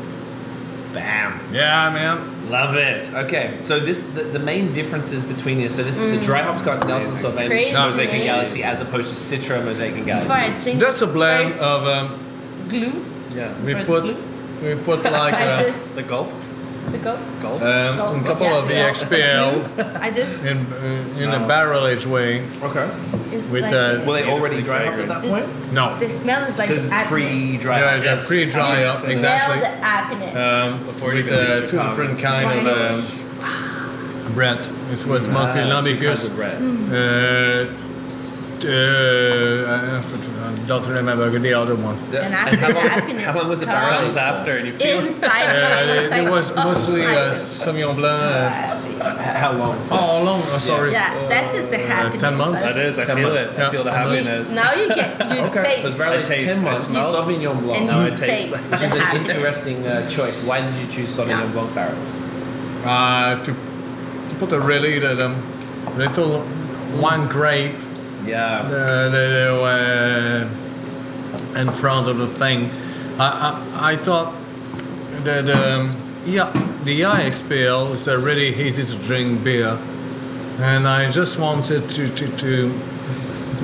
Speaker 3: Bam.
Speaker 4: Yeah, man.
Speaker 3: Love it. Okay. So this the, the main differences between this. So this the dry hops got Nelson Sauvin,
Speaker 5: Mm. Crazy.
Speaker 3: Mosaic and Galaxy, as opposed to Citra, Mosaic and
Speaker 5: Before
Speaker 3: Galaxy.
Speaker 5: I drink
Speaker 4: That's a blend
Speaker 5: first
Speaker 4: of um,
Speaker 5: glue.
Speaker 2: Yeah.
Speaker 4: We
Speaker 5: First
Speaker 4: put
Speaker 5: blue?
Speaker 4: we put like
Speaker 5: I
Speaker 4: uh,
Speaker 5: just
Speaker 2: The gulp.
Speaker 5: the go.
Speaker 2: Gulp.
Speaker 4: um, a couple
Speaker 5: Yeah,
Speaker 4: of the
Speaker 5: no.
Speaker 4: XPL
Speaker 5: I just
Speaker 4: in uh, in a barrel aged way.
Speaker 3: Okay.
Speaker 5: it's
Speaker 4: With,
Speaker 5: like
Speaker 4: uh,
Speaker 3: Were they
Speaker 2: Beautifully
Speaker 3: already dry up at
Speaker 2: fragrant.
Speaker 3: that
Speaker 5: Did-
Speaker 3: point?
Speaker 4: No,
Speaker 5: the smell is like
Speaker 3: This is
Speaker 5: the
Speaker 3: pre-dry.
Speaker 4: yeah, it's
Speaker 2: Yes.
Speaker 4: a pretty dry
Speaker 5: you
Speaker 4: up
Speaker 5: smell
Speaker 4: exactly.
Speaker 5: the happiness.
Speaker 4: um,
Speaker 2: Before you
Speaker 4: with
Speaker 2: can reach
Speaker 4: uh,
Speaker 2: your
Speaker 4: two different
Speaker 2: comments.
Speaker 4: kinds of
Speaker 5: Right.
Speaker 4: um, bread. It was mostly
Speaker 3: Ah, two kinds
Speaker 4: lambicus.
Speaker 3: of bread.
Speaker 5: Hmm.
Speaker 4: Uh, uh, I don't remember the other one.
Speaker 5: and after
Speaker 3: how
Speaker 5: the
Speaker 3: long-
Speaker 5: happiness
Speaker 3: how long was it
Speaker 5: comes
Speaker 3: barrel
Speaker 2: Comes after and you feel.
Speaker 5: inside.
Speaker 4: Uh,
Speaker 5: it's
Speaker 4: it, it
Speaker 5: like,
Speaker 4: was
Speaker 5: oh
Speaker 4: mostly
Speaker 5: my
Speaker 4: uh,
Speaker 5: goodness.
Speaker 4: Sauvignon Blanc.
Speaker 3: How long?
Speaker 4: Uh, oh, long. Oh, sorry.
Speaker 5: Yeah, that is the happiness.
Speaker 4: Uh, months?
Speaker 5: I-
Speaker 2: That is. I
Speaker 3: Ten
Speaker 2: feel
Speaker 3: months.
Speaker 2: it.
Speaker 4: Yeah.
Speaker 2: I feel the
Speaker 4: Ten months.
Speaker 2: happiness.
Speaker 5: Now you get you
Speaker 3: Okay.
Speaker 5: taste
Speaker 2: very-
Speaker 3: I
Speaker 2: I taste,
Speaker 3: ten
Speaker 2: I
Speaker 3: months.
Speaker 2: smell.
Speaker 3: Sauvignon
Speaker 5: and
Speaker 3: Blanc.
Speaker 2: Now
Speaker 5: you
Speaker 2: it tastes-
Speaker 5: taste the
Speaker 3: Which is an
Speaker 5: happiness.
Speaker 3: interesting uh, choice. Why did you choose Sauvignon
Speaker 5: Yeah.
Speaker 3: Blanc barrels?
Speaker 4: Uh, to, to put a really that um, little one grape
Speaker 3: Yeah.
Speaker 4: uh, they were uh, in front of the thing. I, I, I thought that um, yeah, the IXPL is a really easy to drink beer, and I just wanted to to, to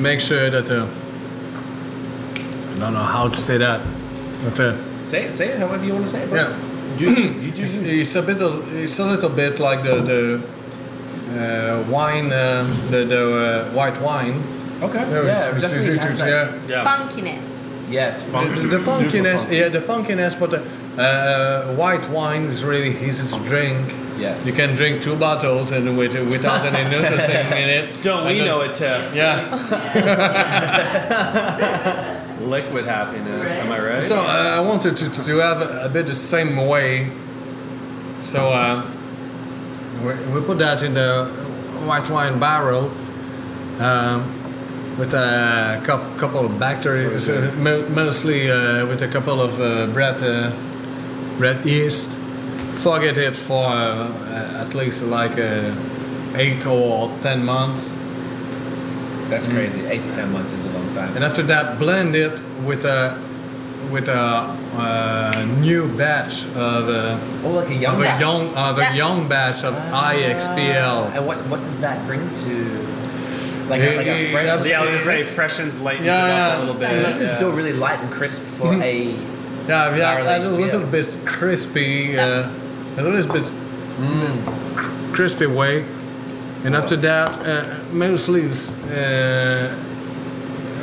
Speaker 4: make sure that uh, I don't know how to say that, but uh,
Speaker 3: Say it. Say it. However you want to say it. bro.
Speaker 4: yeah.
Speaker 3: You, you do.
Speaker 4: It's, it's a bit. Of, it's a little bit like the the uh, wine, um, the the uh, white wine.
Speaker 3: Okay. Yeah.
Speaker 4: Yeah, it's- it's
Speaker 3: definitely
Speaker 4: easy
Speaker 3: has
Speaker 4: to-
Speaker 3: that-
Speaker 4: yeah.
Speaker 5: funkiness.
Speaker 3: Yeah, it's funky.
Speaker 4: The, the
Speaker 3: Super
Speaker 4: funkiness,
Speaker 3: funky.
Speaker 4: yeah, the funkiness, but uh, uh, white wine is really easy to drink.
Speaker 3: Yes.
Speaker 4: you can drink two bottles and with, without any noticing in it.
Speaker 2: Don't
Speaker 4: And,
Speaker 2: we
Speaker 4: uh,
Speaker 2: know it, Tiff?
Speaker 4: Yeah.
Speaker 2: Liquid happiness. Am I right?
Speaker 4: So uh, I wanted to, to have a bit the same way. So uh, we, we put that in the white wine barrel um, with a cou- couple of bacteria, so mo- mostly uh, with a couple of uh, bread, uh, bread yeast. Forget it for uh, uh, at least like uh, eight or ten months, Mm.
Speaker 3: That's crazy. Eight to ten months is a long time.
Speaker 4: and after that, blend it with uh, a with a uh, new batch of. Uh,
Speaker 3: Oh, like a young
Speaker 4: of a
Speaker 3: batch. Ah.
Speaker 4: young of a
Speaker 5: Yeah.
Speaker 4: young batch of IXPL.
Speaker 3: And what what does that bring to like a,
Speaker 4: Yeah,
Speaker 3: like a
Speaker 4: yeah,
Speaker 3: fresh?
Speaker 4: yeah.
Speaker 2: Yeah, I was gonna say
Speaker 3: Crisp.
Speaker 2: freshens lightens
Speaker 4: Yeah,
Speaker 2: it up
Speaker 4: yeah.
Speaker 2: a little
Speaker 3: And
Speaker 2: bit.
Speaker 3: This is still really light and crisp for
Speaker 4: Mm-hmm. Yeah,
Speaker 3: Barrel
Speaker 4: yeah, a
Speaker 3: HBL.
Speaker 4: little bit crispy, uh,
Speaker 5: Yeah.
Speaker 4: a little bit mm, crispy way, and after that, uh, mostly s- uh,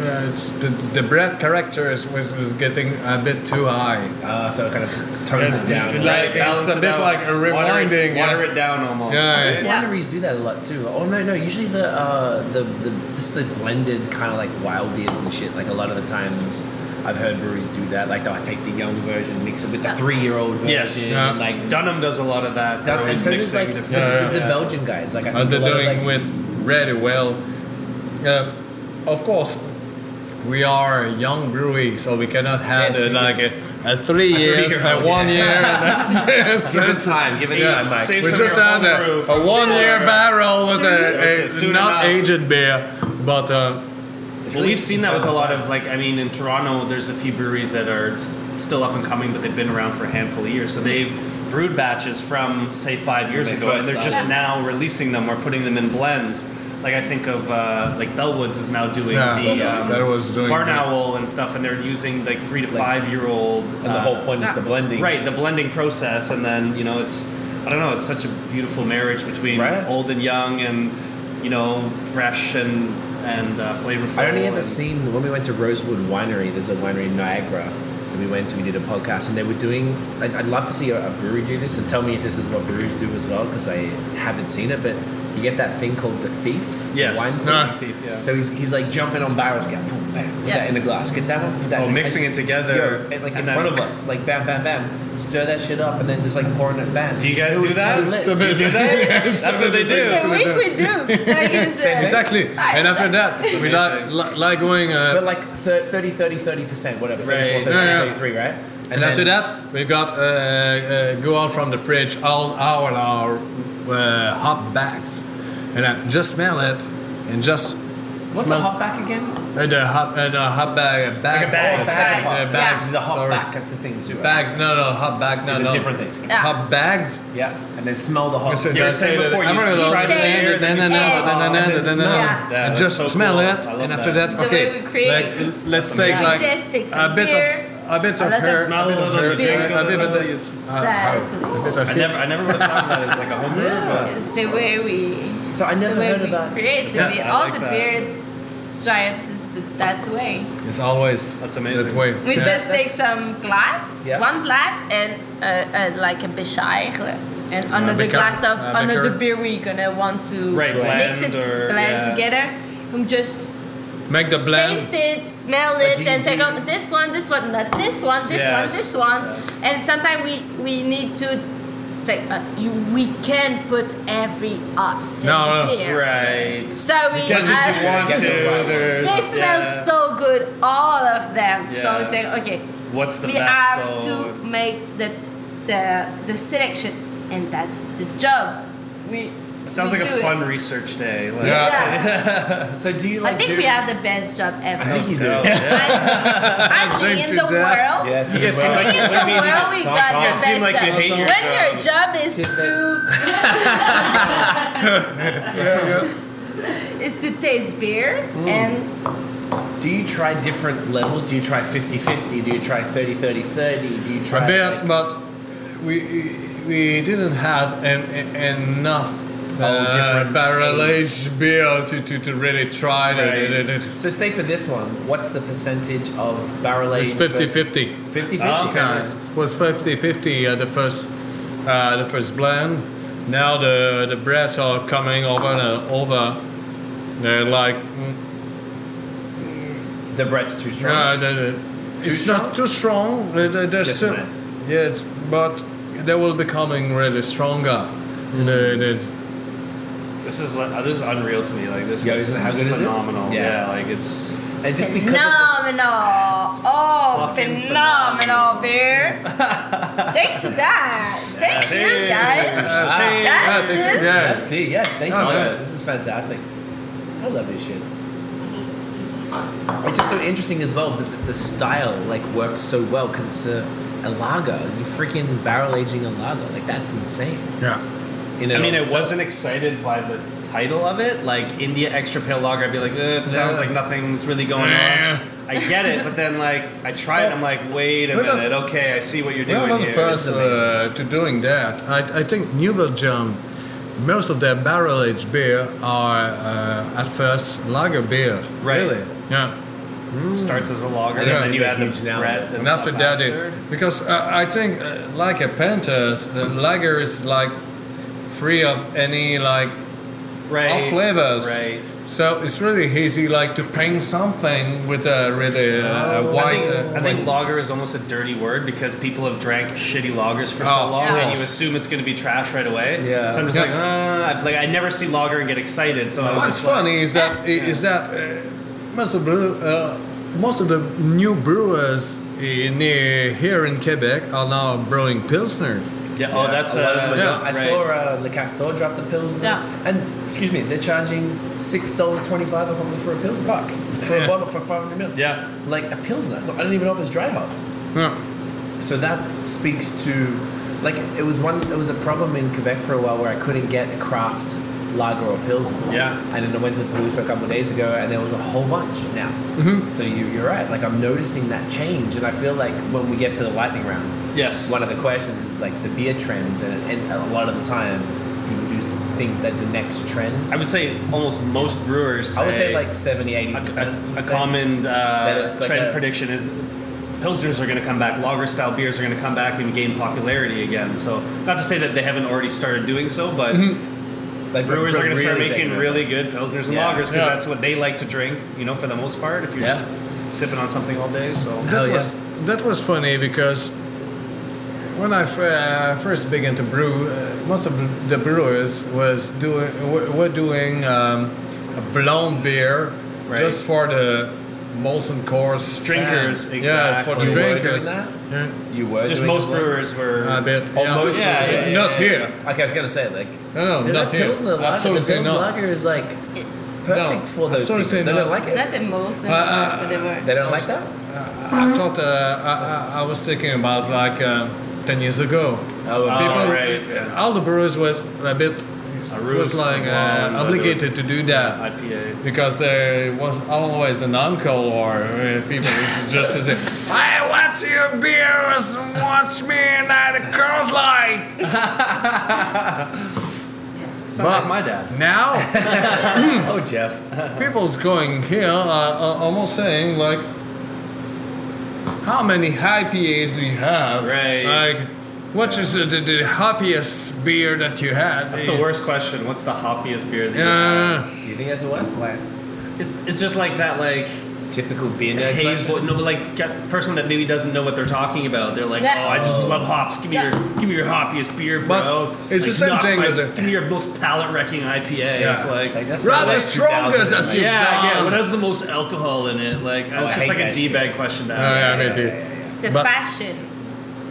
Speaker 4: uh, the, the bread characters was, was getting a bit too high.
Speaker 3: a uh, so it kind of tones
Speaker 4: Yes,
Speaker 3: it down. Like,
Speaker 4: like- it's a bit like a
Speaker 2: Water, it,
Speaker 4: rewinding, uh, yeah.
Speaker 2: water it down almost.
Speaker 4: Yeah.
Speaker 5: Yeah.
Speaker 3: wineries do that a lot too. Oh no, no. Usually the uh, the the this the blended kind of like wild beers and shit. Like a lot of the times. I've heard breweries do that. Like they'll take the young version, mix it with the three-year-old version.
Speaker 2: Yes.
Speaker 4: Yeah.
Speaker 3: Like
Speaker 2: Dunham does a lot of that. They're
Speaker 3: that, and
Speaker 2: always
Speaker 3: so does,
Speaker 2: mixing
Speaker 3: like
Speaker 2: different.
Speaker 3: the,
Speaker 4: Yeah,
Speaker 3: the
Speaker 2: yeah.
Speaker 3: Belgian guys. Like I
Speaker 4: Uh,
Speaker 3: think
Speaker 4: they're
Speaker 3: a lot of,
Speaker 4: doing
Speaker 3: like,
Speaker 4: with really well. Uh, of course, we are a young brewery, so we cannot have
Speaker 3: Yeah, two
Speaker 4: uh, like a, a three years, a
Speaker 3: three-year-old,
Speaker 4: one year, and a
Speaker 3: Give it time. Give it
Speaker 4: Yeah.
Speaker 3: time, Mike.
Speaker 2: Save
Speaker 4: we
Speaker 2: some
Speaker 4: just
Speaker 2: of your
Speaker 4: had a,
Speaker 2: homebrew.
Speaker 4: a one year barrel with a,
Speaker 2: Soon
Speaker 4: a not
Speaker 2: enough.
Speaker 4: aged beer, but uh,
Speaker 2: Well, we've seen that with a lot of like I mean in Toronto there's a few breweries that are s- still up and coming but they've been around for a handful of years so they've brewed batches from say five years
Speaker 3: When they
Speaker 2: ago and
Speaker 3: first
Speaker 2: they're just
Speaker 3: started.
Speaker 2: now releasing them or putting them in blends like I think of uh, like Bellwoods is now doing
Speaker 4: Yeah,
Speaker 2: the
Speaker 4: Mhm.
Speaker 2: um,
Speaker 4: Bellwoods doing
Speaker 2: Barn
Speaker 4: that.
Speaker 2: Owl and stuff and they're using like three to
Speaker 3: Like-
Speaker 2: five year old and
Speaker 3: the whole point is the blending.
Speaker 2: right the blending process and then you know it's I don't know it's such a beautiful marriage between
Speaker 3: Right.
Speaker 2: old and young and you know fresh and and uh, flavorful
Speaker 3: I only ever
Speaker 2: and-
Speaker 3: seen when we went to Rosewood Winery. There's a winery in Niagara. And we went. We did a podcast, and they were doing. I'd, I'd love to see a, a brewery do this, and tell me if this is what breweries do as well, because I haven't seen it. But you get that thing called the thief. the
Speaker 2: Yes.
Speaker 3: Wine thief.
Speaker 4: No.
Speaker 2: Thief, yeah.
Speaker 3: So he's, he's like jumping on barrels, get boom, bam, put
Speaker 5: Yeah.
Speaker 3: that in a glass, get that one, put that.
Speaker 2: Oh,
Speaker 3: in-
Speaker 2: mixing it together,
Speaker 3: Yeah, and, like
Speaker 2: and
Speaker 3: in
Speaker 2: then-
Speaker 3: front of us, like bam, bam, bam, stir that shit up, and then just like pouring it back.
Speaker 2: Do you guys
Speaker 3: It
Speaker 2: do
Speaker 3: was
Speaker 2: that?
Speaker 3: lit.
Speaker 4: So
Speaker 2: You do that? That's what they do.
Speaker 5: Yeah, we, we do. Like it's, uh,
Speaker 4: exactly. And after that, we like, li- like going. Uh,
Speaker 3: But like thir- 30, 30, 30%, whatever. 34,
Speaker 2: Right.
Speaker 3: 30,
Speaker 4: Yeah, yeah.
Speaker 3: 33, right?
Speaker 4: And after
Speaker 3: then-
Speaker 4: that, we got uh, uh, go out from the fridge, all our our uh, hop bags, and I just smell it, and just
Speaker 3: What's
Speaker 4: smell
Speaker 3: a hop back again?
Speaker 4: and a hop and a hop bag, a bag,
Speaker 2: bag.
Speaker 3: Oh,
Speaker 4: uh,
Speaker 5: Bag.
Speaker 3: hop.
Speaker 5: Yeah.
Speaker 4: bags,
Speaker 3: This is a hop
Speaker 4: sorry,
Speaker 3: back, that's the thing too. Right?
Speaker 4: bags. No, no, hop bag. No,
Speaker 3: It's a
Speaker 4: no,
Speaker 3: different thing.
Speaker 5: Yeah.
Speaker 4: Hop bags.
Speaker 3: Yeah. And then smell the hop.
Speaker 4: It's a-
Speaker 2: You were
Speaker 4: that's
Speaker 2: saying
Speaker 4: it.
Speaker 2: before,
Speaker 4: I'm
Speaker 2: you-
Speaker 4: gonna
Speaker 2: you
Speaker 4: go,
Speaker 2: tried
Speaker 5: the
Speaker 4: and
Speaker 5: beers
Speaker 4: then
Speaker 5: and
Speaker 4: another,
Speaker 5: you
Speaker 4: then
Speaker 3: smell it.
Speaker 4: another, then
Speaker 3: Yeah.
Speaker 4: another.
Speaker 5: Yeah,
Speaker 4: And
Speaker 2: that's
Speaker 4: just
Speaker 2: so
Speaker 4: smell
Speaker 2: cool.
Speaker 4: it,
Speaker 2: I love
Speaker 4: and after
Speaker 2: that.
Speaker 4: that,
Speaker 5: The way
Speaker 4: okay,
Speaker 5: we create
Speaker 4: like, let's take
Speaker 5: Digestics
Speaker 4: like
Speaker 5: and
Speaker 4: a bit
Speaker 5: beer.
Speaker 4: of I bet I've
Speaker 5: Another
Speaker 4: heard.
Speaker 2: smell
Speaker 4: I bet
Speaker 2: of
Speaker 4: I've heard.
Speaker 5: beer.
Speaker 4: I bet
Speaker 2: Really
Speaker 4: I've-
Speaker 2: is-
Speaker 4: I bet I've
Speaker 2: I never, I never would have thought of that as like a home brew, but
Speaker 5: It's the way we.
Speaker 3: So I
Speaker 5: it's
Speaker 3: never
Speaker 5: the way
Speaker 3: heard
Speaker 5: we
Speaker 3: about-
Speaker 5: create to
Speaker 2: Yeah,
Speaker 5: be
Speaker 2: I
Speaker 5: all
Speaker 2: like
Speaker 5: the
Speaker 2: that.
Speaker 5: beer stripes is the, that way.
Speaker 4: It's always
Speaker 2: That's amazing.
Speaker 4: that way.
Speaker 5: We
Speaker 4: Yeah.
Speaker 5: just take
Speaker 3: that's-
Speaker 5: some glass,
Speaker 3: Yeah.
Speaker 5: one glass, and uh, uh, like a beshaar eigenlijk. and another
Speaker 4: beker.
Speaker 5: glass of
Speaker 4: Uh,
Speaker 5: another
Speaker 4: beker.
Speaker 5: beer we gonna want to
Speaker 2: Right,
Speaker 5: mix
Speaker 2: blend
Speaker 5: it,
Speaker 2: or-
Speaker 5: blend
Speaker 2: yeah.
Speaker 5: together, and just
Speaker 4: make the blend.
Speaker 5: taste it, smell
Speaker 3: But
Speaker 5: it,
Speaker 3: do you-
Speaker 5: and
Speaker 3: do
Speaker 5: say,
Speaker 3: you-
Speaker 5: oh, this one, this one, not this one, this one,
Speaker 2: Yes,
Speaker 5: this one. And sometimes we, we need to take, uh, you, we can't put every option
Speaker 4: No, no,
Speaker 5: here.
Speaker 2: right.
Speaker 5: So we
Speaker 2: You can't just do
Speaker 5: add-
Speaker 2: one,
Speaker 3: Yeah,
Speaker 2: two.
Speaker 3: you're right.
Speaker 2: There's
Speaker 5: they smell
Speaker 2: yeah.
Speaker 5: so good, all of them. So we
Speaker 2: Yeah.
Speaker 5: say, okay,
Speaker 2: What's the
Speaker 5: we
Speaker 2: best
Speaker 5: have
Speaker 2: though?
Speaker 5: to make the, the the selection, and that's the job. We.
Speaker 2: It sounds
Speaker 5: we
Speaker 2: like a
Speaker 5: do
Speaker 2: fun research day. Like,
Speaker 4: Yeah.
Speaker 5: Yeah.
Speaker 3: So do you like?
Speaker 5: I think
Speaker 3: do-
Speaker 5: we have the best job ever.
Speaker 3: I think you do.
Speaker 5: I
Speaker 4: Drink
Speaker 5: think in
Speaker 4: to
Speaker 5: the
Speaker 4: death.
Speaker 5: world.
Speaker 3: Yes,
Speaker 2: uh, You
Speaker 3: we
Speaker 2: guys seem
Speaker 3: will.
Speaker 2: like
Speaker 5: In the
Speaker 2: what do you mean?
Speaker 5: world, we got
Speaker 2: You
Speaker 5: the
Speaker 2: seem like
Speaker 5: best
Speaker 2: you
Speaker 5: job.
Speaker 2: hate your
Speaker 5: When your
Speaker 2: job.
Speaker 5: job is to
Speaker 4: Yeah,
Speaker 5: is to taste beer
Speaker 3: Mm.
Speaker 5: and
Speaker 3: Do you try different levels? Do you try 50-50? Do you try 30-30-30? Do you
Speaker 4: yeah.
Speaker 3: try
Speaker 4: A bit,
Speaker 3: like-
Speaker 4: but we we didn't have en- en- enough
Speaker 3: Oh, different
Speaker 4: barrel aged beer to, to, to really try the- the-
Speaker 2: Right.
Speaker 4: the- the-
Speaker 3: So say for this one, what's the percentage of barrel
Speaker 4: It's
Speaker 3: aged?
Speaker 4: 50 50.
Speaker 3: 50
Speaker 2: Oh, okay.
Speaker 4: Yeah, it was 50 50 uh, the first uh, the first blend. Now the the breads are coming over and over. They're like
Speaker 3: The bread's too strong.
Speaker 2: Ah,
Speaker 4: No, no, no. it's not too strong. They- they- they're
Speaker 3: Just
Speaker 4: still-
Speaker 3: nice.
Speaker 4: Yes, but they will becoming really stronger. You know, they-
Speaker 2: This is like, this is unreal to me. Like this
Speaker 3: Yeah,
Speaker 2: is
Speaker 3: how good is this?
Speaker 2: phenomenal.
Speaker 3: Yeah.
Speaker 2: Yeah. like it's
Speaker 3: And just because of
Speaker 5: phenomenal. Oh,
Speaker 3: Fucking
Speaker 5: phenomenal beer. Drink to that. Thank you,
Speaker 2: Hey.
Speaker 5: guys. That's
Speaker 4: think-
Speaker 5: it.
Speaker 3: this,
Speaker 4: yes.
Speaker 3: Let's see, yeah, thank
Speaker 4: Oh,
Speaker 3: you
Speaker 4: yeah.
Speaker 3: guys. This is fantastic. I love this shit. It's just so interesting as well that the- the style like works so well because it's a, a lager. You freaking barrel aging a lager, like that's insane.
Speaker 4: Yeah.
Speaker 3: You know,
Speaker 2: I mean, I wasn't excited by the title of it. Like India Extra Pale Lager, I'd be like, eh, it sounds like nothing's really going
Speaker 4: Yeah.
Speaker 2: on. I get it, but then like I try it, I'm like, wait a
Speaker 4: We're not-
Speaker 2: minute, okay, I see what you're
Speaker 4: We are
Speaker 2: doing
Speaker 4: not the
Speaker 2: here.
Speaker 4: first
Speaker 2: This is amazing.
Speaker 4: uh, to doing that. I, I think New Belgium, most of their barrel aged beer are uh, at first lager beer.
Speaker 2: right.
Speaker 3: really.
Speaker 4: Yeah.
Speaker 2: It starts as a lager,
Speaker 4: uh, Yeah.
Speaker 2: and then you add
Speaker 3: Huge
Speaker 2: the
Speaker 3: now.
Speaker 2: bread.
Speaker 4: And
Speaker 2: stuff
Speaker 4: after that,
Speaker 2: after.
Speaker 4: it, because uh, I think uh, like a Panthers, the lager is like free of any like
Speaker 2: right,
Speaker 4: all flavors.
Speaker 2: Right.
Speaker 4: So it's really easy like to paint something with a really uh,
Speaker 2: Oh, I
Speaker 4: white.
Speaker 2: think,
Speaker 4: uh,
Speaker 2: I think lager is almost a dirty word because people have drank shitty lagers for so
Speaker 4: Oh, of
Speaker 2: long, and
Speaker 4: course.
Speaker 2: you assume it's going to be trash right away.
Speaker 3: Yeah.
Speaker 2: So I'm just
Speaker 4: Yeah.
Speaker 2: like, uh, I, like I never see lager and get excited. So I was
Speaker 4: What's
Speaker 2: just like,
Speaker 4: funny is that is that uh, most of the uh, most of the new brewers in, uh, here in Quebec are now brewing pilsner.
Speaker 2: Yeah, oh, that's
Speaker 3: a lot of
Speaker 2: uh,
Speaker 3: them are
Speaker 4: yeah,
Speaker 3: doing- I
Speaker 2: right.
Speaker 3: saw uh, Le Castor drop the pills.
Speaker 5: Yeah.
Speaker 3: And excuse me, they're charging six dollars twenty-five or something for a pills buck for a bottle for five hundred ml.
Speaker 2: Yeah.
Speaker 3: Like a pilsner. I don't even know if it's dry hopped.
Speaker 4: Yeah.
Speaker 3: So that speaks to, like, it was one. It was a problem in Quebec for a while where I couldn't get a craft lager or pilsner.
Speaker 2: Yeah.
Speaker 3: And then I went to Peluso a couple of days ago, and there was a whole bunch now.
Speaker 2: Mm-hmm.
Speaker 3: So you, you're right. Like I'm noticing that change, and I feel like when we get to the lightning round,
Speaker 2: Yes.
Speaker 3: one of the questions is like the beer trends, and, and a lot of the time people do think that the next trend.
Speaker 2: I would say almost most brewers.
Speaker 3: I would say like 70, 80 percent.
Speaker 2: a, a common uh,
Speaker 3: it's like
Speaker 2: trend
Speaker 3: a-
Speaker 2: prediction is pilsners are going to come back, lager style beers are going to come back and gain popularity again. So not to say that they haven't already started doing so, but
Speaker 3: Mm-hmm. Like
Speaker 2: brewers are going to start
Speaker 3: really taking
Speaker 2: making
Speaker 3: over.
Speaker 2: really good pilsners and
Speaker 3: Yeah.
Speaker 2: lagers because
Speaker 4: Yeah.
Speaker 2: that's what they like to drink. You know, for the most part, if you're
Speaker 3: Yeah.
Speaker 2: just sipping on something all day. So
Speaker 4: That
Speaker 3: Hell yeah.
Speaker 4: was that was funny because when I f- uh, first began to brew, uh, most of the brewers was doing were were doing um, a blonde beer
Speaker 2: Right.
Speaker 4: just for the molten course fan.
Speaker 2: Drinkers,
Speaker 4: Yeah, for
Speaker 2: exactly.
Speaker 4: the
Speaker 3: You were doing
Speaker 4: drinkers.
Speaker 3: that?
Speaker 4: Yeah,
Speaker 3: You were
Speaker 2: just
Speaker 3: doing
Speaker 2: most
Speaker 3: it well?
Speaker 2: brewers were
Speaker 4: a bit.
Speaker 3: Oh,
Speaker 4: yeah.
Speaker 3: most
Speaker 2: Yeah,
Speaker 3: brewers,
Speaker 2: yeah,
Speaker 4: Not
Speaker 2: yeah,
Speaker 4: here.
Speaker 3: Okay, I was gonna say like
Speaker 4: No, no,
Speaker 3: the
Speaker 4: not here.
Speaker 3: Pilsner lager,
Speaker 4: Absolutely
Speaker 3: the Pilsner
Speaker 4: not.
Speaker 3: lager is like perfect
Speaker 4: No,
Speaker 3: for those
Speaker 4: absolutely
Speaker 3: people. They don't
Speaker 4: not.
Speaker 3: like
Speaker 5: It's
Speaker 3: it.
Speaker 5: not the most.
Speaker 4: uh,
Speaker 5: whatever.
Speaker 3: They don't like that.
Speaker 4: I thought uh, I, I, I was thinking about like uh, ten years ago.
Speaker 3: Oh,
Speaker 2: Oh,
Speaker 4: people- uh,
Speaker 2: right, yeah.
Speaker 4: all the brewers was a bit was
Speaker 2: ruse,
Speaker 4: like
Speaker 2: law,
Speaker 4: uh,
Speaker 2: and
Speaker 4: obligated to do that
Speaker 2: IPA.
Speaker 4: because there was always an uncle or uh, people who just to say, "Hey, what's
Speaker 1: lots of your beers and watch me at a Carl's Light.
Speaker 2: Sounds like my dad.
Speaker 4: Now,
Speaker 2: Oh, Jeff.
Speaker 4: people's going here are, are almost saying like, how many IPAs do you have?
Speaker 2: Right.
Speaker 4: Like, what is the, the, the hoppiest beer that you had?
Speaker 2: That's the worst question. What's the hoppiest beer that
Speaker 4: Yeah.
Speaker 3: You think that's the worst? Like
Speaker 2: you It's, it's just like that, like,
Speaker 3: typical beer nerd.
Speaker 2: haze,
Speaker 3: question?
Speaker 2: but no, but like, got- person that maybe doesn't know what they're talking about. They're like,
Speaker 5: Yeah.
Speaker 2: oh, I just love hops. Give me
Speaker 5: Yeah.
Speaker 2: your, give me your hoppiest beer,
Speaker 4: But
Speaker 2: bro.
Speaker 4: it's the same
Speaker 2: not
Speaker 4: thing
Speaker 2: my-
Speaker 4: with it.
Speaker 2: Give me your most palate wrecking IPA. It's like,
Speaker 3: Like, that's
Speaker 4: Rather
Speaker 3: like
Speaker 4: strongest
Speaker 3: 2000,
Speaker 4: that
Speaker 3: right?
Speaker 4: you've
Speaker 2: yeah, yeah.
Speaker 4: done.
Speaker 2: What has the most alcohol in it? Like,
Speaker 3: Oh,
Speaker 2: that's
Speaker 3: I
Speaker 2: just
Speaker 3: hate
Speaker 2: like a
Speaker 3: that
Speaker 2: d
Speaker 3: shit.
Speaker 2: bag question to
Speaker 4: Oh,
Speaker 2: ask.
Speaker 4: yeah, me too.
Speaker 5: It's a
Speaker 4: But-
Speaker 5: fashion.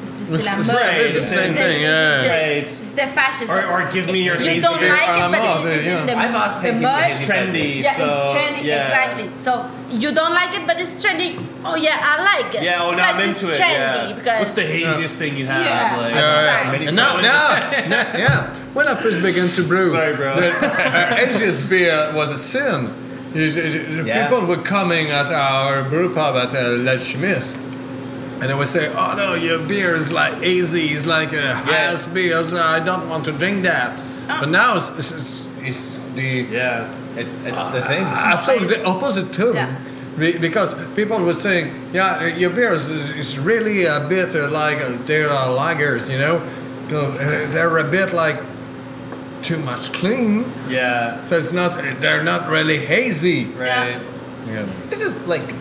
Speaker 5: It's,
Speaker 4: It's
Speaker 5: it's la
Speaker 4: the
Speaker 5: mode.
Speaker 4: same-
Speaker 2: it's the same
Speaker 5: It's-
Speaker 4: thing,
Speaker 5: it's
Speaker 4: yeah.
Speaker 5: the-
Speaker 2: Right.
Speaker 5: It's the fashion.
Speaker 2: Or-
Speaker 5: so
Speaker 2: or give me your
Speaker 5: You
Speaker 2: hazy
Speaker 5: don't
Speaker 2: beer.
Speaker 5: like it,
Speaker 4: I'm all
Speaker 5: but it
Speaker 4: there,
Speaker 5: is in
Speaker 4: yeah.
Speaker 5: the,
Speaker 3: I've asked him
Speaker 5: the
Speaker 3: to give me
Speaker 5: mud.
Speaker 3: his
Speaker 2: It's trendy.
Speaker 5: Yeah,
Speaker 2: so,
Speaker 5: it's trendy.
Speaker 2: yeah.
Speaker 5: Exactly. So you don't like it, but it's trendy. Oh yeah, I like it.
Speaker 2: Yeah, oh, now
Speaker 5: because
Speaker 2: I'm
Speaker 5: it's
Speaker 2: into it.
Speaker 5: trendy
Speaker 2: yeah.
Speaker 5: Because
Speaker 2: What's the haziest thing you have?
Speaker 5: Yeah.
Speaker 2: Like,
Speaker 4: Yeah,
Speaker 5: Sorry.
Speaker 4: yeah. No, no, no, yeah. When I first began to brew,
Speaker 2: Sorry, bro.
Speaker 4: the uh, Asia's beer was a sin. You- you- you-
Speaker 3: Yeah.
Speaker 4: People were coming at our brew pub at uh, Le Chemise, and they would say, "Oh no, your beer is like hazy, it's like a house beer. So I don't want to drink that." But now it's, it's, it's, it's the
Speaker 2: Yeah.
Speaker 3: It's, it's the thing.
Speaker 4: Uh, absolutely the opposite too.
Speaker 5: Yeah.
Speaker 4: Be- Because people were saying, yeah, your beer is, is really a bit uh, like uh, there are lagers, you know, 'Cause, uh, they're a bit like too much clean,
Speaker 2: Yeah.
Speaker 4: so it's not they're not really hazy.
Speaker 2: Right.
Speaker 5: Yeah.
Speaker 4: Yeah.
Speaker 3: This is like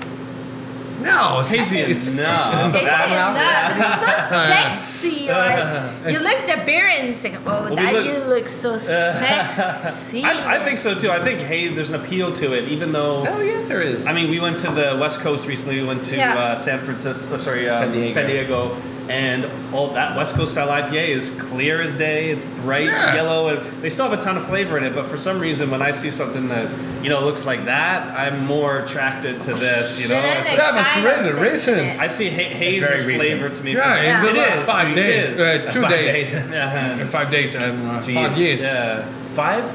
Speaker 4: No, it's,
Speaker 2: Hazy
Speaker 4: it's-
Speaker 2: enough.
Speaker 5: It's,
Speaker 2: That's-
Speaker 5: it's so sexy. Like, you look at the beer and you think, oh,
Speaker 2: we
Speaker 5: that
Speaker 2: look-
Speaker 5: you look so sexy.
Speaker 2: I, I think so too. I think hey, there's an appeal to it, even though
Speaker 3: hell Oh, yeah, there is.
Speaker 2: I mean, we went to the West Coast recently. We went to
Speaker 5: Yeah.
Speaker 2: uh, San Francisco, oh, sorry, um,
Speaker 3: San Diego.
Speaker 2: San Diego, and all that West Coast style IPA is clear as day. It's bright
Speaker 4: Yeah.
Speaker 2: yellow, and they still have a ton of flavor in it. But for some reason, when I see something that you know looks like that, I'm more attracted to this. You know,
Speaker 5: And then
Speaker 2: It's
Speaker 5: they
Speaker 2: like-
Speaker 4: That was
Speaker 5: find
Speaker 4: really
Speaker 5: out
Speaker 4: recent.
Speaker 5: sexiness.
Speaker 2: I see ha- haze
Speaker 3: very
Speaker 2: as
Speaker 3: recent.
Speaker 2: flavor to me.
Speaker 4: yeah,
Speaker 2: for-
Speaker 4: in the
Speaker 2: Yeah. It
Speaker 4: last
Speaker 2: is.
Speaker 4: five
Speaker 2: It
Speaker 4: days,
Speaker 2: is.
Speaker 4: uh, two
Speaker 3: Five
Speaker 4: days,
Speaker 3: days.
Speaker 2: Yeah.
Speaker 4: five days, um,
Speaker 3: Jeez,
Speaker 4: five years,
Speaker 2: Yeah.
Speaker 3: five.
Speaker 4: five.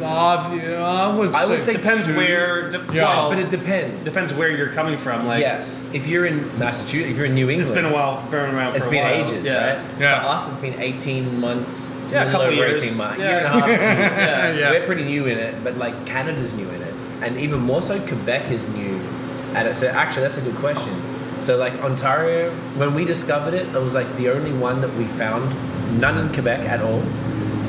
Speaker 4: Yeah, I would
Speaker 3: I
Speaker 4: say,
Speaker 3: would say
Speaker 2: Depends
Speaker 3: two.
Speaker 2: where. De-
Speaker 4: Yeah.
Speaker 2: well,
Speaker 3: but it depends.
Speaker 2: depends where you're coming from. Like,
Speaker 3: yes, if you're in Massachusetts, if you're in New England,
Speaker 2: it's been a while, been around for
Speaker 3: It's
Speaker 2: a
Speaker 3: been
Speaker 2: while.
Speaker 3: ages,
Speaker 2: yeah.
Speaker 3: right?
Speaker 4: Yeah.
Speaker 3: For us, it's been 18 months.
Speaker 2: Yeah, a
Speaker 3: little
Speaker 2: couple
Speaker 3: over
Speaker 2: years.
Speaker 3: 18 months.
Speaker 2: Yeah.
Speaker 3: Year and a half. two years.
Speaker 2: Yeah.
Speaker 4: Yeah.
Speaker 3: We're pretty new in it, but like Canada's new in it. And even more so, Quebec is new at it. So actually, that's a good question. So like Ontario, when we discovered it, it was like the only one that we found, none in Quebec at all.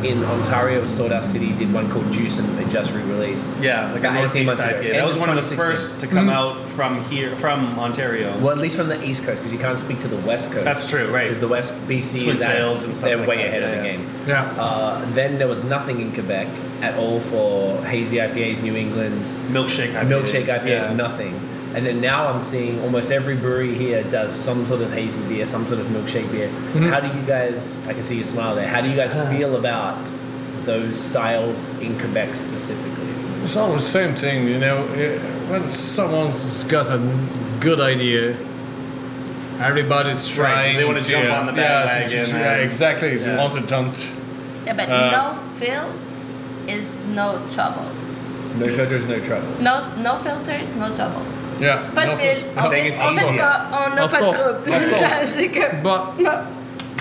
Speaker 3: In Ontario, Sawdust City did one called Juice and they just re-released.
Speaker 2: Yeah, like a
Speaker 3: About 18
Speaker 2: Northeast
Speaker 3: months ago.
Speaker 2: IPA.
Speaker 3: End Mm-hmm.
Speaker 2: That was one of the
Speaker 3: 2016.
Speaker 2: first to come out from here, from Ontario.
Speaker 3: Well, at least from the East Coast, because you can't speak to the West Coast.
Speaker 2: That's true, right.
Speaker 3: Because the West BC
Speaker 2: Twin
Speaker 3: is out,
Speaker 2: sales and stuff
Speaker 3: They're
Speaker 2: like
Speaker 3: way
Speaker 2: that,
Speaker 3: ahead of the
Speaker 2: yeah.
Speaker 3: game.
Speaker 4: yeah,
Speaker 3: Uh, then there was nothing in Quebec at all for hazy IPAs, New England's
Speaker 2: Milkshake IPAs.
Speaker 3: milkshake IPAs,
Speaker 2: yeah.
Speaker 3: nothing. And then now I'm seeing almost every brewery here does some sort of hazy beer, some sort of milkshake beer. How do you guys? I can see you smile there. How do you guys feel about those styles in Quebec specifically?
Speaker 4: It's all the same thing, you know. eh, When someone's got a good idea, everybody's
Speaker 2: Right,
Speaker 4: trying.
Speaker 2: they wanna
Speaker 4: to
Speaker 2: jump on the
Speaker 4: Yeah,
Speaker 2: bandwagon
Speaker 4: to- to-
Speaker 2: and-
Speaker 4: yeah, exactly. If you
Speaker 2: yeah.
Speaker 4: want to jump,
Speaker 5: Yeah, but
Speaker 4: Uh,
Speaker 5: no filter is no trouble.
Speaker 3: No filter is no trouble.
Speaker 5: No, no filter is no trouble.
Speaker 4: yeah.
Speaker 5: Pas
Speaker 4: no,
Speaker 5: de fil.
Speaker 4: f-
Speaker 5: En
Speaker 3: saying
Speaker 5: fait,
Speaker 3: it's
Speaker 5: en fait,
Speaker 3: easier.
Speaker 5: pas- on n'a
Speaker 4: Of
Speaker 5: pas de
Speaker 4: course,
Speaker 5: trouble.
Speaker 4: of course.
Speaker 5: J'ai que-
Speaker 4: But
Speaker 5: No.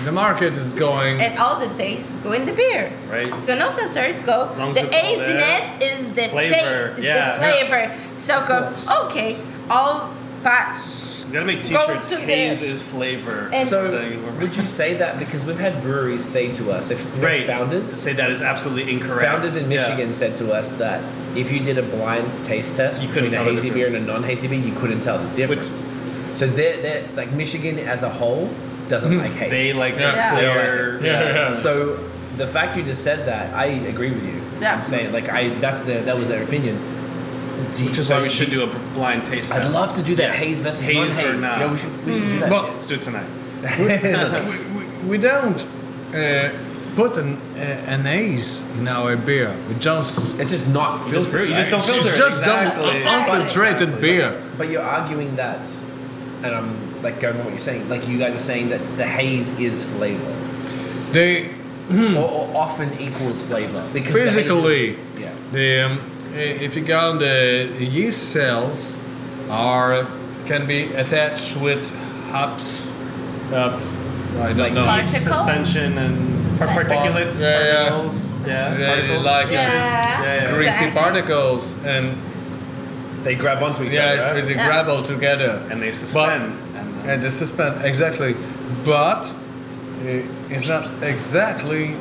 Speaker 4: the market is going.
Speaker 5: And all the tastes go in the beer.
Speaker 2: Right.
Speaker 5: It's got no filters, go.
Speaker 2: As long as
Speaker 5: The
Speaker 2: it's all there.
Speaker 5: haziness is the
Speaker 2: Flavor,
Speaker 5: taste, is
Speaker 2: yeah.
Speaker 5: the flavor. So go,
Speaker 4: course.
Speaker 5: okay, all pass.
Speaker 2: You gotta make
Speaker 5: Go
Speaker 2: t-shirts.
Speaker 5: to
Speaker 2: Haze
Speaker 5: the-
Speaker 2: is flavor.
Speaker 5: And-
Speaker 3: So
Speaker 2: Thing where-
Speaker 3: would you say that because we've had breweries say to us, if you know,
Speaker 2: right.
Speaker 3: founders,
Speaker 2: Say that is absolutely incorrect.
Speaker 3: Founders in
Speaker 2: Yeah.
Speaker 3: Michigan said to us that if you did a blind taste test
Speaker 2: You
Speaker 3: between
Speaker 2: couldn't
Speaker 3: a
Speaker 2: tell the
Speaker 3: hazy beer and a non-hazy beer, you couldn't tell the
Speaker 2: Which-
Speaker 3: difference. so they're, they're like Michigan as a whole doesn't like haze.
Speaker 2: Hmm. They like
Speaker 4: Yeah.
Speaker 2: yeah.
Speaker 5: They
Speaker 2: clear.
Speaker 4: Yeah, yeah.
Speaker 3: So the fact you just said that, I agree with you.
Speaker 5: Yeah.
Speaker 3: I'm saying like I that's their that was their opinion. Do you-
Speaker 2: Which is
Speaker 3: so
Speaker 2: why we
Speaker 3: do
Speaker 2: should
Speaker 3: you-
Speaker 2: do a blind taste test.
Speaker 3: I'd love to do that
Speaker 2: Yes.
Speaker 3: haze versus
Speaker 2: Haze
Speaker 3: non-haze.
Speaker 2: or not.
Speaker 3: Yeah, we should we should do that.
Speaker 4: Well,
Speaker 3: shit.
Speaker 2: Let's do it tonight.
Speaker 4: we, we, we don't uh, put an uh, an ace in our beer. We just
Speaker 3: It's just not
Speaker 2: You just,
Speaker 3: filtered,
Speaker 2: brew- you just
Speaker 3: right?
Speaker 2: don't filter.
Speaker 4: it's
Speaker 2: it.
Speaker 4: just
Speaker 2: exactly.
Speaker 4: un- unfiltered beer.
Speaker 3: But you're arguing that, and I'm like going on what you're saying. Like you guys are saying that the haze is flavor,
Speaker 4: They
Speaker 2: Hmm.
Speaker 3: or, or often equals flavor because the haze
Speaker 4: physically.
Speaker 3: is- yeah.
Speaker 4: The um, i- if you count the yeast cells are can be attached with hops.
Speaker 2: Uh,
Speaker 4: I don't know.
Speaker 2: no,
Speaker 5: Particle?
Speaker 2: suspension and par- particulates,
Speaker 4: Yeah, yeah.
Speaker 2: particles, yeah,
Speaker 4: Yeah,
Speaker 2: particles.
Speaker 4: like-
Speaker 5: Yeah.
Speaker 2: Yeah, yeah.
Speaker 4: Greasy
Speaker 5: Exactly.
Speaker 4: particles and
Speaker 3: They grab onto each
Speaker 4: yeah,
Speaker 3: other.
Speaker 4: it's
Speaker 3: right?
Speaker 4: really
Speaker 5: Yeah.
Speaker 4: grabble together.
Speaker 2: and they suspend.
Speaker 4: But,
Speaker 2: and, uh,
Speaker 4: and they suspend exactly, but uh, it's not exactly.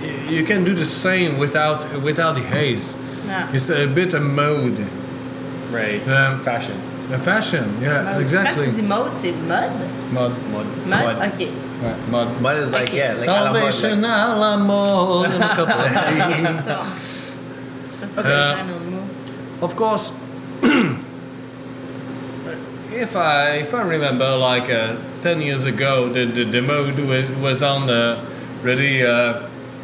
Speaker 4: y- You can do the same without without the haze.
Speaker 5: Yeah.
Speaker 4: It's a bit a mode,
Speaker 2: uh, right.
Speaker 4: um,
Speaker 3: fashion.
Speaker 4: a fashion. Yeah,
Speaker 5: Mud.
Speaker 4: exactly.
Speaker 5: That's the mode, c'est mud?
Speaker 4: Mud,
Speaker 3: Mud.
Speaker 5: Mud? Okay.
Speaker 4: right, mud.
Speaker 3: Mud is like
Speaker 5: Okay.
Speaker 3: yeah, like a la mode,
Speaker 4: Salvation a la mode and a cup of tea.
Speaker 5: So, that's a good
Speaker 4: Uh,
Speaker 5: kind of move.
Speaker 4: Of course, if I if I remember, like uh, ten years ago, the the, the mode was, was on the really uh,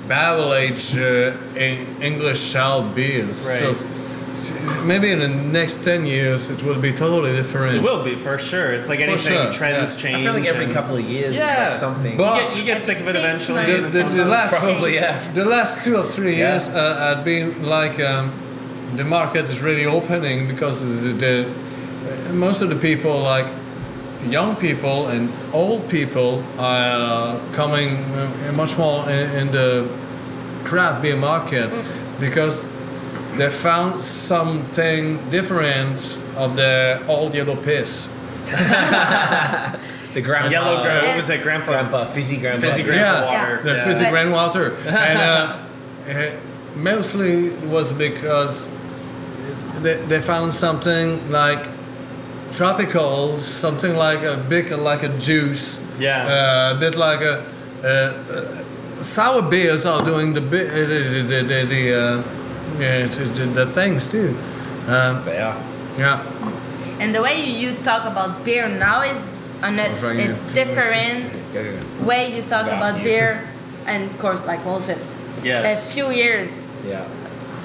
Speaker 4: barrel aged uh, en- English style beers. So
Speaker 2: Right.
Speaker 4: s- maybe in the next ten years, it will be totally different.
Speaker 2: It will be for sure. It's like
Speaker 4: For
Speaker 2: anything,
Speaker 4: sure,
Speaker 2: trends
Speaker 4: yeah.
Speaker 2: change.
Speaker 3: I feel like every
Speaker 2: and
Speaker 3: couple of years,
Speaker 2: Yeah.
Speaker 3: it's like something.
Speaker 4: But-
Speaker 2: you get, you get sick of it
Speaker 5: Six
Speaker 2: eventually.
Speaker 5: months.
Speaker 4: The, the, the last
Speaker 3: Probably, yeah.
Speaker 4: The last two or three
Speaker 3: Yeah.
Speaker 4: years uh, had been like um, the market is really opening because the, the uh, most of the people, like young people and old people, are coming uh, much more in, in the craft beer market
Speaker 3: Mm.
Speaker 4: because they found something different of their old yellow piss.
Speaker 3: The grandpa.
Speaker 2: Yellow grandpa.
Speaker 5: Yeah.
Speaker 2: What was that? Grandpa.
Speaker 3: Grandpa, fizzy grandpa.
Speaker 2: Fizzy grandpa
Speaker 4: Yeah.
Speaker 2: water.
Speaker 4: The
Speaker 2: yeah.
Speaker 4: fizzy
Speaker 5: But-
Speaker 4: groundwater. and uh, eh, mostly was because they, they found something like tropical, something like a big, like a juice.
Speaker 2: Yeah.
Speaker 4: Uh, a bit like a. Uh, uh, sour beers are doing the bi- uh, the the the, the, uh, yeah, the, the, the things too. Um,
Speaker 3: They are.
Speaker 4: yeah.
Speaker 5: And the way you talk about beer now is on a,
Speaker 4: was writing
Speaker 5: a
Speaker 4: it.
Speaker 5: different way you talk
Speaker 3: Last
Speaker 5: about
Speaker 3: year.
Speaker 5: beer and of course like also a
Speaker 2: Yes.
Speaker 5: few years
Speaker 3: Yeah.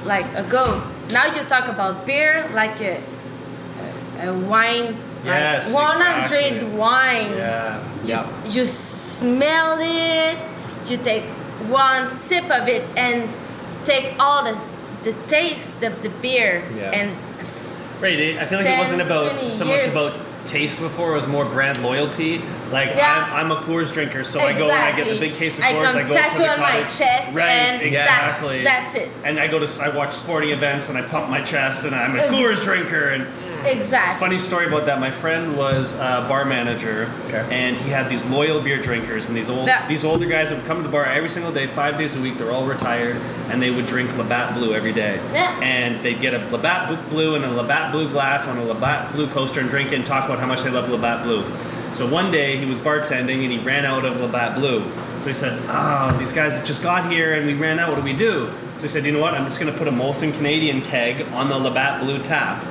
Speaker 5: like ago. Now you talk about beer like a, a wine.
Speaker 2: Yes,
Speaker 5: like, wanna
Speaker 2: exactly.
Speaker 5: drink wine.
Speaker 2: Yeah.
Speaker 3: Yeah.
Speaker 5: You smell it. You take one sip of it and take all the the taste of the beer
Speaker 3: Yeah.
Speaker 5: and
Speaker 2: Right. It, I feel like it wasn't
Speaker 5: 10,
Speaker 2: about
Speaker 5: 20
Speaker 2: so
Speaker 5: years.
Speaker 2: much about taste before. It was more brand loyalty. Like
Speaker 5: Yeah.
Speaker 2: I'm, I'm a Coors drinker, so I go and I get the
Speaker 5: Exactly.
Speaker 2: big case of
Speaker 5: I
Speaker 2: Coors. I,
Speaker 5: come
Speaker 2: go up to
Speaker 5: tattoo
Speaker 2: the
Speaker 5: on my
Speaker 2: cottage.
Speaker 5: chest
Speaker 2: Right.
Speaker 5: and that-
Speaker 2: exactly.
Speaker 5: that's it.
Speaker 2: And I go to s- I watch sporting events and I pump my chest and I'm a Coors drinker and.
Speaker 5: exactly.
Speaker 2: Funny story about that. My friend was a bar manager,
Speaker 3: Okay.
Speaker 2: and he had these loyal beer drinkers, and these old
Speaker 5: Yeah.
Speaker 2: these older guys that would come to the bar every single day, five days a week. They're all retired, and they would drink Labatt Blue every day.
Speaker 5: Yeah.
Speaker 2: And they'd get a Labatt Bl- Blue and a Labatt Blue glass on a Labatt Blue coaster and drink it and talk about how much they love Labatt Blue. So one day he was bartending and he ran out of Labatt Blue. So he said, "Ah, these guys just got here and we ran out. What do we do?" So he said, "You know what? I'm just going to put a Molson Canadian keg on the Labatt Blue tap."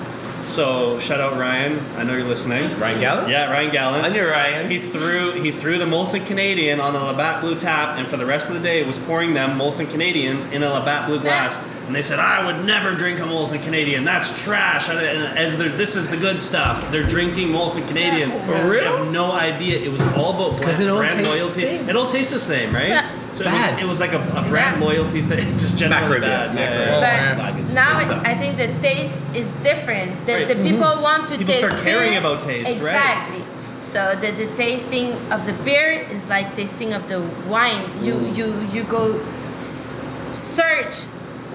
Speaker 2: So shout out Ryan. I know you're listening.
Speaker 3: Ryan Gallen?
Speaker 2: Yeah, Ryan Gallen.
Speaker 3: I knew Ryan.
Speaker 2: He threw he threw the Molson Canadian on the Labatt Blue tap, and for the rest of the day was pouring them Molson Canadians in a Labatt Blue glass. And they said, "I would never drink a Molson Canadian. That's trash." And as they're, this is the good stuff, they're drinking Molson Canadians.
Speaker 5: For
Speaker 2: They
Speaker 3: real?
Speaker 2: have no idea. It was all about
Speaker 3: 'Cause it
Speaker 2: brand,
Speaker 3: all
Speaker 2: brand
Speaker 3: tastes the
Speaker 2: loyalty.
Speaker 3: same.
Speaker 2: It all tastes the same, right?
Speaker 5: Yeah.
Speaker 2: So
Speaker 3: Bad.
Speaker 2: It, was, it was like a, a brand
Speaker 5: Yeah.
Speaker 2: loyalty thing. Just
Speaker 3: Macro
Speaker 2: generally
Speaker 3: beer,
Speaker 2: bad.
Speaker 3: macro
Speaker 2: Yeah,
Speaker 3: beer.
Speaker 4: Oh,
Speaker 5: but
Speaker 4: yeah.
Speaker 3: Like, it's-
Speaker 5: now
Speaker 3: it's, uh,
Speaker 5: I think the taste is different. The,
Speaker 2: Right.
Speaker 5: the people want to
Speaker 2: mm-hmm. People
Speaker 5: taste.
Speaker 2: start caring
Speaker 5: beer.
Speaker 2: about taste, right.
Speaker 5: exactly. So the, the tasting of the beer is like tasting of the wine. You you you go s- search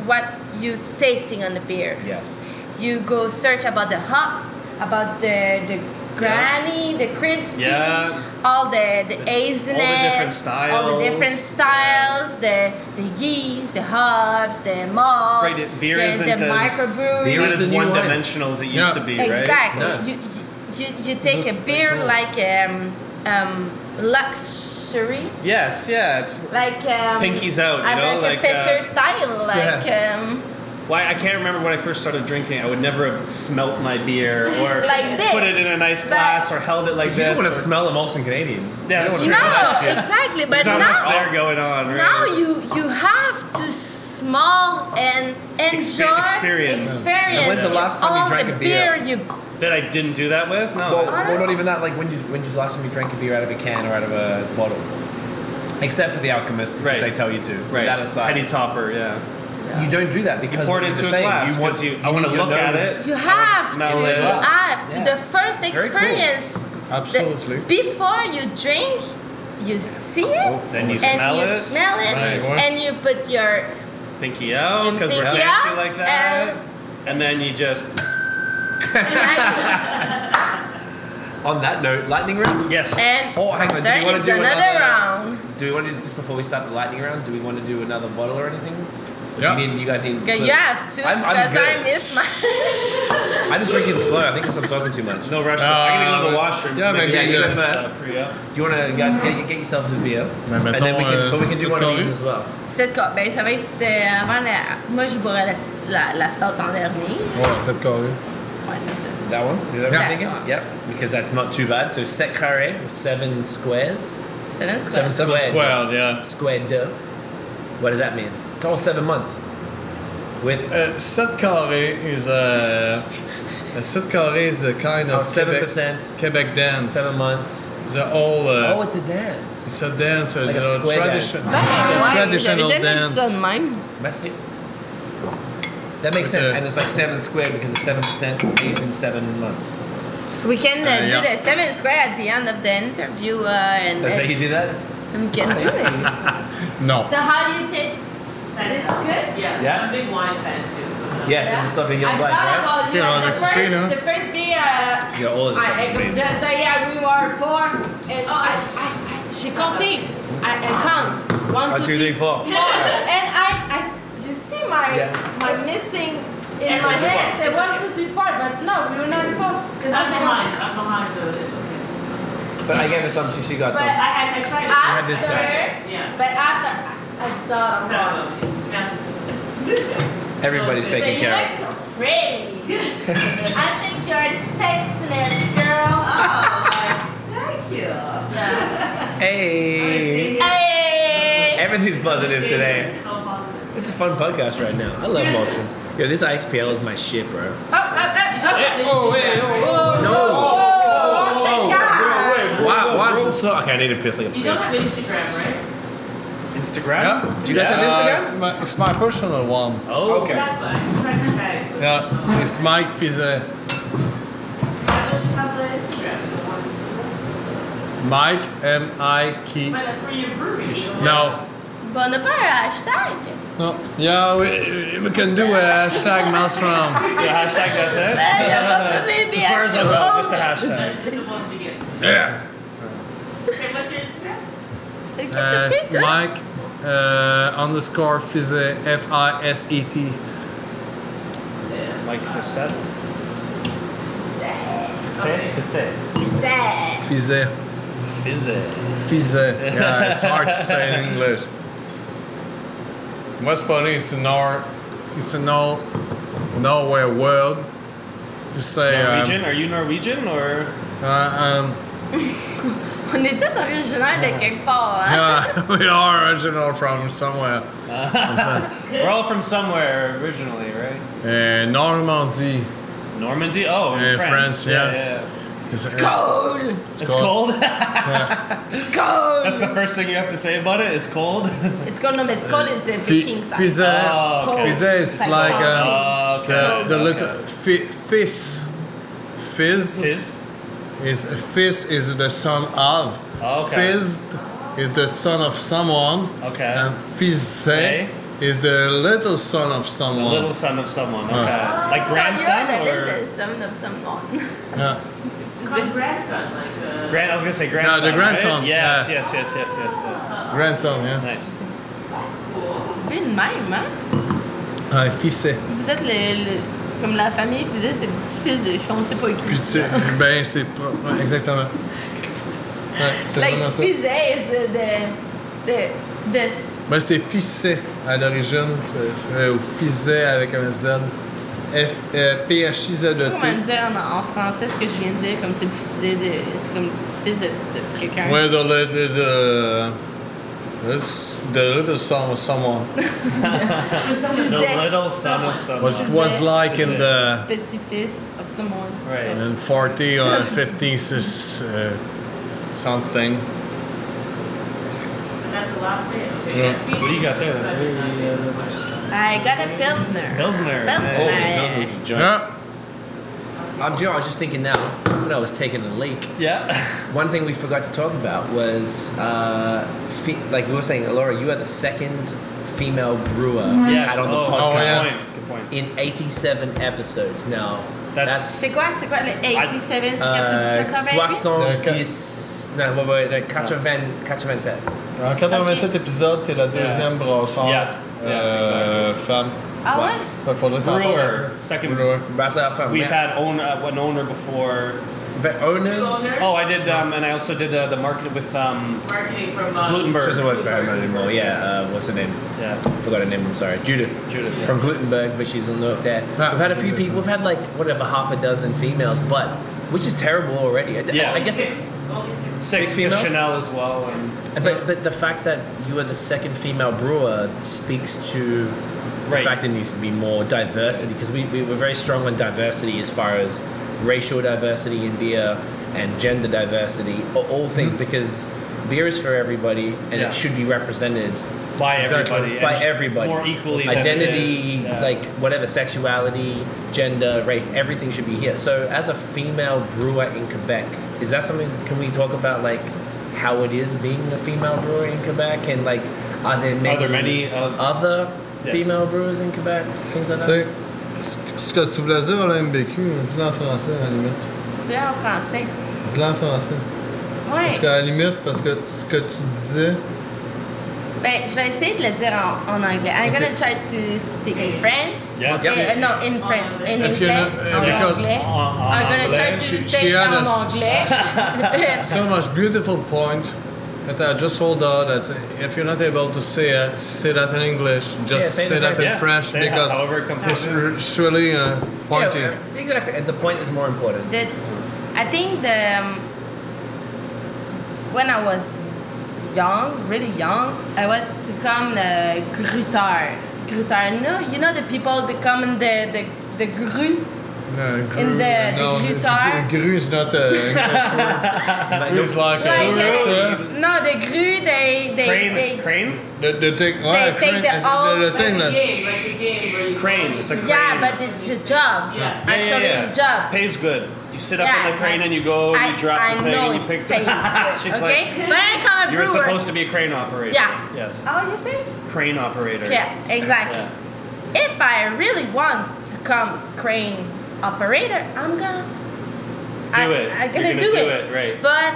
Speaker 5: what you tasting on the beer.
Speaker 3: Yes.
Speaker 5: You go search about the hops, about the the granny, the crispy,
Speaker 2: Yeah.
Speaker 5: all the the hazelnut,
Speaker 2: different
Speaker 5: all the different
Speaker 2: styles.
Speaker 5: styles, the the yeast, the hops, the malt,
Speaker 2: Right, it- beer
Speaker 5: the,
Speaker 2: isn't
Speaker 5: the
Speaker 2: as-
Speaker 5: microbrews.
Speaker 2: It's
Speaker 3: Beer
Speaker 2: not
Speaker 3: is
Speaker 2: as
Speaker 3: the new wine.
Speaker 2: one dimensional as it used
Speaker 4: Yeah.
Speaker 2: to be, right?
Speaker 5: exactly.
Speaker 4: Yeah.
Speaker 5: You, you- you you take a beer like um um luxury,
Speaker 2: Yes, yeah. It's
Speaker 5: like um,
Speaker 2: Pinkies out, you
Speaker 5: I
Speaker 2: know,
Speaker 5: like,
Speaker 2: like,
Speaker 5: a bitter
Speaker 2: uh,
Speaker 5: style, like um
Speaker 2: Why I can't remember when I first started drinking. I would never have smelt my beer or
Speaker 5: Like this.
Speaker 2: put it in a nice
Speaker 5: But-
Speaker 2: glass or held it like this.
Speaker 3: You don't want to
Speaker 2: or-
Speaker 3: smell a Molson Canadian.
Speaker 2: Yeah,
Speaker 3: You
Speaker 2: that's
Speaker 3: don't
Speaker 2: true.
Speaker 3: wanna smell
Speaker 5: no,
Speaker 3: that shit.
Speaker 5: exactly. But
Speaker 2: There's not
Speaker 5: now
Speaker 2: much there going on. Right?
Speaker 5: Now you you have to smell and enjoy
Speaker 2: experience.
Speaker 5: experience
Speaker 3: And when's the last time you
Speaker 5: all
Speaker 3: drank
Speaker 5: the
Speaker 3: a beer?
Speaker 5: you
Speaker 2: that I didn't do that with. No,
Speaker 3: Well, well, not even that. Like, when did, when did the last time you drank a beer out of a can or out of a bottle? Except for the Alchemist, because
Speaker 2: Right.
Speaker 3: they tell you to.
Speaker 2: right.
Speaker 3: That aside,
Speaker 2: Penny topper. Yeah.
Speaker 3: you don't do that because
Speaker 2: Pour it
Speaker 3: we're
Speaker 2: into
Speaker 3: the
Speaker 2: a
Speaker 3: same.
Speaker 2: glass.
Speaker 3: You want
Speaker 2: 'cause you, I want
Speaker 3: need
Speaker 2: to
Speaker 3: your
Speaker 2: look at
Speaker 3: nose.
Speaker 2: it.
Speaker 5: you have to
Speaker 2: smell it.
Speaker 5: have to
Speaker 3: Yeah.
Speaker 5: the first
Speaker 3: Very cool.
Speaker 5: experience The-
Speaker 4: absolutely.
Speaker 5: before you drink, you see
Speaker 3: Oh,
Speaker 5: it.
Speaker 2: Then you
Speaker 5: and
Speaker 2: smell
Speaker 5: you
Speaker 2: it.
Speaker 5: smell it,
Speaker 4: Right, what?
Speaker 5: and you put your
Speaker 2: Pinky out because we're
Speaker 5: Pinky
Speaker 2: fancy
Speaker 5: out,
Speaker 2: like that.
Speaker 5: and-
Speaker 2: And then you just
Speaker 3: On that note, lightning round.
Speaker 2: yes.
Speaker 5: and
Speaker 3: Oh, hang on. Do
Speaker 5: there
Speaker 3: we want
Speaker 5: is
Speaker 3: to do
Speaker 5: another
Speaker 3: another
Speaker 5: round.
Speaker 3: Do we want to just before we start the lightning round? Do we want to do another bottle or anything? Or do You,
Speaker 4: Yeah.
Speaker 3: need, you guys need.
Speaker 5: Okay, you have to
Speaker 3: I'm- I'm
Speaker 5: because
Speaker 3: good.
Speaker 5: I miss my.
Speaker 3: I'm just drinking slow. I think 'cause I'm talking too much.
Speaker 2: no rush. I'm gonna go to the
Speaker 4: Uh,
Speaker 2: washroom.
Speaker 4: yeah,
Speaker 2: so maybe,
Speaker 4: maybe
Speaker 2: you
Speaker 3: you
Speaker 2: can
Speaker 3: go
Speaker 2: uh,
Speaker 3: first.
Speaker 2: free up.
Speaker 3: Do you want to guys get, get yourselves a beer?
Speaker 4: Mais
Speaker 3: and then we
Speaker 4: mettons,
Speaker 3: can, but we can
Speaker 4: euh,
Speaker 3: do one of
Speaker 4: Coca-Cola.
Speaker 3: these as well.
Speaker 5: Cette co- ben, ça va être euh, avant la. Moi, je boirai la, la, la stout en dernier.
Speaker 4: Ouais, cette carré.
Speaker 5: Ouais, c'est ça.
Speaker 3: That one? Is that
Speaker 4: Yeah.
Speaker 3: what I'm thinking? Yep. Because that's not too bad. So set carre, seven squares.
Speaker 5: Seven squares.
Speaker 3: Seven squares.
Speaker 4: Well, yeah.
Speaker 3: Squared. up. What does that mean? Oh, seven months. With
Speaker 4: Uh, set carré is a. a set carré is a kind
Speaker 3: oh,
Speaker 4: of
Speaker 3: seven
Speaker 4: Quebec,
Speaker 3: percent,
Speaker 4: Quebec dance.
Speaker 3: seven months.
Speaker 4: They're all. Uh,
Speaker 3: oh, it's a dance.
Speaker 4: it's a dance.
Speaker 3: Like a
Speaker 4: it's a
Speaker 3: square dance.
Speaker 4: tradition.
Speaker 5: Ben, ouais, j'avais
Speaker 4: traditional
Speaker 5: jamais vu ça
Speaker 4: dance.
Speaker 5: de même.
Speaker 3: Merci. That makes
Speaker 4: With
Speaker 3: sense.
Speaker 4: the-
Speaker 3: And it's like seven squared because it's seven percent aged in seven months.
Speaker 5: We
Speaker 3: Euh,
Speaker 5: can uh,
Speaker 4: Uh,
Speaker 5: do
Speaker 4: yeah.
Speaker 5: the seven square at the end of the interview uh, and
Speaker 3: That's how you do that?
Speaker 5: and we can do it.
Speaker 4: No.
Speaker 5: So how do you take?
Speaker 6: Fantastic.
Speaker 5: good?
Speaker 6: Yeah.
Speaker 3: Yeah?
Speaker 6: I'm a big wine fan too. So no.
Speaker 3: Yes, and it's something young
Speaker 5: I
Speaker 3: blood,
Speaker 5: thought
Speaker 3: right?
Speaker 5: about you
Speaker 4: Here
Speaker 5: and
Speaker 4: on
Speaker 5: the
Speaker 4: the
Speaker 5: first,
Speaker 4: computer.
Speaker 5: the first beer. Uh,
Speaker 3: Yeah, all of this stuff
Speaker 5: I,
Speaker 3: is
Speaker 5: I could
Speaker 3: amazing.
Speaker 5: just say yeah, we were four, and oh, I, I, I she counting. I, I count one,
Speaker 3: One,
Speaker 5: two,
Speaker 3: two, three, four.
Speaker 5: four. and I, I, you see my
Speaker 3: Yeah.
Speaker 5: my missing in my head. Say one, two, three, four, but no, we were not four. Cause
Speaker 6: I'm
Speaker 5: I count.
Speaker 6: behind. I'm behind, but it's okay. That's okay.
Speaker 3: But I gave her some, so she got
Speaker 5: But-
Speaker 3: some.
Speaker 6: I had. I tried. it.
Speaker 3: had
Speaker 5: after,
Speaker 3: this guy.
Speaker 6: Yeah.
Speaker 5: but after I, I thought of one.
Speaker 6: No. Yes.
Speaker 3: Everybody's
Speaker 6: So
Speaker 5: So
Speaker 3: taken
Speaker 5: you
Speaker 3: care of.
Speaker 5: look so pretty. I think you're the sexiest girl.
Speaker 6: oh, thank you.
Speaker 5: Yeah.
Speaker 3: Hey!
Speaker 5: Hey.
Speaker 3: Everything's positive today.
Speaker 6: It's all positive.
Speaker 3: This is a fun podcast right now. I love Molson. Yo, this IXPL is my shit, bro.
Speaker 5: Up, up, up, up.
Speaker 3: Oh, wait,
Speaker 5: Whoa,
Speaker 3: No.
Speaker 5: whoa, say yeah.
Speaker 3: Why, why is it so? Okay, I need to piss like a
Speaker 6: You don't
Speaker 3: bitch.
Speaker 6: have Instagram, right?
Speaker 3: Instagram?
Speaker 4: Yeah.
Speaker 3: Do you guys
Speaker 4: yeah.
Speaker 3: have
Speaker 4: It's
Speaker 3: Instagram?
Speaker 4: my, it's my personal one.
Speaker 3: Oh, okay.
Speaker 6: That's why. I tried to tag. but-
Speaker 4: Yeah. It's Mike Fizet.
Speaker 6: Why don't you have an Instagram? You don't want Instagram?
Speaker 4: Mike M I K.
Speaker 6: But for your brewery. you don't
Speaker 4: No.
Speaker 5: Bonaparte hashtag.
Speaker 4: No. Yeah, we, we can do a hashtag mouse round.
Speaker 2: Yeah, hashtag that's it.
Speaker 5: Maybe
Speaker 2: As far as I know, just a
Speaker 5: I'm
Speaker 2: hashtag.
Speaker 6: want- It's the most you get.
Speaker 4: Yeah.
Speaker 6: Okay, what's your Instagram?
Speaker 5: too
Speaker 4: Uh, it's
Speaker 5: old.
Speaker 4: Mike uh, underscore Fizet F I S E T.
Speaker 2: Like facet.
Speaker 3: Facet, facet.
Speaker 5: Sad.
Speaker 4: Fizet.
Speaker 2: Fizzet.
Speaker 4: Fizet. Yeah, it's hard to say in English. What's funny is in our, it's in all Norway world to say um,
Speaker 2: Norwegian? Are you Norwegian or?
Speaker 4: uh, um,
Speaker 5: On est tous originaires de quelque part. Hein?
Speaker 4: yeah, Uh, we are original from somewhere.
Speaker 2: We're all from somewhere originally, right?
Speaker 4: Uh, Normandy.
Speaker 2: Normandy. Oh, in
Speaker 4: Yeah,
Speaker 2: France.
Speaker 4: France, yeah.
Speaker 2: yeah.
Speaker 4: It's
Speaker 5: Cold.
Speaker 2: It's cold.
Speaker 5: It's cold.
Speaker 2: That's the first thing you have to say about it. It's cold.
Speaker 5: It's cold. No, but it's cold. It's the Viking
Speaker 4: Fizet.
Speaker 5: side.
Speaker 4: Fizet
Speaker 2: Oh, okay.
Speaker 4: is like a,
Speaker 2: Uh,
Speaker 4: the, the
Speaker 2: okay.
Speaker 4: little fi- fizz. Fizz
Speaker 2: Fizz.
Speaker 4: is fizz is the son of.
Speaker 2: Okay.
Speaker 4: Fizz is the son of someone.
Speaker 2: Okay.
Speaker 4: And fizz
Speaker 2: Okay.
Speaker 4: is the little son of
Speaker 2: The
Speaker 4: someone.
Speaker 2: little son of someone. Okay. Like
Speaker 5: So you're
Speaker 2: grandson
Speaker 5: the
Speaker 2: or
Speaker 5: little son of someone.
Speaker 4: Yeah.
Speaker 6: Called grandson, like uh,
Speaker 2: grand? I was gonna say grandson.
Speaker 4: the grandson,
Speaker 2: Right? Yes,
Speaker 4: yeah.
Speaker 2: yes, yes, yes, yes, yes.
Speaker 4: Grandson, yeah.
Speaker 2: Nice.
Speaker 6: that's cool.
Speaker 5: Vu de même, hein?
Speaker 4: Ah, fizz.
Speaker 5: Vous êtes le, le- comme la famille faisait ses petits-fils de je ne sais pas qui.
Speaker 4: Puis tu sais, ben c'est pas. ouais, exactement. Ouais, c'est
Speaker 5: Like,
Speaker 4: vraiment ça.
Speaker 5: faisait euh, de, de, de, s-
Speaker 4: Ben, c'est Fisset à l'origine, euh, ou Fisset avec un Z. F, euh,
Speaker 5: je sais
Speaker 4: P-H-I-Z-E-T.
Speaker 5: pas comment le dire en, en français ce que je viens de dire, comme c'est le faisait de, c'est comme le petit-fils de, de quelqu'un.
Speaker 4: Ouais, dans le. de. de. de. de. son- someone.
Speaker 5: Faisait
Speaker 2: The little son of someone.
Speaker 4: What it was like in the.
Speaker 5: petit-fils of someone.
Speaker 2: Right.
Speaker 4: in 40 or 50s is, uh, something.
Speaker 6: And that's the last name. Okay.
Speaker 4: Yeah.
Speaker 6: Feces
Speaker 2: What do you got there?
Speaker 6: is
Speaker 2: That's
Speaker 6: seven,
Speaker 2: very,
Speaker 6: I think,
Speaker 2: uh,
Speaker 6: that's much.
Speaker 5: I got a Pilsner.
Speaker 2: Pilsner.
Speaker 5: Pilsner.
Speaker 4: Ah,
Speaker 3: Holy, that was a joke.
Speaker 4: Yeah.
Speaker 3: I'm, do you know, I was just thinking now when I was taking a leak.
Speaker 2: Yeah.
Speaker 3: One thing we forgot to talk about was, uh, fe- like we were saying, Laura, you are the second female brewer
Speaker 2: yes.
Speaker 3: had on the
Speaker 2: oh,
Speaker 3: podcast
Speaker 2: good
Speaker 4: yes.
Speaker 2: point. Good point.
Speaker 3: in 87 episodes. Now
Speaker 2: That's-
Speaker 5: C'est quoi, c'est quoi le 87? c'est
Speaker 4: Euh,
Speaker 3: uh,
Speaker 5: 88?
Speaker 3: 70. No, wait, wait, no, 80, 87.
Speaker 4: En 87 épisodes, t'es la deuxième brasseur
Speaker 2: Yeah. Yeah,
Speaker 4: euh, femme.
Speaker 5: Ah ouais?
Speaker 4: Fait que faudrait t'en
Speaker 2: Brewer.
Speaker 4: parler.
Speaker 2: Second
Speaker 4: Brewer.
Speaker 3: That's our phone.
Speaker 2: We've had own, uh, an owner before.
Speaker 3: but owners.
Speaker 2: Oh, I did, um, and I also did uh, the market with um,
Speaker 6: Marketing from uh,
Speaker 3: She
Speaker 2: Gutenberg.
Speaker 3: doesn't work for him anymore. Yeah, uh, what's her name?
Speaker 2: Yeah.
Speaker 3: Forgot her name. I'm sorry. Judith.
Speaker 2: Judith, yeah.
Speaker 3: from Gutenberg, but she's not there.
Speaker 4: Ah.
Speaker 3: We've had a few people. We've had like whatever half a dozen females, but which is terrible already. I,
Speaker 2: Yeah.
Speaker 3: I, guess
Speaker 6: six,
Speaker 3: it's.
Speaker 6: only six.
Speaker 2: Six,
Speaker 3: Six
Speaker 2: to
Speaker 3: females?
Speaker 2: Chanel as well. And,
Speaker 3: But but the fact that you are the second female brewer speaks to
Speaker 2: Right.
Speaker 3: the fact there needs to be more diversity because we, we were very strong on diversity as far as racial diversity in beer and gender diversity, a- all things because beer is for everybody and
Speaker 2: Mm-hmm. Yeah.
Speaker 3: it should be represented
Speaker 2: by
Speaker 4: Exactly.
Speaker 2: everybody.
Speaker 3: by
Speaker 2: and
Speaker 3: everybody.
Speaker 2: More equally. than it
Speaker 3: Identity,
Speaker 2: is, yeah.
Speaker 3: like whatever, sexuality, gender, race, everything should be here. So, as a female brewer in Quebec, is that something? Can we talk about like how it is being a female brewer in Quebec, and like are there many,
Speaker 2: Are there many of-
Speaker 3: other
Speaker 2: Yes.
Speaker 3: female brewers in Quebec, things like
Speaker 4: Tu
Speaker 3: that?
Speaker 4: sais, ce que- ce que tu voulais dire à la MBQ, dis-le en français à la limite.
Speaker 5: C'est en français.
Speaker 4: Dis-le en français. Parce
Speaker 5: Ouais.
Speaker 4: qu'à la limite, parce que ce que tu disais,
Speaker 5: Ben, je vais essayer de le dire en, en anglais. I'm gonna try to speak in French.
Speaker 2: Yeah.
Speaker 5: Eh, no, in French. In
Speaker 4: If you're
Speaker 5: anglais.
Speaker 4: not- eh,
Speaker 5: en
Speaker 4: because-
Speaker 5: anglais.
Speaker 2: en- en
Speaker 5: I'm gonna try
Speaker 2: anglais.
Speaker 5: to
Speaker 4: She-
Speaker 5: say
Speaker 4: she
Speaker 5: it
Speaker 4: had
Speaker 5: en
Speaker 4: a-
Speaker 5: anglais.
Speaker 4: so much beautiful point that I just hold out that if you're not able to say it, say that in English, just
Speaker 3: say it
Speaker 4: say
Speaker 3: in
Speaker 4: that in
Speaker 2: French. Yeah,
Speaker 4: French
Speaker 2: say it
Speaker 4: because
Speaker 2: however it comes
Speaker 4: it's
Speaker 2: out.
Speaker 4: r- it's really uh, pointy.
Speaker 3: Yeah, exactly. And the point is more important.
Speaker 5: the I think the um, when I was young, really young, I was to come the grutar. Grutar, no, you know the people that come in the the the gru.
Speaker 4: No, gru,
Speaker 5: In the-
Speaker 4: no,
Speaker 5: the guitar?
Speaker 4: gru- Gru is not a English word. Gru's like
Speaker 5: Like,
Speaker 4: a
Speaker 5: uh, no, the gru. They they
Speaker 2: Crane.
Speaker 5: they.
Speaker 2: crane?
Speaker 4: They, they take,
Speaker 5: They take the all-
Speaker 4: the, thing
Speaker 6: Like
Speaker 4: that
Speaker 6: a
Speaker 5: E.
Speaker 6: game, like a game where you
Speaker 2: Crane. It's a crane.
Speaker 5: Yeah, but it's a job.
Speaker 6: Yeah.
Speaker 5: Actually, a job.
Speaker 2: Pays good. You sit up in
Speaker 5: Yeah,
Speaker 2: the crane
Speaker 5: I-
Speaker 2: and you go and
Speaker 5: I,
Speaker 2: Oh, you drop
Speaker 5: I
Speaker 2: the thing
Speaker 5: know
Speaker 2: and you pick
Speaker 5: it's pays.
Speaker 2: She's
Speaker 5: okay,
Speaker 2: like,
Speaker 5: but I come a
Speaker 2: you were
Speaker 5: brewer.
Speaker 2: supposed to be a crane operator.
Speaker 5: Yeah.
Speaker 2: Yes.
Speaker 5: Oh, you say?
Speaker 2: Crane operator.
Speaker 5: Yeah, exactly.
Speaker 2: Yeah.
Speaker 5: If I really want to come crane operator, I'm gonna
Speaker 2: Do
Speaker 5: I,
Speaker 2: it.
Speaker 5: I'm
Speaker 2: You're
Speaker 5: gonna,
Speaker 2: gonna
Speaker 5: do,
Speaker 2: do
Speaker 5: it.
Speaker 2: it, right.
Speaker 5: But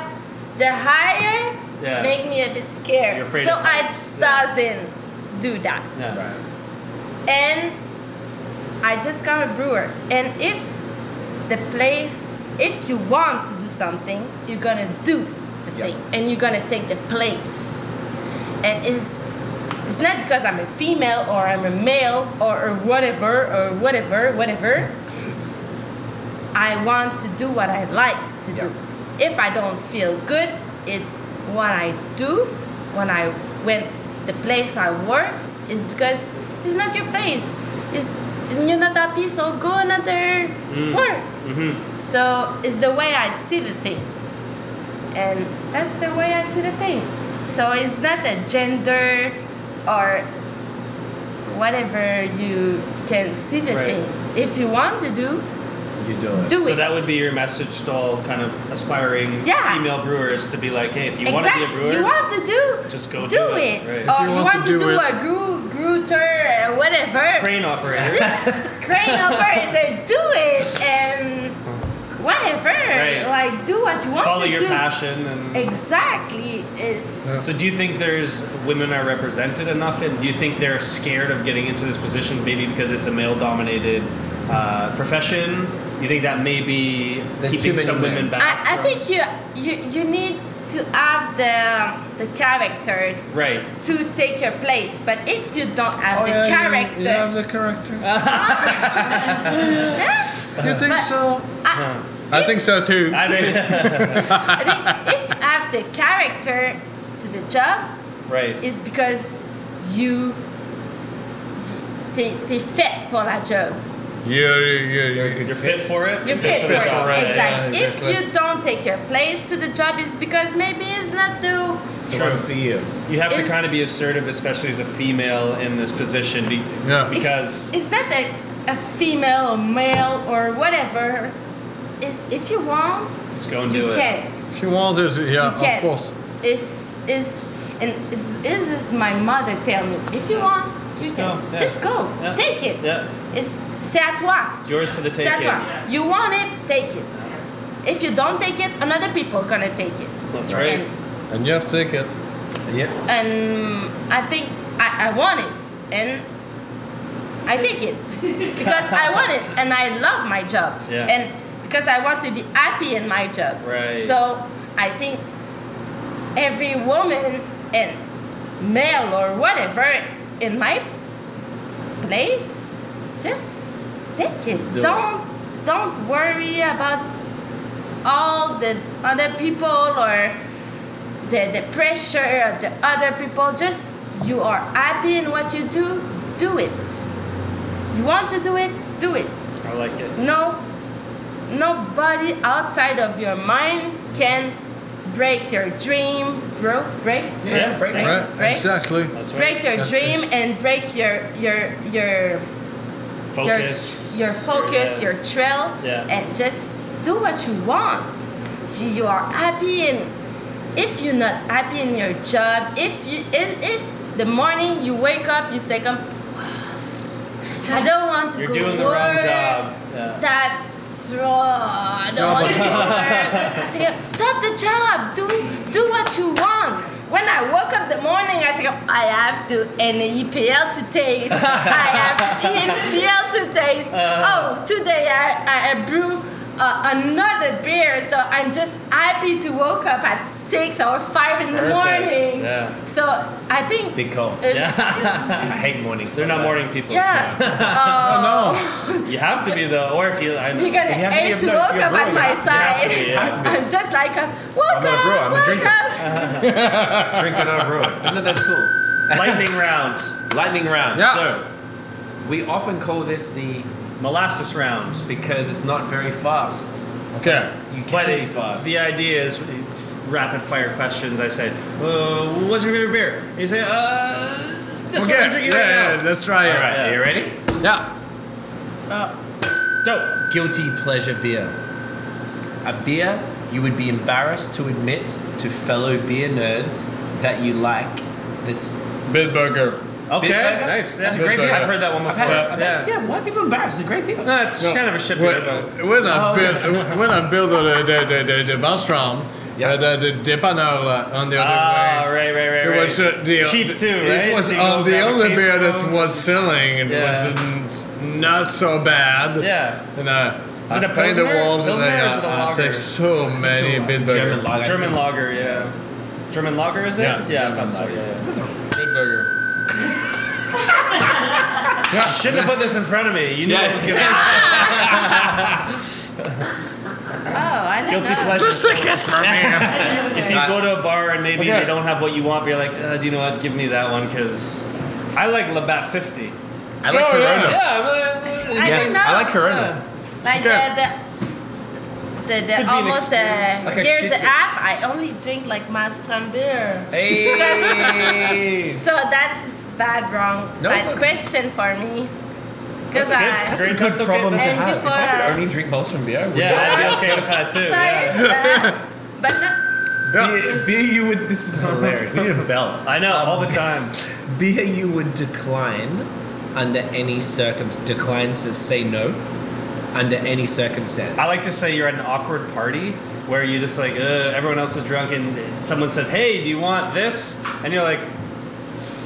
Speaker 5: the higher
Speaker 2: Yeah.
Speaker 5: make me a bit scared,
Speaker 2: You're afraid
Speaker 5: so
Speaker 2: of
Speaker 5: I
Speaker 2: heights. Yeah.
Speaker 5: doesn't do that.
Speaker 2: Yeah.
Speaker 5: And I just got a brewer. And if the place, if you want to do something, you're gonna do the
Speaker 3: Yeah.
Speaker 5: thing, and you're gonna take the place. And it's it's not because I'm a female or I'm a male or, or whatever or whatever whatever. I want to do what I like to do. If I don't feel good, it what I do when I when the place I work is because it's not your place. It's you're not happy, so go another
Speaker 2: Mm.
Speaker 5: work.
Speaker 2: Mm-hmm.
Speaker 5: So it's the way I see the thing, and that's the way I see the thing. So it's not a gender or whatever you can see the
Speaker 2: Right.
Speaker 5: thing. If you want to do,
Speaker 3: You do it.
Speaker 5: do it.
Speaker 2: So that would be your message to all kind of aspiring
Speaker 5: Yeah.
Speaker 2: female brewers to be like, hey, if you want to
Speaker 5: exactly.
Speaker 2: be a brewer,
Speaker 5: You want to do
Speaker 2: just go
Speaker 5: do,
Speaker 2: do it,
Speaker 5: it,
Speaker 2: right.
Speaker 5: or you want, to do, a gru gruter or whatever.
Speaker 2: crane operator.
Speaker 5: Just crane over it and do it and whatever.
Speaker 2: Right.
Speaker 5: Like do what you want
Speaker 2: Follow
Speaker 5: to
Speaker 2: your
Speaker 5: do.
Speaker 2: passion. And
Speaker 5: Exactly. It's
Speaker 2: so, do you think there's women are represented enough, and do you think they're scared of getting into this position, maybe because it's a male-dominated uh, profession? You think that may be
Speaker 3: There's too
Speaker 2: keeping
Speaker 3: many
Speaker 2: some women
Speaker 3: men.
Speaker 2: back?
Speaker 5: I, I
Speaker 2: from-
Speaker 5: think you you you need to have the the character
Speaker 2: right.
Speaker 5: to take your place. But if you don't have
Speaker 4: Oh,
Speaker 5: the
Speaker 4: yeah, you-
Speaker 5: character,
Speaker 4: You, have the character. you think
Speaker 5: But-
Speaker 4: so?
Speaker 5: I,
Speaker 4: I think so too.
Speaker 2: I mean,
Speaker 5: I think if you have the character to the job,
Speaker 2: right.
Speaker 5: it's because you t'es t'es fait pour la job.
Speaker 4: Yeah, yeah, yeah.
Speaker 2: You're fit for it.
Speaker 5: You're fit for it.
Speaker 2: job,
Speaker 4: right,
Speaker 5: exactly.
Speaker 4: yeah,
Speaker 5: if
Speaker 4: exactly.
Speaker 5: you don't take your place to the job, it's because maybe it's not the
Speaker 3: The one for you.
Speaker 2: You have to
Speaker 5: It's-
Speaker 2: kind of be assertive, especially as a female in this position, be-
Speaker 4: Yeah.
Speaker 2: because
Speaker 5: it's, it's not a, a female or male or whatever is if you want,
Speaker 2: Just go and
Speaker 5: you
Speaker 2: do it.
Speaker 5: can.
Speaker 4: She wants it, yeah,
Speaker 5: you
Speaker 4: of
Speaker 5: can.
Speaker 4: course.
Speaker 5: It's it's and is this is my mother tell me if you want, you
Speaker 2: Just
Speaker 5: can
Speaker 2: go, yeah.
Speaker 5: just go,
Speaker 2: Yeah.
Speaker 5: take it.
Speaker 2: Yeah.
Speaker 5: It's c'est à toi.
Speaker 2: It's yours for the
Speaker 5: C'est à
Speaker 2: taking.
Speaker 5: toi. You want it, take it. If you don't take it, another people gonna take it.
Speaker 2: That's right.
Speaker 5: And
Speaker 4: And you have to take it.
Speaker 3: Yeah.
Speaker 5: and I think I, I want it and I take it because I want it and I love my job
Speaker 2: Yeah.
Speaker 5: and because I want to be happy in my job.
Speaker 2: Right.
Speaker 5: So I think every woman and male or whatever in my place just take it.
Speaker 3: Do it.
Speaker 5: don't don't worry about all the other people or the, the pressure of the other people just you are happy in what you do do it you want to do it do it
Speaker 2: I like it.
Speaker 5: no nobody outside of your mind can break your dream bro break
Speaker 2: Yeah, break
Speaker 5: break,
Speaker 4: Right?
Speaker 5: break,
Speaker 4: Exactly.
Speaker 2: That's right.
Speaker 5: break your
Speaker 4: That's
Speaker 5: dream
Speaker 4: nice.
Speaker 5: and break your your your
Speaker 2: focus.
Speaker 5: your, your focus, your trail,
Speaker 2: Yeah.
Speaker 5: and just do what you want. You, you are happy, and if you're not happy in your job, if you if, if the morning you wake up, you say, "Come, I don't want to
Speaker 2: You're
Speaker 5: go to
Speaker 2: doing the wrong
Speaker 5: work.
Speaker 2: job. Yeah.
Speaker 5: That's wrong. I don't want to go to work." Say, Stop the job. Do do what you want. When I woke up the morning, I said, I have to an EPL to taste. I have ESPL to taste.
Speaker 2: Uh-huh.
Speaker 5: oh, today I, I brew uh, another beer, so I'm just happy to woke up at six or five in the
Speaker 2: Perfect.
Speaker 5: morning.
Speaker 2: Yeah.
Speaker 5: So I think
Speaker 3: Big call.
Speaker 5: it's,
Speaker 3: I hate mornings.
Speaker 2: They're not morning people.
Speaker 5: yeah.
Speaker 4: Oh,
Speaker 5: Uh,
Speaker 4: no.
Speaker 2: so You have to be though, or if you, I
Speaker 5: You're gonna
Speaker 3: You have to
Speaker 5: hate
Speaker 3: give
Speaker 5: to
Speaker 3: them-
Speaker 5: woke
Speaker 3: you're
Speaker 5: up at
Speaker 3: brewing.
Speaker 5: my
Speaker 3: You
Speaker 5: side.
Speaker 2: have to be, you have
Speaker 5: I'm just like a woke
Speaker 3: I'm not a brewer,
Speaker 5: up,
Speaker 3: I'm a
Speaker 5: woke
Speaker 3: drinker.
Speaker 5: up.
Speaker 3: drinking on a brew. No, that's cool.
Speaker 2: lightning round,
Speaker 3: Lightning round.
Speaker 4: Yeah.
Speaker 3: So, we often call this the
Speaker 2: molasses round.
Speaker 3: because it's not very fast.
Speaker 4: Okay.
Speaker 3: You
Speaker 2: But
Speaker 3: can be fast.
Speaker 2: the idea is rapid fire questions. I say, uh, "What's your favorite beer?" You say, "Uh, this one
Speaker 4: Okay.
Speaker 2: I'm
Speaker 4: Yeah,
Speaker 2: drinking right
Speaker 4: yeah,
Speaker 2: now."
Speaker 4: let's try it.
Speaker 3: All right,
Speaker 2: Yeah.
Speaker 3: are you ready?
Speaker 4: Yeah.
Speaker 3: Dope. Guilty pleasure beer. A beer you would be embarrassed to admit to fellow beer nerds that you like. That's
Speaker 4: Bitburger.
Speaker 2: Okay,
Speaker 3: Bitburger?
Speaker 2: nice.
Speaker 3: That's
Speaker 2: That's
Speaker 3: a
Speaker 2: a
Speaker 3: good
Speaker 2: great beer.
Speaker 4: beer.
Speaker 2: I've heard that one
Speaker 3: I've
Speaker 2: before.
Speaker 3: had it.
Speaker 4: I've
Speaker 2: yeah,
Speaker 3: Yeah, why are people embarrassed? It's a great beer.
Speaker 2: No, it's kind of a shit beer. though.
Speaker 4: When, when I built when I built the the the, the, the bus round,
Speaker 3: Yeah.
Speaker 4: uh, the, the depaner uh, on the other
Speaker 2: Ah,
Speaker 4: way.
Speaker 2: right, right, right,
Speaker 4: It
Speaker 2: right.
Speaker 4: was uh, the
Speaker 2: cheap too, right?
Speaker 4: It was
Speaker 2: So you go
Speaker 4: on the
Speaker 2: grab a
Speaker 4: only
Speaker 2: case
Speaker 4: beer
Speaker 2: of
Speaker 4: that
Speaker 2: them.
Speaker 4: was selling. It
Speaker 2: Yeah.
Speaker 4: wasn't not so bad.
Speaker 2: Yeah.
Speaker 4: And uh,
Speaker 2: Is it
Speaker 4: I
Speaker 2: a
Speaker 4: paid the
Speaker 2: Pilsner?
Speaker 4: walls and
Speaker 2: Pilsner
Speaker 4: I,
Speaker 2: or is it a
Speaker 4: I, I
Speaker 2: lager?
Speaker 4: take so many
Speaker 3: It's a
Speaker 4: Bitburger.
Speaker 3: German lager.
Speaker 2: German lager, yeah. German lager is it?
Speaker 4: Yeah,
Speaker 2: I thought so. Yeah.
Speaker 4: Bitburger. yeah.
Speaker 2: Shouldn't have put this in front of me. You knew
Speaker 3: Yeah.
Speaker 2: I was gonna
Speaker 5: Oh, I don't
Speaker 2: guilty
Speaker 5: know.
Speaker 2: pleasure.
Speaker 5: Okay.
Speaker 2: If you go to a bar and maybe
Speaker 4: Okay.
Speaker 2: they don't have what you want, but you're like, uh, do you know what? Give me that one because I like Labatt 50.
Speaker 3: I like
Speaker 4: Oh, yeah.
Speaker 3: Corona.
Speaker 2: Yeah, I'm, uh,
Speaker 5: I don't know.
Speaker 3: I like Corona.
Speaker 2: yeah.
Speaker 5: Like
Speaker 4: Okay.
Speaker 5: the the, the, the
Speaker 2: Could be an
Speaker 5: almost uh,
Speaker 2: experience.
Speaker 3: Like a
Speaker 5: years
Speaker 3: shit
Speaker 5: and a
Speaker 3: beer.
Speaker 5: half, I only drink like Maelstrom beer.
Speaker 3: Hey.
Speaker 5: So that's bad wrong.
Speaker 3: No, it's
Speaker 5: bad
Speaker 3: not.
Speaker 5: question for me.
Speaker 2: That's
Speaker 5: Because
Speaker 2: good.
Speaker 5: I
Speaker 2: That's a good problem
Speaker 5: to have. If I could only
Speaker 3: drink Molson beer,
Speaker 2: Yeah, I'd be okay with that too.
Speaker 5: sorry,
Speaker 2: Yeah.
Speaker 5: uh, but no,
Speaker 3: beer, beer you would. This is hilarious. We need a bell.
Speaker 2: I know, all the time.
Speaker 3: Beer you would decline under any circumstance. Declines to say no under any circumstance.
Speaker 2: I like to say you're at an awkward party where you just like, uh, everyone else is drunk and someone says, hey, do you want this? And you're like,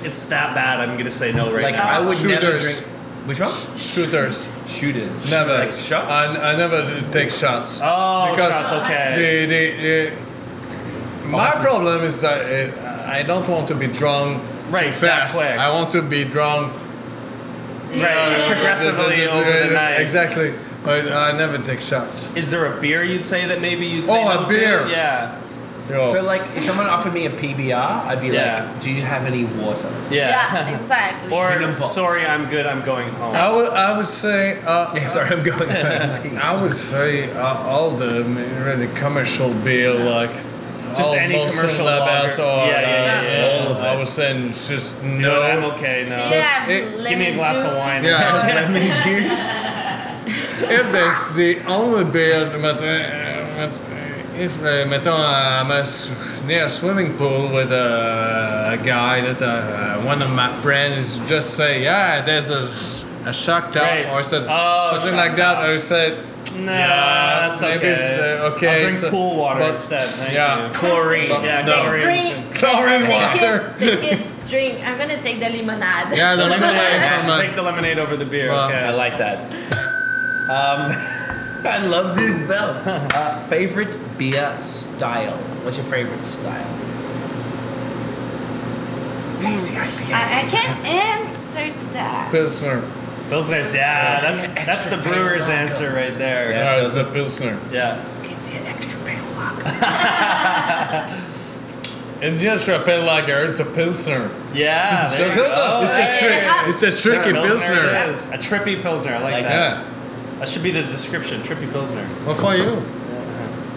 Speaker 2: it's that bad, I'm going to say no right
Speaker 3: Like
Speaker 2: now.
Speaker 3: I would never
Speaker 4: Shooters.
Speaker 3: drink. Which one?
Speaker 4: Shooters.
Speaker 3: Shooters.
Speaker 4: Never.
Speaker 3: Like shots.
Speaker 4: I, I never take shots.
Speaker 2: Oh, shots, okay.
Speaker 4: The, the, the, my problem is that uh, I don't want to be drunk
Speaker 2: Right,
Speaker 4: too
Speaker 2: that
Speaker 4: fast.
Speaker 2: quick.
Speaker 4: I want to be drunk
Speaker 2: right, progressively over the night.
Speaker 4: Exactly. But I never take shots.
Speaker 2: Is there a beer you'd say that maybe you'd say
Speaker 4: Oh, a
Speaker 2: no to?
Speaker 4: beer.
Speaker 2: Yeah,
Speaker 4: Yo.
Speaker 3: So like, if someone offered me a PBR, I'd be
Speaker 2: Yeah.
Speaker 3: like, "Do you have any water?"
Speaker 2: yeah.
Speaker 5: yeah, exactly.
Speaker 2: or
Speaker 3: Freedom pop.
Speaker 2: sorry, I'm good. I'm going home.
Speaker 4: I would, I would say, uh,
Speaker 3: Yeah, sorry, I'm going.
Speaker 4: I would say uh, all the really commercial beer, like
Speaker 2: Just
Speaker 4: all
Speaker 2: any
Speaker 4: Molson
Speaker 2: commercial
Speaker 4: Labs
Speaker 2: lager.
Speaker 4: or
Speaker 2: Yeah, yeah,
Speaker 4: uh,
Speaker 2: yeah, yeah.
Speaker 4: all of it. I was saying just
Speaker 2: You know,
Speaker 4: no.
Speaker 2: I'm okay. No.
Speaker 5: Do you have
Speaker 4: it-
Speaker 5: lemon
Speaker 2: Give me a glass
Speaker 5: juice?
Speaker 2: of wine.
Speaker 4: Yeah.
Speaker 3: lemon juice.
Speaker 4: if there's the only beer, met- eh, met- if eh, mettons I'm a s- near a swimming pool with a, guy that uh, one of my friends just say, yeah, there's a, a shark tub
Speaker 2: Right.
Speaker 4: or said,
Speaker 2: Oh,
Speaker 4: something
Speaker 2: shark
Speaker 4: like that, or said,
Speaker 2: Nah,
Speaker 4: Yeah,
Speaker 2: that's
Speaker 4: maybe
Speaker 2: okay.
Speaker 4: it's, uh, okay,
Speaker 2: I'll drink
Speaker 4: so-
Speaker 2: cool water
Speaker 4: but-
Speaker 2: instead. Thank
Speaker 4: yeah.
Speaker 2: you. Chlorine.
Speaker 4: But
Speaker 2: yeah,
Speaker 4: no.
Speaker 2: chlorine.
Speaker 5: Drink.
Speaker 4: Chlorine
Speaker 5: the
Speaker 4: water.
Speaker 5: Kid, the kids drink. I'm gonna take the limonade.
Speaker 4: yeah, the
Speaker 2: The lemonade.
Speaker 4: lemonade from
Speaker 2: Take
Speaker 4: a,
Speaker 2: the lemonade over the beer.
Speaker 4: Well,
Speaker 2: okay.
Speaker 3: I like that. Um, I love this bell. Uh, favorite beer style? What's your favorite style?
Speaker 5: I, I can't answer to that.
Speaker 4: Pilsner.
Speaker 2: Pilsner's, yeah, that's that's the brewer's answer right there. Yeah.
Speaker 4: Yeah, it's a Pilsner.
Speaker 3: Indian extra pale lager.
Speaker 4: It's just a pale lager, it's a Pilsner.
Speaker 2: Yeah. Yeah. there
Speaker 4: It's
Speaker 2: you
Speaker 4: a,
Speaker 2: go.
Speaker 4: it's,
Speaker 5: Oh, Yeah.
Speaker 4: a tri- it's a tricky
Speaker 2: Pilsner it
Speaker 4: Pilsner.
Speaker 2: is. A trippy Pilsner. I like,
Speaker 3: Like
Speaker 4: Yeah.
Speaker 2: that. That should be the description. Trippy Pilsner.
Speaker 4: What for you?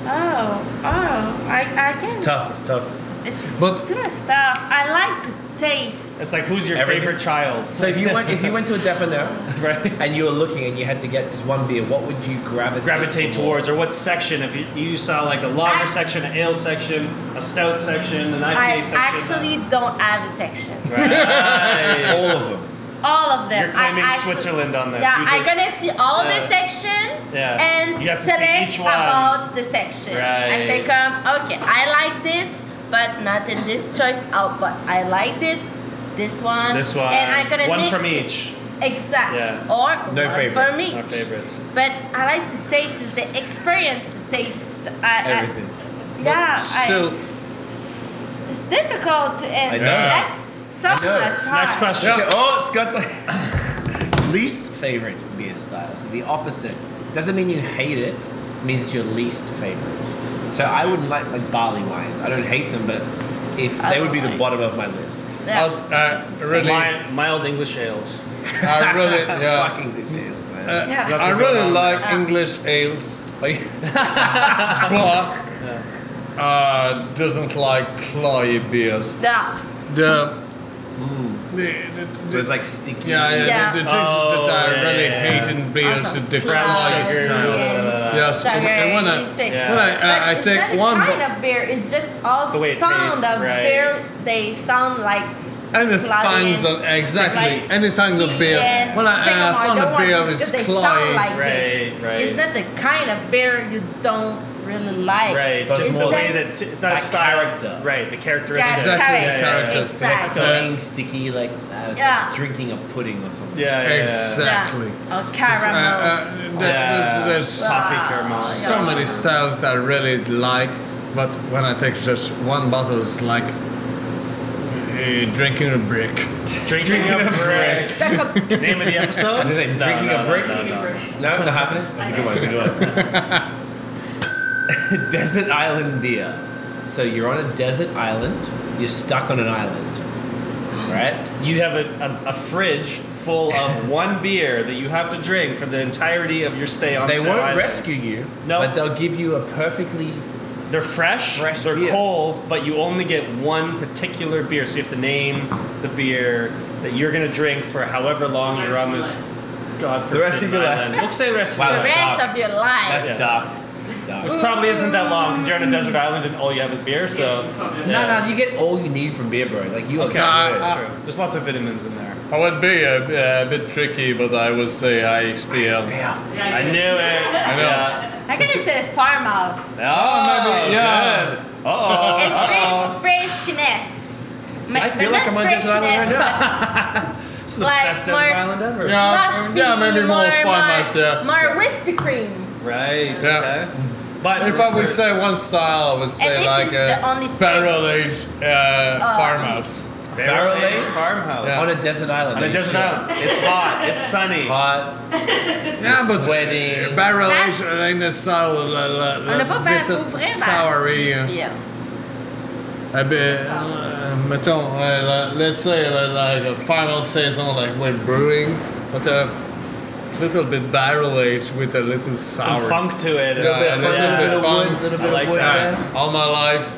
Speaker 5: Oh, oh, I, I can. It's
Speaker 3: Tough. It's tough.
Speaker 5: It's
Speaker 4: But-
Speaker 5: too much stuff. I like to taste.
Speaker 2: It's like, who's your
Speaker 3: Everything.
Speaker 2: favorite child?
Speaker 3: So if you went if you went to a depot now
Speaker 2: Right?
Speaker 3: and you were looking and you had to get just one beer, what would you gravitate
Speaker 2: Gravitate towards, or what section? If you, you saw like a lager
Speaker 5: I-
Speaker 2: section, an ale section, a stout section, an IPA
Speaker 5: I
Speaker 2: section.
Speaker 5: actually don't have a section.
Speaker 2: Right.
Speaker 3: All of them.
Speaker 5: All of them.
Speaker 2: You're claiming
Speaker 5: I actually,
Speaker 2: Switzerland on this.
Speaker 5: Yeah,
Speaker 2: You
Speaker 5: I'm
Speaker 2: just-
Speaker 5: gonna see all
Speaker 2: yeah.
Speaker 5: the section
Speaker 2: Yeah.
Speaker 5: and
Speaker 2: You have to see
Speaker 5: select
Speaker 2: each one.
Speaker 5: about the section. And they
Speaker 2: Right.
Speaker 5: come, okay, I like this, but not in this choice. Oh, but I like this, this one,
Speaker 2: This one.
Speaker 5: and I'm gonna
Speaker 2: One
Speaker 5: mix
Speaker 2: from
Speaker 5: it.
Speaker 2: each.
Speaker 5: Exact.
Speaker 2: Yeah.
Speaker 5: Or
Speaker 3: No
Speaker 5: one
Speaker 3: favorite.
Speaker 5: for me.
Speaker 2: Our favorites.
Speaker 5: But I like to taste is the experience, the taste. I, I-
Speaker 3: Everything.
Speaker 5: yeah, I,
Speaker 4: So-
Speaker 5: it's, it's difficult to answer.
Speaker 3: know.
Speaker 5: That's so
Speaker 3: I know.
Speaker 5: much hard.
Speaker 2: Next question.
Speaker 3: So- Oh, Scott's least favorite beer style. So the opposite doesn't mean you hate it. it means it's your least favorite. So I wouldn't like like barley wines. I don't hate them, but if
Speaker 5: I
Speaker 3: they would
Speaker 5: don't
Speaker 3: be the
Speaker 5: like-
Speaker 3: bottom of my list.
Speaker 5: Yeah.
Speaker 4: I'll- I really, I
Speaker 2: Mi- mild English ales.
Speaker 4: really, yeah.
Speaker 3: Fucking these ales, man.
Speaker 4: Uh,
Speaker 5: Yeah.
Speaker 4: I really
Speaker 2: Nothing going on
Speaker 4: like
Speaker 5: there.
Speaker 4: English ales,
Speaker 3: Like-
Speaker 4: but uh, doesn't like cloudy beers. Mm.
Speaker 5: Yeah.
Speaker 4: The, the, the,
Speaker 3: there's like sticky.
Speaker 4: yeah, yeah,
Speaker 5: Yeah.
Speaker 4: The, the drinks
Speaker 2: Oh,
Speaker 4: that I
Speaker 2: yeah,
Speaker 4: really
Speaker 2: yeah,
Speaker 4: hate
Speaker 2: yeah.
Speaker 4: in beers
Speaker 5: Awesome.
Speaker 4: is the
Speaker 5: Brown
Speaker 4: cloudy
Speaker 5: sugar,
Speaker 4: style.
Speaker 5: yeah.
Speaker 4: Yes,
Speaker 5: Sugar,
Speaker 4: and when I,
Speaker 5: you say-
Speaker 4: when I,
Speaker 5: But
Speaker 4: I, I
Speaker 5: it's not
Speaker 4: take
Speaker 5: a
Speaker 4: one,
Speaker 5: kind
Speaker 4: but,
Speaker 5: of beer. It's just all
Speaker 2: The way it
Speaker 5: sound
Speaker 2: tastes,
Speaker 5: of
Speaker 2: right.
Speaker 5: beer. They sound like
Speaker 4: and it's
Speaker 5: cloudy
Speaker 4: times
Speaker 5: and
Speaker 4: of exactly,
Speaker 5: like
Speaker 4: any times of
Speaker 5: tea
Speaker 4: beer.
Speaker 5: and
Speaker 4: When I, uh,
Speaker 5: sycamore.
Speaker 4: I found
Speaker 5: don't
Speaker 4: a
Speaker 5: want
Speaker 4: beer
Speaker 5: it because
Speaker 4: is
Speaker 5: they
Speaker 4: cloudy.
Speaker 5: sound like this.
Speaker 2: Right, right.
Speaker 5: It's not the kind of beer you don't really like.
Speaker 2: Right.
Speaker 3: So it's
Speaker 2: just the
Speaker 3: more
Speaker 2: way that,
Speaker 5: just-
Speaker 2: t- that,
Speaker 3: that
Speaker 2: style.
Speaker 3: character.
Speaker 2: Right. The characteristics.
Speaker 5: Yeah,
Speaker 4: Exactly,
Speaker 5: character,
Speaker 4: character.
Speaker 5: Exactly.
Speaker 3: Cloying, sticky, like, uh, it's
Speaker 5: Yeah.
Speaker 3: like drinking a pudding or something.
Speaker 2: Yeah, yeah.
Speaker 4: Exact- Exactly.
Speaker 5: Yeah. Or
Speaker 4: Uh,
Speaker 5: caramel.
Speaker 4: uh, there-
Speaker 2: Yeah.
Speaker 4: there- there's
Speaker 2: Toffee
Speaker 5: Wow.
Speaker 2: caramel.
Speaker 4: so many styles that I really like, but when I take just one bottle, it's like eh, drinking a brick.
Speaker 2: Drinking a brick.
Speaker 5: It's like a-
Speaker 2: Name of the episode?
Speaker 3: Is it
Speaker 2: No,
Speaker 3: drinking
Speaker 2: no,
Speaker 3: a
Speaker 2: no,
Speaker 3: brick?
Speaker 2: No, no,
Speaker 3: No, not happening. That's a good one. That's a good one. desert island beer. So you're on a desert island. You're stuck on an island, right?
Speaker 2: You have a, a, a fridge full of one beer that you have to drink for the entirety of your stay on
Speaker 3: they
Speaker 2: said
Speaker 3: won't
Speaker 2: island.
Speaker 3: rescue you,
Speaker 2: No.
Speaker 3: but they'll give you a perfectly
Speaker 2: They're fresh,
Speaker 3: Fresh
Speaker 2: they're
Speaker 3: beer.
Speaker 2: cold, but you only get one particular beer. So you have to name the beer that you're going to drink for however long you're on this God
Speaker 3: The rest of
Speaker 2: forbidden
Speaker 3: your life.
Speaker 2: island. We'll say the rest of
Speaker 3: Wow.
Speaker 2: your
Speaker 5: the
Speaker 2: life.
Speaker 5: rest of your life.
Speaker 3: that's
Speaker 2: Yes.
Speaker 3: dark. It's dark.
Speaker 2: Which probably isn't that long because you're on a desert island and all you have is beer. So
Speaker 3: No, no, you get all you need from beer, bro. Like you are
Speaker 2: Okay,
Speaker 4: Uh,
Speaker 2: that's
Speaker 4: uh,
Speaker 2: true. There's lots of vitamins in there.
Speaker 4: I would be a, a bit tricky, but I would say I XPL.
Speaker 3: Yeah.
Speaker 2: I knew it. I
Speaker 4: know.
Speaker 5: I could have said a farmhouse.
Speaker 2: Oh,
Speaker 4: maybe, yeah.
Speaker 2: Good.
Speaker 4: Oh.
Speaker 2: Uh-oh.
Speaker 5: It's
Speaker 2: Uh-oh.
Speaker 5: really freshness. Ma-
Speaker 3: I
Speaker 5: but
Speaker 3: feel like
Speaker 5: not
Speaker 3: I'm on Desert Island right
Speaker 5: freshness,
Speaker 2: It's the
Speaker 5: like
Speaker 2: best
Speaker 5: more-
Speaker 2: desert island ever.
Speaker 4: Yeah,
Speaker 5: but
Speaker 4: yeah, maybe
Speaker 5: fluffy,
Speaker 4: more farmers. Yeah.
Speaker 5: More whiskey cream.
Speaker 2: Right.
Speaker 4: Yeah.
Speaker 2: Okay. But
Speaker 4: If I would say one style, I would say
Speaker 5: if
Speaker 4: like
Speaker 5: it's
Speaker 4: a
Speaker 5: the only fish- Oh.
Speaker 4: barrel aged uh, farmhouse.
Speaker 2: barrel aged
Speaker 3: Barrel-aged?
Speaker 2: farmhouse
Speaker 4: Yeah.
Speaker 3: On a desert island.
Speaker 2: on a
Speaker 3: like,
Speaker 2: desert
Speaker 3: shit.
Speaker 2: island, it's hot, it's sunny.
Speaker 3: Hot.
Speaker 4: Yeah, but
Speaker 3: sweating.
Speaker 4: barrel
Speaker 5: That's-
Speaker 4: aged in the sour, la, la,
Speaker 5: On
Speaker 4: la,
Speaker 5: n'a pas fait
Speaker 4: bit
Speaker 5: la
Speaker 4: of
Speaker 5: faux vrai,
Speaker 4: soury.
Speaker 3: hein.
Speaker 5: bah, XPL.
Speaker 4: A bit, uh, mettons, uh, like, let's say like, like a final season, like when brewing, but a little bit barrel aged with a little sour.
Speaker 2: Some funk to it.
Speaker 4: Yeah,
Speaker 2: It's-
Speaker 4: yeah,
Speaker 3: Fun, little
Speaker 4: yeah.
Speaker 3: bit of
Speaker 4: Fun.
Speaker 3: wood, little
Speaker 2: I
Speaker 3: bit
Speaker 2: like
Speaker 3: of wood.
Speaker 2: that.
Speaker 3: there.
Speaker 4: All my life,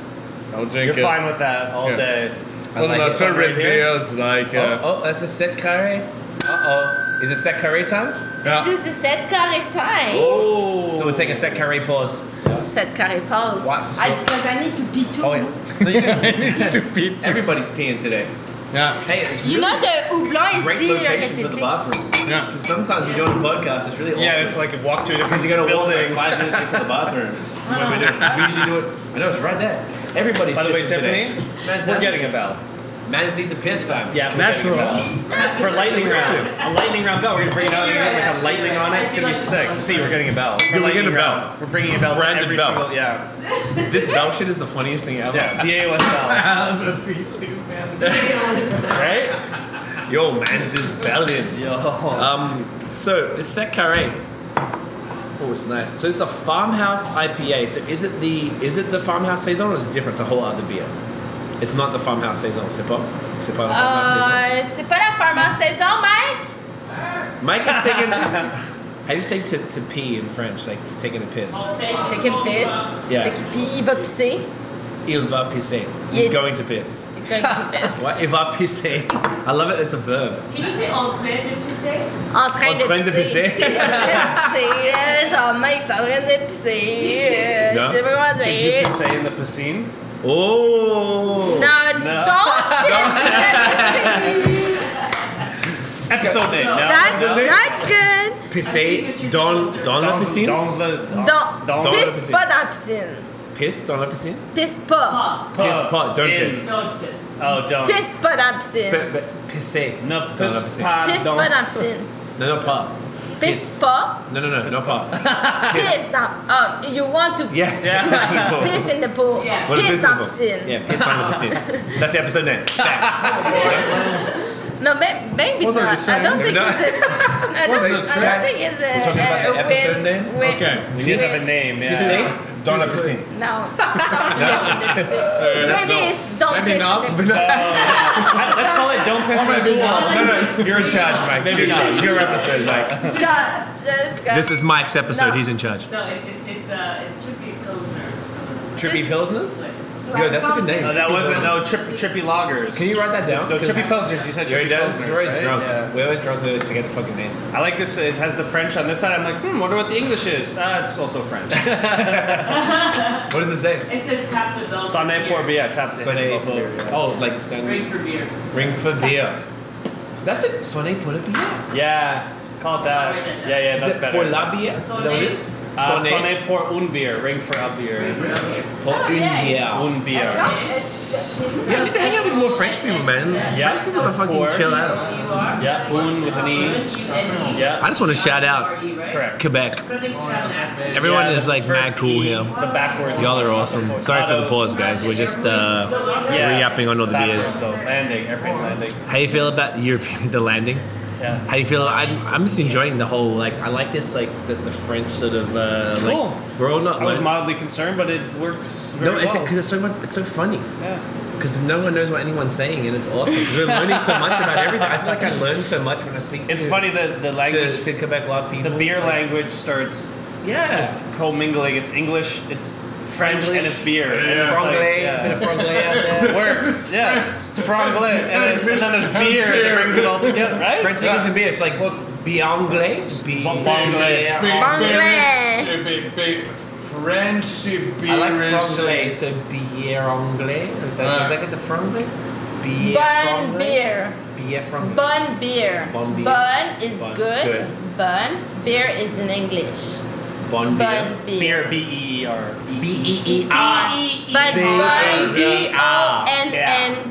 Speaker 4: I'll drink
Speaker 2: You're
Speaker 4: it.
Speaker 2: fine with that all
Speaker 4: Yeah.
Speaker 2: day.
Speaker 3: I
Speaker 4: One
Speaker 3: like
Speaker 4: of my
Speaker 3: it.
Speaker 4: favorite
Speaker 2: Right here? oh.
Speaker 4: beers, like. uh,
Speaker 3: Oh, oh, that's a set carry. Uh oh. Is it set carré time?
Speaker 5: This
Speaker 4: Yeah.
Speaker 5: is the set carré time.
Speaker 3: Ah. Oh. So we'll take a set carré pause.
Speaker 5: Set carré pause.
Speaker 3: What's the
Speaker 5: I,
Speaker 3: sort-
Speaker 5: because I need to be too.
Speaker 3: Oh, yeah. No, you didn't. Everybody's peeing today.
Speaker 4: Yeah.
Speaker 3: Hey, it's
Speaker 5: You know the houblon is
Speaker 3: great location for the
Speaker 5: still
Speaker 3: bathroom.
Speaker 4: Yeah.
Speaker 3: Because sometimes we do on a podcast, it's really awkward.
Speaker 2: Yeah, it's like a walk to a different
Speaker 3: Because you gotta walk like
Speaker 2: building.
Speaker 3: five minutes into the bathroom.
Speaker 5: Ah.
Speaker 3: What do we do? We usually do it. I know it's right there. Everybody's
Speaker 2: By the way,
Speaker 3: pissing
Speaker 2: Tiffany,
Speaker 3: today.
Speaker 2: we're getting a bell.
Speaker 3: Man's needs to piss, fam.
Speaker 2: Yeah,
Speaker 4: Natural.
Speaker 2: For lightning round, a lightning round bell. We're gonna bring it out and get like a lightning on it. It's gonna be sick. See, we're getting a bell. For
Speaker 4: Yeah, we're getting
Speaker 2: lightning
Speaker 4: a bell.
Speaker 2: round, We're bringing a bell. to
Speaker 4: Branded
Speaker 2: every
Speaker 4: bell.
Speaker 2: Single, yeah,
Speaker 3: This bell shit is the funniest thing ever.
Speaker 2: yeah. The AOS bell. right?
Speaker 3: Yo, man's is belling.
Speaker 2: Yo.
Speaker 3: Um, so the Sec Carré. Oh, it's nice. So it's a farmhouse IPA. So is it the is it the farmhouse saison or is it different? It's a whole other beer. It's not the farmhouse saison. C'est pas. C'est pas la farmhouse saison.
Speaker 5: Uh, c'est pas la pharma saison, Mike?
Speaker 3: Mike is taking. How do you say to, to pee in French? Like he's taking a piss.
Speaker 5: T'es qu'il pisse.
Speaker 3: Yeah.
Speaker 5: T'es qu'il pisse. Il va pisser.
Speaker 3: Il va pisser. He's
Speaker 5: Yeah.
Speaker 3: going to piss.
Speaker 5: Il est quand qu'il pisse.
Speaker 3: What? Il va pisser. I love it. It's a verb.
Speaker 6: Can you say entrée de pisser?
Speaker 5: En train
Speaker 3: En
Speaker 5: de
Speaker 3: train de
Speaker 5: pisser.
Speaker 3: pisser.
Speaker 5: En train de pisser, là, genre, Mike, t'es en train de pisser. euh,
Speaker 3: Non.
Speaker 5: Je sais pas comment
Speaker 2: Did you
Speaker 5: dire.
Speaker 2: just say in the piscine?
Speaker 3: Oh.
Speaker 5: Non, don't piss.
Speaker 2: Episode name. No.
Speaker 5: That's not good.
Speaker 3: Pisser dans dans la piscine.
Speaker 2: Dans the.
Speaker 5: Don't.
Speaker 2: Dans la
Speaker 5: pisse
Speaker 3: piscine.
Speaker 5: pas dans la piscine.
Speaker 3: Piss dans la piscine.
Speaker 5: Pisse pas.
Speaker 6: Ah,
Speaker 3: Piss pot. Don't
Speaker 2: In.
Speaker 3: piss.
Speaker 6: don't piss.
Speaker 2: Oh, don't.
Speaker 5: Pisse pas dans la piscine.
Speaker 3: Pe- pe- Pisser.
Speaker 2: No,
Speaker 3: Dans la
Speaker 2: piss
Speaker 3: piscine.
Speaker 2: pas.
Speaker 5: Pisse
Speaker 2: dans-
Speaker 5: pas dans la piscine.
Speaker 3: No, no, pa.
Speaker 5: Pisse pas.
Speaker 3: No, no, no, no, pa.
Speaker 5: Piss dans. Oh, you want to
Speaker 3: Yeah. yeah.
Speaker 5: piss in the pool.
Speaker 6: Yeah.
Speaker 3: What a
Speaker 5: Piss
Speaker 3: piss
Speaker 5: dans la
Speaker 3: bubble.
Speaker 5: piscine.
Speaker 3: Yeah, piss on the piscine. That's the episode name. Back.
Speaker 5: No, may- maybe
Speaker 4: What are you
Speaker 5: not. I
Speaker 4: saying?
Speaker 5: don't
Speaker 3: Maybe
Speaker 5: think
Speaker 3: not.
Speaker 5: it's a.
Speaker 4: What
Speaker 5: I don't,
Speaker 4: is
Speaker 5: I don't
Speaker 4: that?
Speaker 5: think it's a.
Speaker 3: We're talking about
Speaker 5: a
Speaker 3: the episode
Speaker 5: win-
Speaker 3: name?
Speaker 5: win-
Speaker 4: Okay.
Speaker 2: We need to have a name. Yeah.
Speaker 3: Dans la piscine.
Speaker 5: No. Don't piss in the piscine. Maybe it's don't
Speaker 4: Maybe
Speaker 5: piss
Speaker 4: not,
Speaker 5: in
Speaker 4: but-
Speaker 5: the piscine.
Speaker 2: I- Let's call it don't
Speaker 5: Oh
Speaker 2: piss in the
Speaker 4: maybe
Speaker 2: pool.
Speaker 3: No, no, you're in charge, Mike. Maybe
Speaker 2: not.
Speaker 3: Your episode, Mike.
Speaker 5: Just, just go.
Speaker 3: This is Mike's episode.
Speaker 5: No.
Speaker 3: He's in charge.
Speaker 6: No, it, it, it's uh, it's trippy pilsners or something.
Speaker 3: Trippy
Speaker 5: This-
Speaker 3: Pilsners?
Speaker 5: like
Speaker 3: Yo, that's a good name.
Speaker 2: No, that wasn't. No, trip, trippy loggers.
Speaker 3: Can you write that down?
Speaker 2: No, trippy pilsners. You said
Speaker 3: You're
Speaker 2: trippy
Speaker 3: always
Speaker 2: pilsners. right?
Speaker 3: drunk.
Speaker 2: Yeah.
Speaker 3: We're always drunk. We always forget the fucking names.
Speaker 2: I like this. It has the French on this side. I'm like, hmm, wonder what the English is. Ah, it's also French.
Speaker 3: What does it say?
Speaker 6: It says tap the bell. for
Speaker 2: Sonnet
Speaker 6: beer.
Speaker 2: pour beer. Tap
Speaker 3: Sonne pour beer. Oh, like
Speaker 6: Ring
Speaker 3: son,
Speaker 6: for beer.
Speaker 3: ring for beer. That's it. Sonne pour la bière.
Speaker 2: Yeah, call it that. Yeah, yeah,
Speaker 3: Is
Speaker 2: that's
Speaker 3: it pour
Speaker 2: better.
Speaker 3: la bière? Is that what it is?
Speaker 2: Uh,
Speaker 3: Sonne
Speaker 2: sonnet pour un beer. Ring for a beer.
Speaker 3: pour
Speaker 5: Oh,
Speaker 3: une
Speaker 5: yeah.
Speaker 3: bière.
Speaker 2: Un
Speaker 5: Let's
Speaker 2: beer.
Speaker 5: go.
Speaker 3: Yeah, I need to hang out with more French people, man.
Speaker 2: Yeah.
Speaker 3: French people are fucking
Speaker 2: Or-
Speaker 3: chill out.
Speaker 2: Yeah, un with an e. Yeah,
Speaker 3: I just want to shout out
Speaker 2: correct.
Speaker 3: Quebec.
Speaker 6: E, Something should have an accent.
Speaker 3: Everyone
Speaker 2: Yeah,
Speaker 3: is
Speaker 2: this
Speaker 3: like mad
Speaker 2: first
Speaker 3: cool
Speaker 2: E,
Speaker 3: here.
Speaker 2: The backwards.
Speaker 3: Y'all are awesome. Sorry for the pause, guys. We're just uh, re-upping on all the
Speaker 2: backwards,
Speaker 3: beers.
Speaker 2: So landing, airplane landing.
Speaker 3: How you feel about the European the landing?
Speaker 2: Yeah.
Speaker 3: How you feel? I'm, I'm just enjoying the whole like I like this like the, the French sort of uh,
Speaker 2: It's
Speaker 3: like,
Speaker 2: cool.
Speaker 3: We're all not
Speaker 2: I was
Speaker 3: like-
Speaker 2: mildly concerned, but it works very
Speaker 3: no, it's
Speaker 2: well.
Speaker 3: because it's so much. It's so funny
Speaker 2: yeah.
Speaker 3: because no one knows what anyone's saying, and it's awesome. 'Cause we're learning so much about everything. I feel like I learn so much when I speak.
Speaker 2: It's
Speaker 3: to,
Speaker 2: funny that the language,
Speaker 3: to, to Quebec lot
Speaker 2: the
Speaker 3: people.
Speaker 2: beer language starts
Speaker 3: yeah,
Speaker 2: just commingling. It's English, it's French, and it's beer. And it's like,
Speaker 3: Franglais,
Speaker 2: yeah.
Speaker 3: a bit of franglais out there.
Speaker 2: works. Yeah, it's franglais, and, then- and then there's beer, that brings it all together, right?
Speaker 3: French English and beer. It's like what's bianglais? Be-
Speaker 2: Bon- bonglais.
Speaker 3: Yeah.
Speaker 4: Big
Speaker 5: Bangladesh.
Speaker 4: British, big, big French, British.
Speaker 3: I like franglais, so bière anglais. Is that,
Speaker 4: Yeah.
Speaker 3: is that get the franglais? Bière
Speaker 5: Bun
Speaker 3: franglais.
Speaker 5: beer.
Speaker 3: Bière franglais.
Speaker 5: Bun beer.
Speaker 3: Bun beer.
Speaker 5: Bun is
Speaker 3: Bun.
Speaker 5: good.
Speaker 3: Good.
Speaker 5: Bun. Beer is in English.
Speaker 3: Bon
Speaker 5: Bun
Speaker 3: beer.
Speaker 2: Beer,
Speaker 5: beer.
Speaker 2: B E E R.
Speaker 3: B e e r
Speaker 5: But
Speaker 3: Beer.
Speaker 5: bun, B O N N
Speaker 2: Yeah.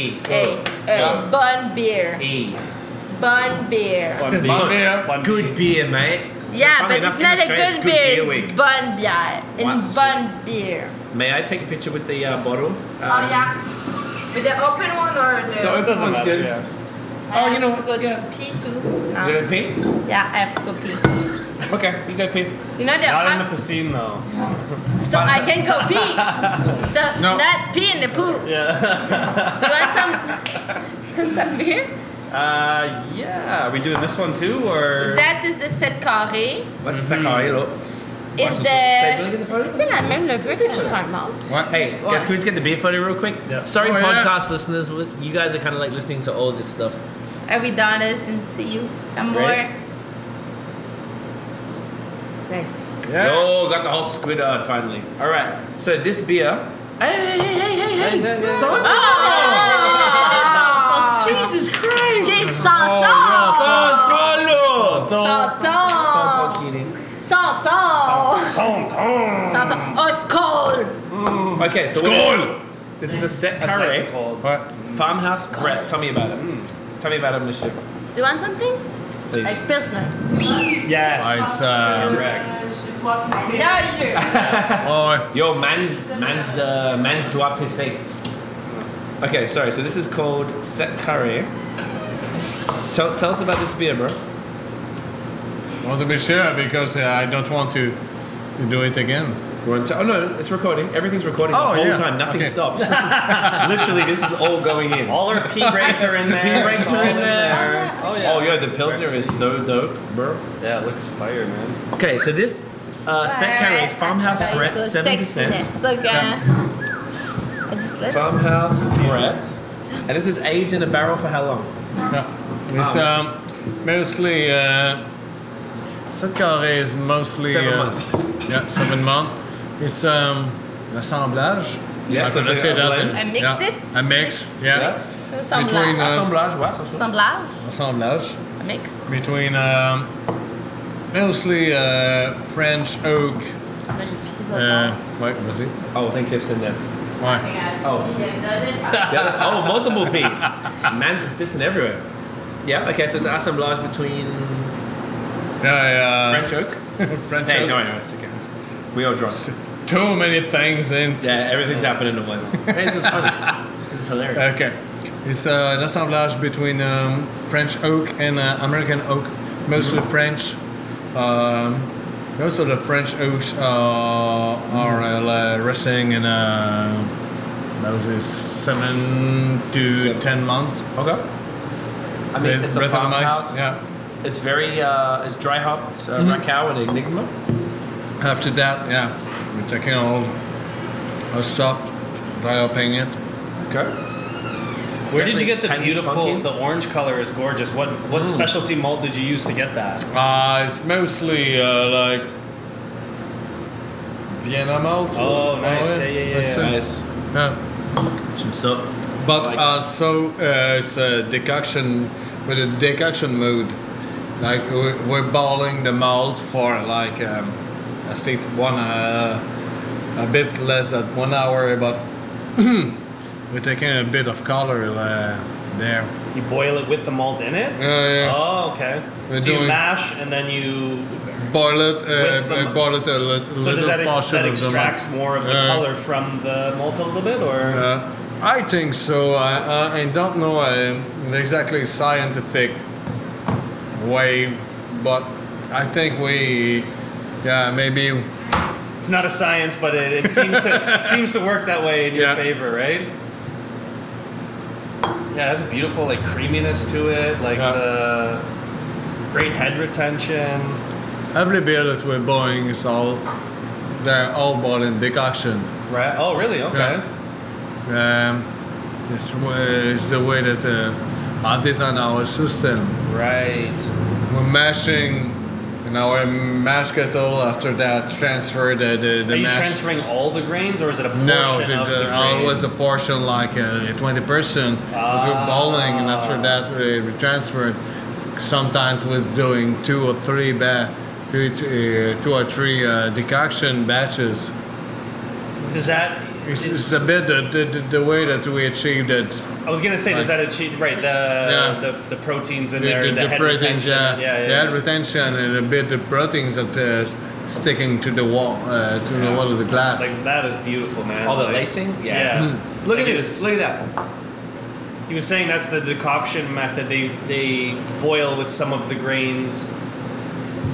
Speaker 3: e
Speaker 5: A.
Speaker 4: Yeah.
Speaker 5: A. Bun beer.
Speaker 3: e.
Speaker 5: Bun beer.
Speaker 2: One B. E
Speaker 4: Bon beer.
Speaker 2: One B.
Speaker 3: Good beer, mate.
Speaker 5: Yeah,
Speaker 3: Funny
Speaker 5: but it's
Speaker 3: enough, in
Speaker 5: not a
Speaker 3: Australia,
Speaker 5: good beer.
Speaker 3: beer
Speaker 5: It's
Speaker 3: week.
Speaker 5: bun beer.
Speaker 3: What's-
Speaker 5: It's bun beer.
Speaker 3: May I take a picture with the uh, bottle?
Speaker 5: Oh yeah. With the open one or the?
Speaker 3: open
Speaker 2: Doesn't
Speaker 3: one's
Speaker 2: matter,
Speaker 3: good.
Speaker 2: yeah.
Speaker 5: I
Speaker 3: oh, you
Speaker 5: have
Speaker 3: know
Speaker 5: to
Speaker 3: what,
Speaker 5: go to
Speaker 3: yeah.
Speaker 5: P two now.
Speaker 3: You gonna pee?
Speaker 5: Yeah, I have to go pee.
Speaker 3: Okay, you go pee.
Speaker 5: You know the
Speaker 2: Not in the
Speaker 5: hot-
Speaker 2: piscine though.
Speaker 5: so I can go pee. So
Speaker 4: No.
Speaker 5: not pee in the pool.
Speaker 2: Yeah.
Speaker 5: You want some? some beer?
Speaker 2: Uh, yeah. Are we doing this one too, or?
Speaker 5: That is the set carré.
Speaker 3: What's the Sakari look?
Speaker 5: It's
Speaker 3: What's
Speaker 5: the.
Speaker 3: the- Babe, look at the photo.
Speaker 5: C'est la même levure que le Farmouth.
Speaker 3: Hey, guys, can we just get the beer photo real quick?
Speaker 2: Yeah.
Speaker 3: Sorry,
Speaker 4: Oh, yeah.
Speaker 3: podcast listeners, li- you guys are kind of like listening to all this stuff.
Speaker 5: I will done this and see you. I'm more.
Speaker 3: Great.
Speaker 5: Nice.
Speaker 4: Yeah.
Speaker 2: Oh, got the whole squid out finally. All right. So this beer. Hey, hey, hey, hey, hey, hey. Stop.
Speaker 5: Oh!
Speaker 2: Jesus Christ. Oh,
Speaker 5: Jesus,
Speaker 2: Santolo.
Speaker 5: Saltão! Saltão!
Speaker 2: Santolo.
Speaker 5: Saltão! Oh, skull!
Speaker 2: Okay, so
Speaker 4: Goal.
Speaker 2: this is a set
Speaker 3: That's
Speaker 2: curry.
Speaker 3: actually called Mm.
Speaker 4: What?
Speaker 2: Farmhouse Brett. Tell me about it. Tell me about it, Monsieur.
Speaker 5: Do you want something?
Speaker 2: Please.
Speaker 5: Like Pilsner.
Speaker 2: Yes.
Speaker 4: It's uh,
Speaker 2: Correct.
Speaker 5: Yeah, you do.
Speaker 4: oh,
Speaker 2: Yo, man's man's the man's doit pisser. Okay, sorry. So this is called set curry. Tell, tell us about this beer, bro.
Speaker 4: want to be sure because uh, I don't want to, to do it again.
Speaker 2: We're on t- oh no, it's recording. Everything's recording the
Speaker 4: Oh,
Speaker 2: whole
Speaker 4: yeah.
Speaker 2: time. Nothing
Speaker 4: Okay.
Speaker 2: stops. Literally, this is all going in.
Speaker 3: All our pee breaks are in there.
Speaker 2: Pee breaks
Speaker 3: It's all
Speaker 2: are in there.
Speaker 3: there. Oh yeah.
Speaker 2: Oh yo, the pilsner is so dope, bro.
Speaker 3: Yeah, it looks fire, man.
Speaker 2: Okay, so this uh, set curry, farmhouse
Speaker 5: Alright,
Speaker 2: Brett,
Speaker 5: so
Speaker 2: seven percent.
Speaker 5: sexiness, Okay. I just let
Speaker 2: Farmhouse Brett, and this is aged in a barrel for how long?
Speaker 4: Yeah.
Speaker 2: Ah,
Speaker 4: It's um, mostly uh, Satkare is mostly
Speaker 2: Seven
Speaker 4: uh,
Speaker 2: months.
Speaker 4: Yeah, seven months. It's um, assemblage.
Speaker 2: Yeah,
Speaker 4: I
Speaker 2: so
Speaker 4: can
Speaker 2: it's
Speaker 4: say
Speaker 2: a
Speaker 4: that.
Speaker 2: blend.
Speaker 5: A mix
Speaker 4: yeah.
Speaker 5: it?
Speaker 4: A mix. Yeah.
Speaker 5: So
Speaker 4: Between
Speaker 5: Assemblage.
Speaker 4: uh,
Speaker 2: Assemblage, ouais, ça se-
Speaker 5: Assemblage.
Speaker 4: assemblage
Speaker 5: Mix.
Speaker 4: between um, mostly uh, French oak. Uh, what was it?
Speaker 2: Oh, thanks, Tiff's in there.
Speaker 4: Why?
Speaker 5: Oh.
Speaker 2: Yeah, oh, multiple P. Man's is pissing everywhere. Yeah. Okay, so it's an assemblage between
Speaker 4: Yeah,
Speaker 2: French oak.
Speaker 4: yeah. French
Speaker 2: Hey,
Speaker 4: oak.
Speaker 2: no, no, it's okay. We all drunk.
Speaker 4: Too many things in.
Speaker 2: Yeah, everything's happening at once. Hey, this is funny. this is hilarious.
Speaker 4: Okay. It's uh, an assemblage between um, French oak and uh, American oak, mostly
Speaker 2: Mm-hmm.
Speaker 4: French. Um, most of the French oaks uh, are uh, resting in uh, mostly seven to
Speaker 2: Seven.
Speaker 4: ten months.
Speaker 2: Okay. I mean, it's a
Speaker 4: Breath of the Mice,
Speaker 2: farmhouse.
Speaker 4: Yeah.
Speaker 2: It's very, uh, it's dry hopped, uh, Raquel and Enigma.
Speaker 4: After that, yeah, we're taking all our stuff, developing it.
Speaker 2: Okay.
Speaker 3: Where did you
Speaker 2: Definitely
Speaker 3: get the
Speaker 2: tangy,
Speaker 3: beautiful?
Speaker 2: funky.
Speaker 3: The orange color is gorgeous. What what
Speaker 2: Mm.
Speaker 3: specialty malt did you use to get that?
Speaker 4: Uh, it's mostly uh, like Vienna malt.
Speaker 3: Oh, nice. Yeah, yeah, yeah,
Speaker 4: That's
Speaker 3: yeah.
Speaker 4: it.
Speaker 2: Nice.
Speaker 4: Yeah.
Speaker 2: Some soap.
Speaker 4: But
Speaker 2: Like-
Speaker 4: uh, so uh, it's a decoction with a decoction mode. Like we're, we're boiling the malt for like um, I think one uh, a bit less than one hour, but we're taking a bit of color uh, there.
Speaker 3: You boil it with the malt in it.
Speaker 4: Yeah, yeah.
Speaker 3: Oh, okay.
Speaker 4: We're
Speaker 3: so you
Speaker 4: doing-
Speaker 3: mash and then you.
Speaker 4: Boil it, uh,
Speaker 3: With the
Speaker 4: uh,
Speaker 3: malt.
Speaker 4: boil it a lit-
Speaker 3: So
Speaker 4: little
Speaker 3: does that,
Speaker 4: portion
Speaker 3: that
Speaker 4: of the malt.
Speaker 3: extracts more of the
Speaker 4: Yeah.
Speaker 3: color from the malt a little bit, or
Speaker 4: Uh, I think so. I, I, I don't know um, the exactly scientific way, but I think we, yeah, maybe
Speaker 3: it's not a science, but it, it seems to seems to work that way in your
Speaker 4: Yeah.
Speaker 3: favor, right? Yeah, it has a beautiful like creaminess to it, like
Speaker 4: Yeah.
Speaker 3: the great head retention.
Speaker 4: every beer that we're buying is all, they're all bought in decoction.
Speaker 3: Right. Oh, really? Okay.
Speaker 4: Um, it's, wa- it's the way that uh, I design our system.
Speaker 3: Right.
Speaker 4: We're mashing in our mash kettle, after that, transfer the, the, the
Speaker 3: Are you
Speaker 4: mash.
Speaker 3: transferring all the grains, or is it a portion
Speaker 4: No,
Speaker 3: of
Speaker 4: it,
Speaker 3: the grains?
Speaker 4: uh, always a portion like uh, 20% that we're bowling, and
Speaker 3: Ah.
Speaker 4: after that we, we transfer it. Sometimes we're doing two or three ba- two, two, uh, two or three uh, decoction batches.
Speaker 3: Does that?
Speaker 4: It's,
Speaker 3: is-
Speaker 4: it's a bit the, the, the- the way that we achieved it.
Speaker 3: I was gonna say, does that achieve right the
Speaker 4: Yeah.
Speaker 3: the, the proteins in there, the, head retention?
Speaker 4: yeah,
Speaker 3: yeah,
Speaker 4: the
Speaker 3: yeah.
Speaker 4: head retention, and a bit the proteins that uh, sticking to the wall, uh, to the wall of the glass.
Speaker 3: Like that is beautiful, man.
Speaker 2: All the
Speaker 3: Like,
Speaker 2: lacing?
Speaker 3: Yeah.
Speaker 2: Look at
Speaker 3: Like,
Speaker 2: this.
Speaker 3: it's-
Speaker 2: Look at that.
Speaker 3: He was saying that's the decoction method. They they boil with some of the grains.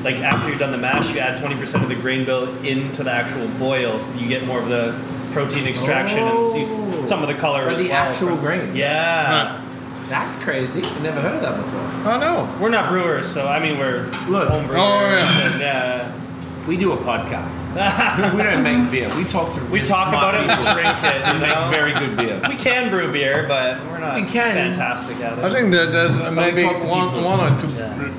Speaker 3: Like after you've done the mash, you add twenty percent of the grain bill into the actual boil, so you get more of the protein extraction and see
Speaker 2: Oh.
Speaker 3: s- some of the color.
Speaker 2: For
Speaker 3: as
Speaker 2: the
Speaker 3: well
Speaker 2: actual
Speaker 3: from-
Speaker 2: grains.
Speaker 3: Yeah.
Speaker 2: That's crazy. I never heard of that before.
Speaker 4: Oh no!
Speaker 3: We're not brewers, so I mean we're
Speaker 2: Look.
Speaker 3: home brewers.
Speaker 4: Oh, yeah.
Speaker 3: and, yeah. We do a podcast. we don't make beer. We talk to
Speaker 2: We
Speaker 3: really
Speaker 2: talk
Speaker 3: smart
Speaker 2: about it, Oh. we
Speaker 3: people
Speaker 2: drink it,
Speaker 3: who
Speaker 2: you
Speaker 3: make
Speaker 2: know?
Speaker 3: very good beer.
Speaker 2: We can brew beer, but we're not
Speaker 3: We can.
Speaker 2: fantastic at it.
Speaker 4: I think that there's maybe
Speaker 3: talk to
Speaker 4: one,
Speaker 3: people.
Speaker 4: one or two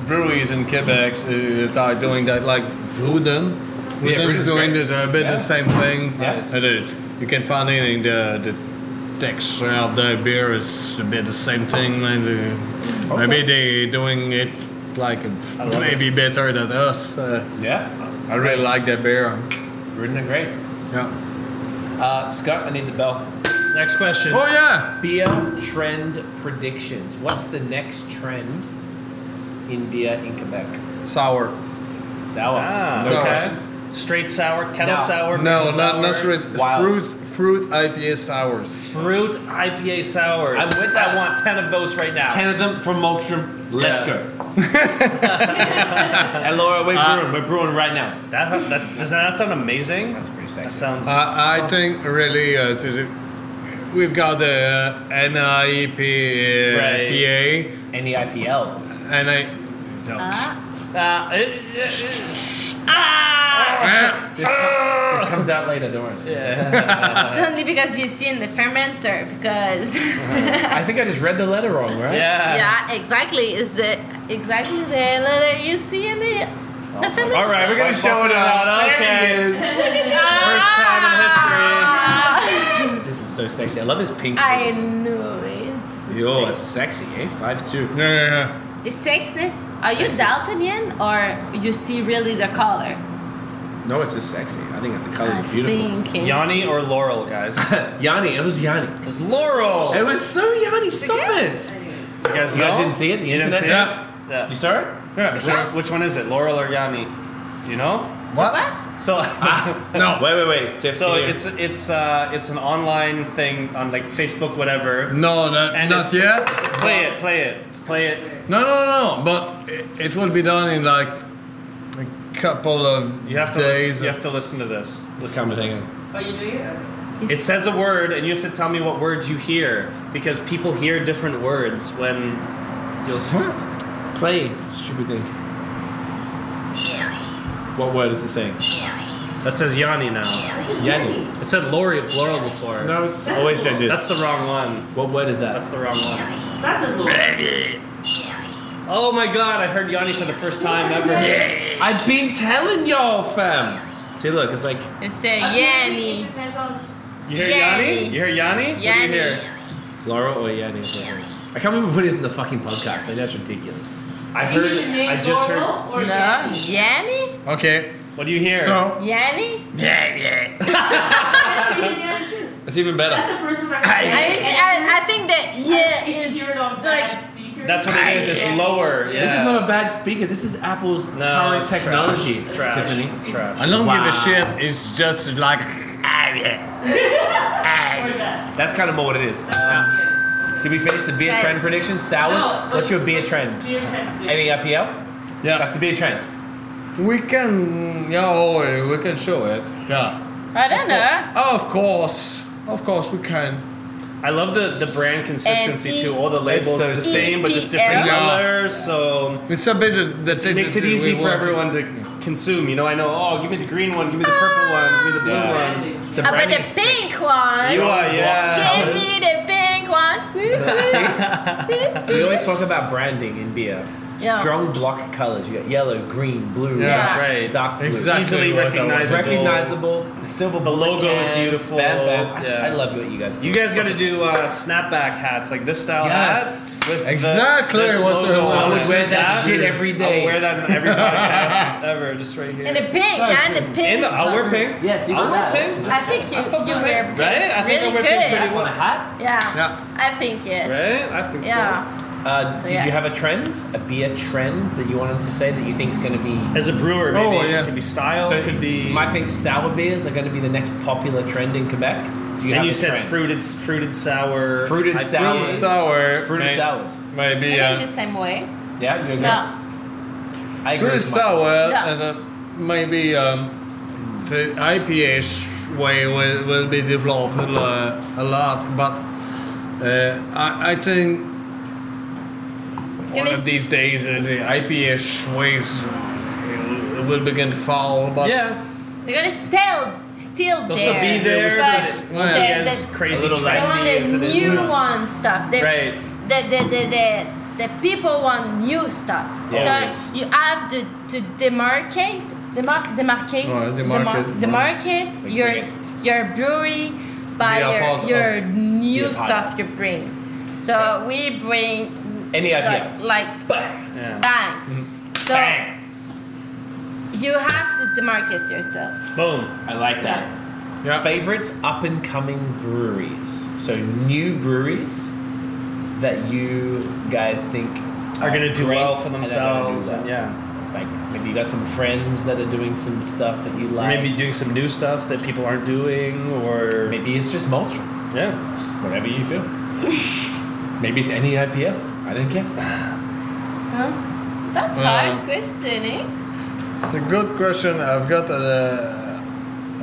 Speaker 4: bre- breweries in Quebec uh, that are doing that, like Vroeden.
Speaker 3: Yeah,
Speaker 4: Vroeden's
Speaker 3: Vroeden's
Speaker 4: doing
Speaker 3: great.
Speaker 4: this, a bit
Speaker 3: Yeah.
Speaker 4: the same thing.
Speaker 3: Yeah.
Speaker 4: Uh, the- you can find it in the, the texture of the beer is a bit the same thing. and, uh, Maybe they doing it like
Speaker 3: love
Speaker 4: maybe better than us. Uh,
Speaker 3: Yeah,
Speaker 4: I really like that beer.
Speaker 3: Gruden are great.
Speaker 4: Yeah.
Speaker 3: Uh, Scott, I need the bell.
Speaker 2: Next question.
Speaker 4: Oh yeah.
Speaker 3: Beer trend predictions. What's the next trend in beer in Quebec?
Speaker 4: Sour.
Speaker 3: Sour.
Speaker 2: Ah,
Speaker 4: Sour.
Speaker 2: okay. Straight sour, kettle
Speaker 3: No.
Speaker 2: sour,
Speaker 4: No,
Speaker 2: maple
Speaker 4: not not
Speaker 2: sour,
Speaker 4: fruits.
Speaker 3: Wow.
Speaker 4: Fruits, fruit IPA sours.
Speaker 2: Fruit IPA sours.
Speaker 3: I'm with that.
Speaker 2: I want ten of those right now.
Speaker 3: Ten of them from Mulkstrom. Let's
Speaker 2: Yeah.
Speaker 3: go. and Laura, we're brewing. We're brewing right now.
Speaker 2: That, that doesn't that sound amazing?
Speaker 3: That's pretty
Speaker 2: That
Speaker 3: sexy.
Speaker 2: sounds.
Speaker 4: I, I think really uh, to the, we've got the NIEP uh,
Speaker 2: Right.
Speaker 4: PA
Speaker 3: Any IPL.
Speaker 4: and I no.
Speaker 2: uh, it- it-
Speaker 4: Ah!
Speaker 3: This comes out later, don't worry.
Speaker 5: It's only because you see in the fermenter because
Speaker 3: I think I just read the letter wrong, right?
Speaker 2: it- yeah.
Speaker 5: yeah, exactly is the exactly the letter you see in the the fermenter.
Speaker 2: All right, we're gonna
Speaker 3: Like
Speaker 2: show it
Speaker 3: busting
Speaker 2: out.
Speaker 3: out.
Speaker 2: Okay.
Speaker 5: First
Speaker 2: time in history.
Speaker 3: This is so sexy. I love this pink.
Speaker 5: Ah! I know it's
Speaker 3: Yo, it's sexy, eh? Five two.
Speaker 4: Yeah, yeah,
Speaker 5: Is sexiness? Are you Daltonian or you see really the color?
Speaker 3: No, it's just sexy. I think the
Speaker 5: I
Speaker 3: color's beautiful.
Speaker 5: think it's-
Speaker 2: Yanni or Laurel, guys?
Speaker 3: Yanni, it was Yanni.
Speaker 2: It's Laurel.
Speaker 3: It was so Yanni. Stop it.
Speaker 2: you guys,
Speaker 3: You
Speaker 2: know?
Speaker 3: guys didn't see it? The
Speaker 2: You didn't
Speaker 3: internet?
Speaker 2: see
Speaker 4: Yeah.
Speaker 2: it? Yeah.
Speaker 3: You saw it?
Speaker 4: yeah.
Speaker 2: Which, which one is it, Laurel or Yanni? Do you know?
Speaker 5: So
Speaker 4: What?
Speaker 5: what?
Speaker 2: So,
Speaker 3: Ah,
Speaker 4: No.
Speaker 3: Wait, wait, wait. Tiff,
Speaker 2: so
Speaker 3: can you-
Speaker 2: it's it's uh, it's an online thing on like Facebook, whatever.
Speaker 4: No, not,
Speaker 2: And
Speaker 4: not
Speaker 2: it's-
Speaker 4: yet.
Speaker 2: Play it, play it, play it.
Speaker 4: No, no, no, no. But it, it will be done in like a couple of
Speaker 2: You have to
Speaker 4: days.
Speaker 2: listen, you have to listen to this.
Speaker 3: it's
Speaker 2: Listen to
Speaker 3: coming. Hang
Speaker 2: this.
Speaker 3: on.
Speaker 6: Are you doing it?
Speaker 2: It says a word, and you have to tell me what word you hear because people hear different words when you'll s-
Speaker 3: Play stupid thing. What word is it saying?
Speaker 2: That says Yanni now.
Speaker 3: Yanni.
Speaker 2: It said Lori Laurel before.
Speaker 3: No, it's always said this.
Speaker 2: That's the wrong one.
Speaker 3: what word is that?
Speaker 2: That's the wrong one.
Speaker 6: That's his Laura.
Speaker 2: Oh my god, I heard Yanni for the first time ever.
Speaker 3: I've been telling y'all, fam. See, look, it's like
Speaker 5: It's the Yanni.
Speaker 6: It depends on.
Speaker 2: You hear
Speaker 5: Yanni.
Speaker 2: Yanni? You hear Yanni? What do
Speaker 5: Yanni.
Speaker 2: you hear?
Speaker 3: Laura or Yanni. or something. I can't remember what it is in the fucking podcast. Like, that's ridiculous.
Speaker 2: I
Speaker 6: You
Speaker 2: heard.
Speaker 6: need to name
Speaker 2: I just
Speaker 6: Laurel
Speaker 2: heard.
Speaker 6: Or
Speaker 5: No, Yanni?
Speaker 4: Okay.
Speaker 2: What do you hear?
Speaker 4: So
Speaker 5: Yanni?
Speaker 6: That's the Yanni too.
Speaker 3: It's even
Speaker 6: That's
Speaker 3: better.
Speaker 6: the person
Speaker 5: I,
Speaker 6: recognizing.
Speaker 5: I, I think that yeah
Speaker 6: You
Speaker 5: is
Speaker 6: hear it on bad
Speaker 5: Deutsch.
Speaker 6: speakers.
Speaker 2: That's what it is. It's lower. Yeah.
Speaker 3: This is not a bad speaker. This is Apple's
Speaker 2: No,
Speaker 3: current
Speaker 2: it's
Speaker 3: technology.
Speaker 2: trash. It's trash.
Speaker 3: Tiffany.
Speaker 2: It's trash.
Speaker 4: I don't give a
Speaker 3: Wow.
Speaker 4: shit. It's just like
Speaker 6: Or that.
Speaker 3: That's kind of more what it is.
Speaker 2: Um,
Speaker 6: That's
Speaker 3: Did we finish the beer
Speaker 5: Yes.
Speaker 3: trend predictions? Sours?
Speaker 6: No,
Speaker 3: What's your
Speaker 6: it's-
Speaker 3: beer trend?
Speaker 6: good. Beer tent.
Speaker 3: Any IPL? That's
Speaker 4: yeah.
Speaker 3: the beer trend.
Speaker 4: We can yeah, oh, we can show it. Yeah.
Speaker 5: I don't know.
Speaker 4: Oh, of course. Of course we can.
Speaker 2: I love the, the brand consistency
Speaker 5: And E
Speaker 2: too. All the labels
Speaker 3: so
Speaker 2: the same, but just
Speaker 5: EPL.
Speaker 2: different
Speaker 4: Yeah.
Speaker 2: colors. So
Speaker 4: It's a bit of- that's
Speaker 2: it makes it easy for everyone to consume. You know, I know. Oh, give me the green one. Give me the purple one. Give me the blue
Speaker 3: Yeah.
Speaker 2: one. The
Speaker 5: Uh, but
Speaker 2: branding.
Speaker 5: the pink one.
Speaker 2: You are, yeah.
Speaker 5: Give me the pink one.
Speaker 3: We always talk about branding in beer.
Speaker 5: Yeah.
Speaker 3: Strong block colors. You got yellow, green, blue,
Speaker 4: Yeah.
Speaker 2: Right.
Speaker 3: dark blue.
Speaker 4: Exactly
Speaker 2: Easily
Speaker 4: what I was-
Speaker 2: recognizable.
Speaker 3: Recognizable. The silver
Speaker 2: The logo is
Speaker 3: can,
Speaker 2: beautiful.
Speaker 3: Bam, bam.
Speaker 2: Yeah.
Speaker 3: I, I love what you guys do.
Speaker 2: You guys got to do uh, snapback hats like this style
Speaker 3: Yes.
Speaker 2: hat. With the-
Speaker 4: Exactly
Speaker 2: this
Speaker 4: what
Speaker 2: logo
Speaker 4: I
Speaker 2: on
Speaker 3: would
Speaker 2: it.
Speaker 3: wear that shit every
Speaker 2: I'll
Speaker 3: day.
Speaker 2: wear that in every podcast ever, just right here.
Speaker 5: And the pink, and the pink.
Speaker 2: In the, I'll wear
Speaker 5: one.
Speaker 2: pink.
Speaker 3: Yes, you
Speaker 2: I'll
Speaker 3: wear
Speaker 2: wear
Speaker 3: that.
Speaker 2: pink.
Speaker 5: I think you,
Speaker 2: I fuck
Speaker 5: you
Speaker 2: with
Speaker 5: wear
Speaker 2: it.
Speaker 5: pink.
Speaker 2: Right? I think I
Speaker 5: really
Speaker 2: wear
Speaker 5: good.
Speaker 2: pink pretty
Speaker 3: want a hat?
Speaker 5: Yeah.
Speaker 4: Yeah.
Speaker 5: I think yes.
Speaker 2: Right? I think so.
Speaker 5: Yeah.
Speaker 3: Uh,
Speaker 5: So,
Speaker 3: did
Speaker 5: yeah.
Speaker 3: you have a trend? A beer trend that you wanted to say that you think is going to be?
Speaker 2: As a brewer, maybe
Speaker 4: Oh, yeah.
Speaker 2: it could be style, it could be.
Speaker 3: Mike thinks sour beers are going to be the next popular trend in Quebec. Do you have
Speaker 2: and you
Speaker 3: a
Speaker 2: said
Speaker 3: trend?
Speaker 2: fruited, fruited sour.
Speaker 3: Fruited
Speaker 2: I-
Speaker 3: sour.
Speaker 2: fruited-
Speaker 4: sour.
Speaker 3: Fruit
Speaker 4: may-
Speaker 3: and sours.
Speaker 4: Maybe
Speaker 5: I
Speaker 4: uh,
Speaker 5: think the same way.
Speaker 3: Yeah, you agree?
Speaker 5: No.
Speaker 3: I agree.
Speaker 4: fruit
Speaker 3: with Mike.
Speaker 4: sour
Speaker 5: Yeah.
Speaker 4: and uh, maybe um, the IPA sh- way will, will be developed uh, a lot, but uh, I, I think one
Speaker 5: Gonna
Speaker 4: of
Speaker 5: s-
Speaker 4: these days uh, the IPA sh- waves uh, that will begin to fall. But
Speaker 2: Yeah,
Speaker 5: They're gonna still still
Speaker 2: they'll
Speaker 5: there.
Speaker 2: still be there.
Speaker 5: But
Speaker 2: but
Speaker 4: Well,
Speaker 5: the-
Speaker 4: yeah.
Speaker 5: the-
Speaker 2: it's crazy.
Speaker 3: A little
Speaker 5: They
Speaker 2: trendy
Speaker 5: want
Speaker 2: as
Speaker 5: the
Speaker 2: it is
Speaker 5: new
Speaker 2: now.
Speaker 5: one stuff. They,
Speaker 2: Right.
Speaker 5: The, the, the, the, the people want new stuff.
Speaker 2: Always.
Speaker 5: So you have to, to demarcate, demar- demarcate,
Speaker 4: Right,
Speaker 5: demar-
Speaker 4: demarcate.
Speaker 5: demarcate your s- your brewery by
Speaker 4: Be a part
Speaker 5: your, your
Speaker 4: of-
Speaker 5: new
Speaker 3: Be a part
Speaker 5: stuff you bring. So we bring
Speaker 3: Any idea?
Speaker 5: like, like
Speaker 3: Bang.
Speaker 2: Yeah.
Speaker 5: bang.
Speaker 4: Mm-hmm.
Speaker 5: So
Speaker 3: Bang.
Speaker 5: you have to demarcate yourself.
Speaker 2: Boom.
Speaker 3: I like that.
Speaker 4: yeah.
Speaker 3: Favorites up and coming breweries. So new breweries that you guys think
Speaker 2: Are gonna do
Speaker 3: great
Speaker 2: well for
Speaker 3: and are gonna do
Speaker 2: themselves,
Speaker 3: well.
Speaker 2: and yeah,
Speaker 3: Like maybe you got some friends that are doing some stuff that you like.
Speaker 2: maybe doing some new stuff that people aren't doing, or
Speaker 3: maybe it's just Maltron.
Speaker 2: yeah,
Speaker 3: Whatever you feel. maybe it's any IPA. I don't care.
Speaker 5: Huh? That's
Speaker 4: Uh,
Speaker 5: hard question, eh?
Speaker 4: It's a good question. I've got uh,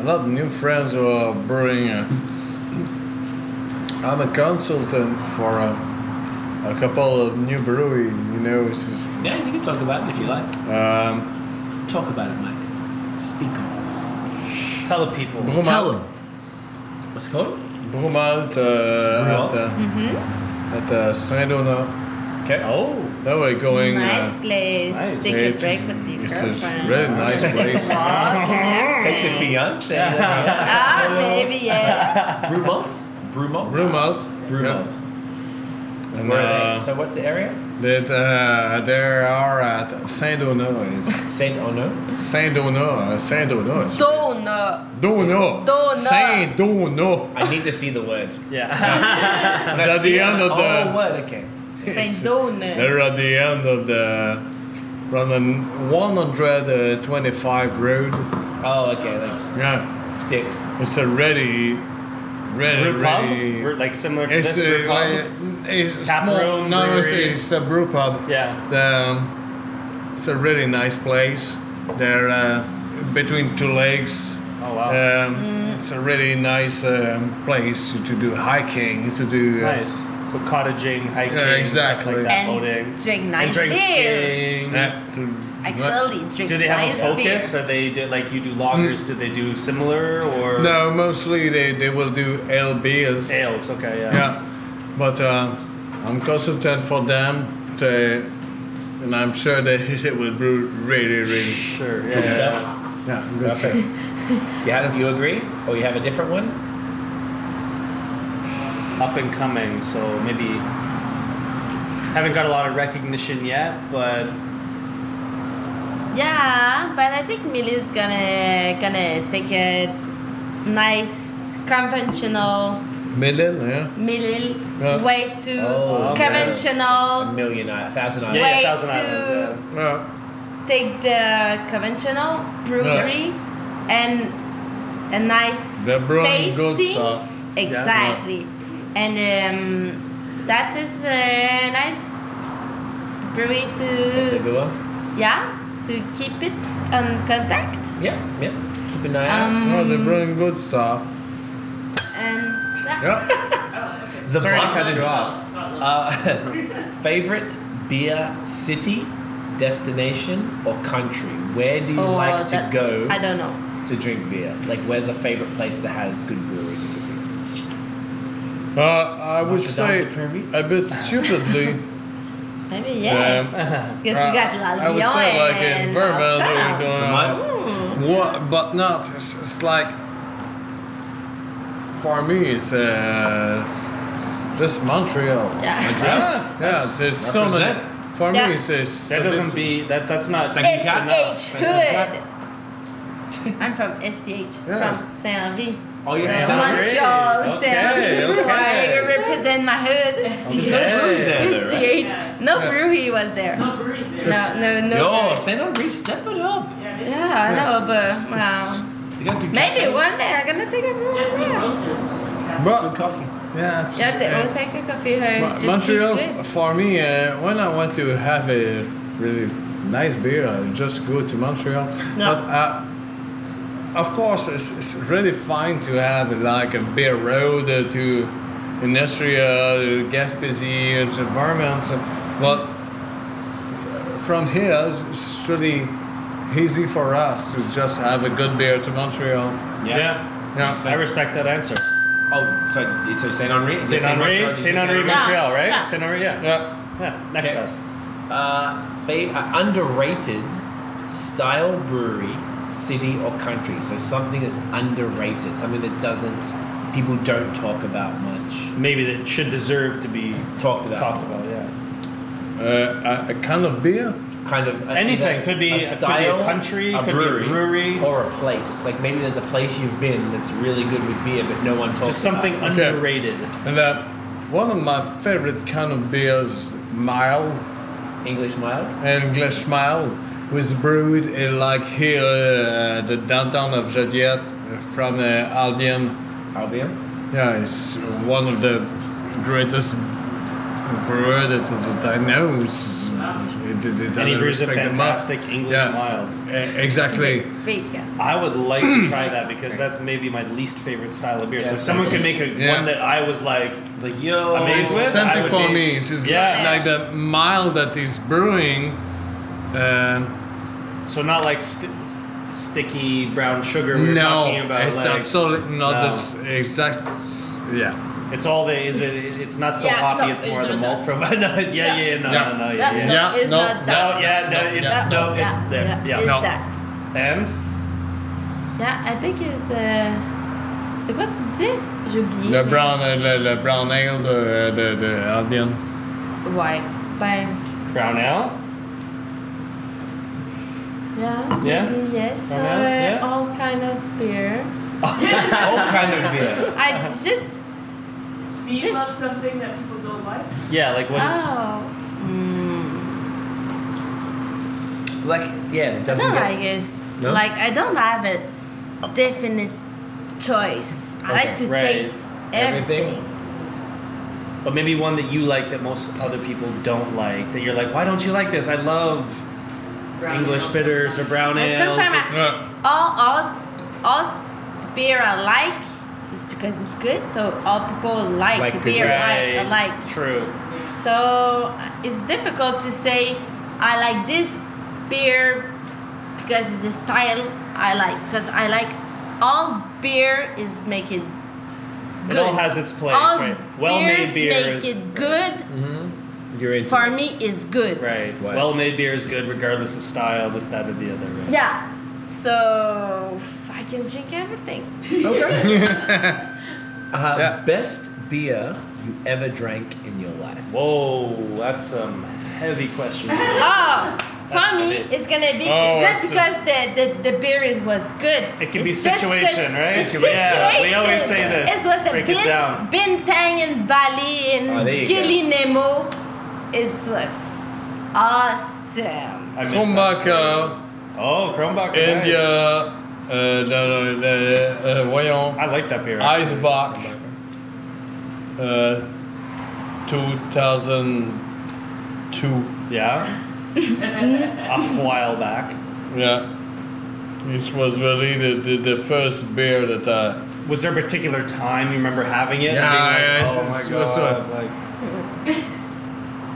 Speaker 4: a lot of new friends who are brewing. Uh, I'm a consultant for uh, a couple of new brewery. You know, it's just,
Speaker 3: Yeah, you can talk about it if you like.
Speaker 4: um,
Speaker 3: Talk about it, Mike. Speak on
Speaker 2: tell the people.
Speaker 4: Brumalt.
Speaker 3: it. What's it called?
Speaker 4: Brumalt, uh,
Speaker 3: Brumalt.
Speaker 4: at, uh, at uh, Saint-Donat.
Speaker 3: Okay. Oh.
Speaker 4: Now we're going.
Speaker 5: Nice
Speaker 4: uh,
Speaker 5: place
Speaker 3: nice.
Speaker 5: to take
Speaker 4: it-
Speaker 5: a break with your
Speaker 4: It's a
Speaker 5: girlfriend.
Speaker 4: really nice place.
Speaker 3: Take the fiance. Yeah.
Speaker 5: Ah, maybe yeah.
Speaker 3: Brumalt. Brumalt.
Speaker 4: Brumalt.
Speaker 3: Brumalt.
Speaker 4: Yeah. And,
Speaker 3: Where are
Speaker 4: uh,
Speaker 3: they? So what's the area?
Speaker 4: that uh, there are at Saint-Donat. is-
Speaker 3: Saint Ono.
Speaker 4: Saint Donat, uh, Saint Donat. is-
Speaker 5: Donut.
Speaker 4: Donat.
Speaker 5: Donat.
Speaker 4: Saint Donat.
Speaker 3: I need to see the word.
Speaker 2: Yeah.
Speaker 4: It's at the end of
Speaker 3: Oh,
Speaker 4: the.
Speaker 3: word. Okay.
Speaker 5: Say donut.
Speaker 4: They're at the end of the. Running 125 road.
Speaker 3: Oh, okay. Like
Speaker 4: Yeah,
Speaker 3: sticks.
Speaker 4: it's already, ready,
Speaker 2: Brew pub,
Speaker 4: ready.
Speaker 2: Brew- like similar to
Speaker 4: It's
Speaker 2: this brew
Speaker 4: a,
Speaker 2: pub.
Speaker 4: like, it's
Speaker 2: Tap
Speaker 4: small.
Speaker 2: room,
Speaker 4: no, it's,
Speaker 2: brewery.
Speaker 4: it's a brew pub.
Speaker 2: yeah.
Speaker 4: Um, it's a really nice place. They're uh, between two lakes.
Speaker 2: Oh wow.
Speaker 4: Um, It's a really nice um, place to do hiking, to do. Uh,
Speaker 2: nice. So cottaging, hiking,
Speaker 4: Yeah,
Speaker 2: stuff
Speaker 4: exactly.
Speaker 2: like that, boating,
Speaker 5: And drink nice
Speaker 2: and drinking.
Speaker 5: beer.
Speaker 4: uh, to-
Speaker 5: Actually, drink
Speaker 2: Do they have
Speaker 5: nice
Speaker 2: a focus?
Speaker 5: beer.
Speaker 2: Are they do, like you do loggers? Do they do similar or
Speaker 4: No, mostly they, they will do ale beers.
Speaker 2: ales? Okay, yeah.
Speaker 4: Yeah, but uh, I'm consultant for them, to, and I'm sure that it will brew really, really.
Speaker 2: Sure. Yeah. yeah.
Speaker 4: Yeah, good
Speaker 3: Okay. you have you agree, or you have a different one?
Speaker 2: Up and coming, so maybe haven't got a lot of recognition yet, but
Speaker 5: Yeah, but I think Millie's gonna gonna take a nice conventional
Speaker 4: Middle, yeah.
Speaker 5: Millie
Speaker 4: Yeah.
Speaker 5: way to
Speaker 3: Oh, okay.
Speaker 5: conventional
Speaker 3: A million, i- a thousand
Speaker 2: yeah,
Speaker 3: islands.
Speaker 5: Way
Speaker 2: yeah Thousand Islands.
Speaker 5: to-
Speaker 2: Yeah.
Speaker 4: Yeah.
Speaker 5: take the conventional brewery and a nice
Speaker 4: They're brewing
Speaker 5: tasty
Speaker 4: good stuff.
Speaker 5: exactly and um, that is a nice brewery
Speaker 3: That's a
Speaker 5: to
Speaker 3: good one.
Speaker 5: yeah to keep it on contact
Speaker 3: Yeah, yeah. Keep an eye out.
Speaker 5: um,
Speaker 4: Oh, they're brewing good stuff.
Speaker 5: and yeah.
Speaker 4: Yeah.
Speaker 3: The
Speaker 2: Sorry to
Speaker 3: boss
Speaker 2: cut
Speaker 3: is
Speaker 2: you
Speaker 3: off. Uh, favorite beer city, destination, or country? Where do you
Speaker 5: Oh,
Speaker 3: like to
Speaker 5: that's-
Speaker 3: go
Speaker 5: I don't know
Speaker 3: to drink beer? Like, where's a favorite place that has good breweries and good beer?
Speaker 4: Uh, I would
Speaker 3: Notre
Speaker 4: say
Speaker 3: Dame de Prairie?
Speaker 4: a bit stupidly.
Speaker 5: maybe yes because
Speaker 4: uh,
Speaker 5: you got
Speaker 4: I
Speaker 5: La
Speaker 4: would say like
Speaker 5: and
Speaker 4: in Vermont,
Speaker 5: Australia.
Speaker 4: we don't
Speaker 3: Vermont?
Speaker 4: What, uh, but not. It's, it's like for me, it's uh, just Montreal.
Speaker 5: yeah.
Speaker 2: Yeah,
Speaker 4: Yeah,
Speaker 2: that's-
Speaker 4: there's so
Speaker 2: represent.
Speaker 4: many. For
Speaker 5: Yeah.
Speaker 4: me, it's, it's
Speaker 2: That
Speaker 4: a bit-
Speaker 2: doesn't be that. That's not.
Speaker 5: STH Hood. I'm from STH,
Speaker 4: Yeah.
Speaker 5: from Saint Henri.
Speaker 2: Oh, you're
Speaker 5: From Montreal,
Speaker 2: Okay,
Speaker 5: Saint Henri. So
Speaker 2: okay.
Speaker 5: I represent my hood.
Speaker 2: Yeah.
Speaker 5: STH. No brewery was there. No,
Speaker 6: No breweries there.
Speaker 5: no, no.
Speaker 3: Yo, St. Henri, step it up.
Speaker 6: Yeah, they
Speaker 5: Yeah, I know, but wow.
Speaker 3: You got good
Speaker 5: Maybe
Speaker 3: coffee.
Speaker 5: one day I'm gonna take a brew.
Speaker 6: Just do
Speaker 5: Yeah,
Speaker 6: roasters. Just do cafes.
Speaker 4: But
Speaker 3: coffee.
Speaker 4: yeah,
Speaker 5: yeah they
Speaker 4: uh,
Speaker 5: will take a coffee here.
Speaker 4: Mo-
Speaker 5: just
Speaker 4: Montreal
Speaker 5: keep doing.
Speaker 4: f- for me. Uh, when I want to have a really nice beer, I just go to Montreal.
Speaker 5: No.
Speaker 4: But uh, of course, it's, it's really fine to have like a beer road uh, to Industria, uh, Gaspésie, and environments. But f- from here, it's really easy for us to just have a good beer to Montreal.
Speaker 2: Yeah.
Speaker 4: Yeah.
Speaker 2: I respect that answer.
Speaker 3: Oh, so so Saint Henri,
Speaker 2: Saint Henri, Saint Henri,
Speaker 5: Yeah.
Speaker 2: Montreal, right?
Speaker 5: Yeah.
Speaker 2: Saint Henri, yeah.
Speaker 4: Yeah.
Speaker 2: Yeah. Next
Speaker 3: Okay.
Speaker 2: us.
Speaker 3: Uh, fa- uh, underrated style brewery, city or country. So something that's underrated, something that doesn't people don't talk about much.
Speaker 2: Maybe that should deserve to be
Speaker 3: Talked about.
Speaker 2: talked about. Yeah.
Speaker 4: Uh, a, a can of beer.
Speaker 3: Kind of a-
Speaker 2: Anything.
Speaker 3: either
Speaker 2: Could be-
Speaker 3: a
Speaker 2: could be a
Speaker 3: style,
Speaker 2: country, could be a brewery.
Speaker 3: or a place. Like maybe there's a place you've been that's really good with beer, but no one talks.
Speaker 2: Just something
Speaker 3: About.
Speaker 4: Okay.
Speaker 2: underrated.
Speaker 4: And uh, one of my favorite kind of beers, mild,
Speaker 3: it. English mild.
Speaker 4: English mild, was brewed in like here, uh, the downtown of Joliet, from uh, Albion.
Speaker 3: Albion.
Speaker 4: Yeah, it's one of the greatest brewer that, that I know. It's- it- it- it-
Speaker 2: And he
Speaker 4: I
Speaker 2: brews a
Speaker 4: respect them
Speaker 2: fantastic
Speaker 4: much.
Speaker 2: English
Speaker 4: Yeah,
Speaker 2: mild.
Speaker 4: e- Exactly.
Speaker 5: Fika.
Speaker 2: I would like to try that because that's maybe my least favorite style of beer. so if someone could make a
Speaker 4: Yeah.
Speaker 2: one that I was like,
Speaker 3: Like yo,
Speaker 2: Amazing.
Speaker 4: It's
Speaker 2: with, I
Speaker 4: something
Speaker 2: would
Speaker 4: for
Speaker 2: be-
Speaker 4: me. It's just
Speaker 2: Yeah.
Speaker 4: like the mild that he's brewing. Um,
Speaker 2: so not like st- sticky brown sugar we were
Speaker 4: no,
Speaker 2: talking about.
Speaker 4: it's
Speaker 2: like,
Speaker 4: absolutely not
Speaker 2: no.
Speaker 4: this exact. s- Yeah.
Speaker 2: It's all the is it? It's not so
Speaker 5: Yeah,
Speaker 2: hoppy.
Speaker 5: no,
Speaker 2: it's more
Speaker 5: it's
Speaker 2: the
Speaker 5: not
Speaker 2: malt profile. no, yeah, yeah,
Speaker 5: Yeah.
Speaker 2: no,
Speaker 4: Yeah.
Speaker 2: no, no, yeah,
Speaker 5: That
Speaker 2: yeah.
Speaker 5: no,
Speaker 4: Yeah,
Speaker 5: is
Speaker 4: no,
Speaker 5: not that.
Speaker 2: No, yeah, no,
Speaker 4: No,
Speaker 2: it's
Speaker 4: yeah.
Speaker 2: no, it's
Speaker 5: yeah,
Speaker 2: there.
Speaker 5: yeah,
Speaker 2: Yeah.
Speaker 5: is
Speaker 4: No.
Speaker 5: that.
Speaker 2: And
Speaker 5: Yeah, I think it's. Euh... C'est quoi tu dis? J'ai oublié.
Speaker 4: Le
Speaker 5: mais-
Speaker 4: brown, uh, le, le brown ale de, de, de uh, Albion.
Speaker 5: Ouais. Ben,
Speaker 2: brown ale.
Speaker 5: yeah.
Speaker 2: Yeah?
Speaker 5: maybe Yes.
Speaker 2: Oh,
Speaker 5: Or
Speaker 2: yeah, yeah.
Speaker 5: all kind of beer.
Speaker 3: all kind of beer.
Speaker 5: I just.
Speaker 6: Do you
Speaker 5: Just-
Speaker 6: love something that people don't like?
Speaker 2: Yeah, like what is?
Speaker 5: Oh. Mm.
Speaker 3: Like yeah, it
Speaker 5: I
Speaker 3: doesn't
Speaker 5: don't
Speaker 3: get
Speaker 5: like it's
Speaker 4: No?
Speaker 5: like I don't have a definite choice. I like
Speaker 3: Okay.
Speaker 5: to
Speaker 2: Right.
Speaker 5: taste
Speaker 3: Everything?
Speaker 5: everything.
Speaker 2: But maybe one that you like that most other people don't like. That you're like, why don't you like this? I love
Speaker 6: Brown
Speaker 2: English
Speaker 6: ale
Speaker 2: bitters or
Speaker 6: sometimes.
Speaker 2: brown
Speaker 5: But
Speaker 2: ales.
Speaker 5: sometimes I-
Speaker 2: Uh,
Speaker 4: Yeah.
Speaker 5: all all all beer I like is because it's good. So all people like,
Speaker 3: Like
Speaker 5: the
Speaker 3: good
Speaker 5: beer
Speaker 2: right.
Speaker 5: I, I like.
Speaker 2: True.
Speaker 5: So it's difficult to say I like this beer because it's the style I like. Because I like all beer is make it
Speaker 2: It
Speaker 5: good.
Speaker 2: all has its place,
Speaker 5: all
Speaker 2: right? Well-made
Speaker 5: beers
Speaker 2: beer
Speaker 5: make
Speaker 2: is Mm-hmm.
Speaker 5: it good.
Speaker 3: You're into
Speaker 5: For
Speaker 3: it.
Speaker 5: me, is good.
Speaker 2: right.
Speaker 3: Right.
Speaker 2: Well-made beer is good regardless of style, this, that, or the other. Right?
Speaker 5: Yeah. So I can drink everything.
Speaker 3: Okay. uh,
Speaker 4: Yeah.
Speaker 3: Best beer you ever drank in your life?
Speaker 2: Whoa, that's some heavy questions.
Speaker 5: Oh,
Speaker 2: That's
Speaker 5: for me,
Speaker 2: good.
Speaker 5: it's gonna be.
Speaker 2: Oh,
Speaker 5: it's not
Speaker 2: it's-
Speaker 5: because the, the the beer is was good.
Speaker 2: It can be
Speaker 5: It's just
Speaker 2: situation,
Speaker 5: good-
Speaker 2: right?
Speaker 5: It's
Speaker 2: Situation. Yeah, we always
Speaker 5: situation.
Speaker 2: say this.
Speaker 5: It was the
Speaker 2: Break it down.
Speaker 5: bin, Bintang in Bali
Speaker 3: Oh,
Speaker 5: in
Speaker 3: there you go.
Speaker 5: Gili Nemo. It was awesome.
Speaker 2: I missed that story.
Speaker 4: Krombacher,
Speaker 2: Oh, Kronbacher.
Speaker 4: uh, India,
Speaker 2: Nice.
Speaker 4: uh, le, le, le, uh, voyons,
Speaker 2: I like that beer. actually.
Speaker 4: Eisbach, uh, 2002.
Speaker 2: Yeah. a while back.
Speaker 4: Yeah. This was really the, the, the first beer that I.
Speaker 2: Was there a particular time you remember having it? and
Speaker 4: Yeah, yeah,
Speaker 2: being like,
Speaker 4: it's- it's-
Speaker 2: oh my god.
Speaker 4: it's, uh,
Speaker 2: like,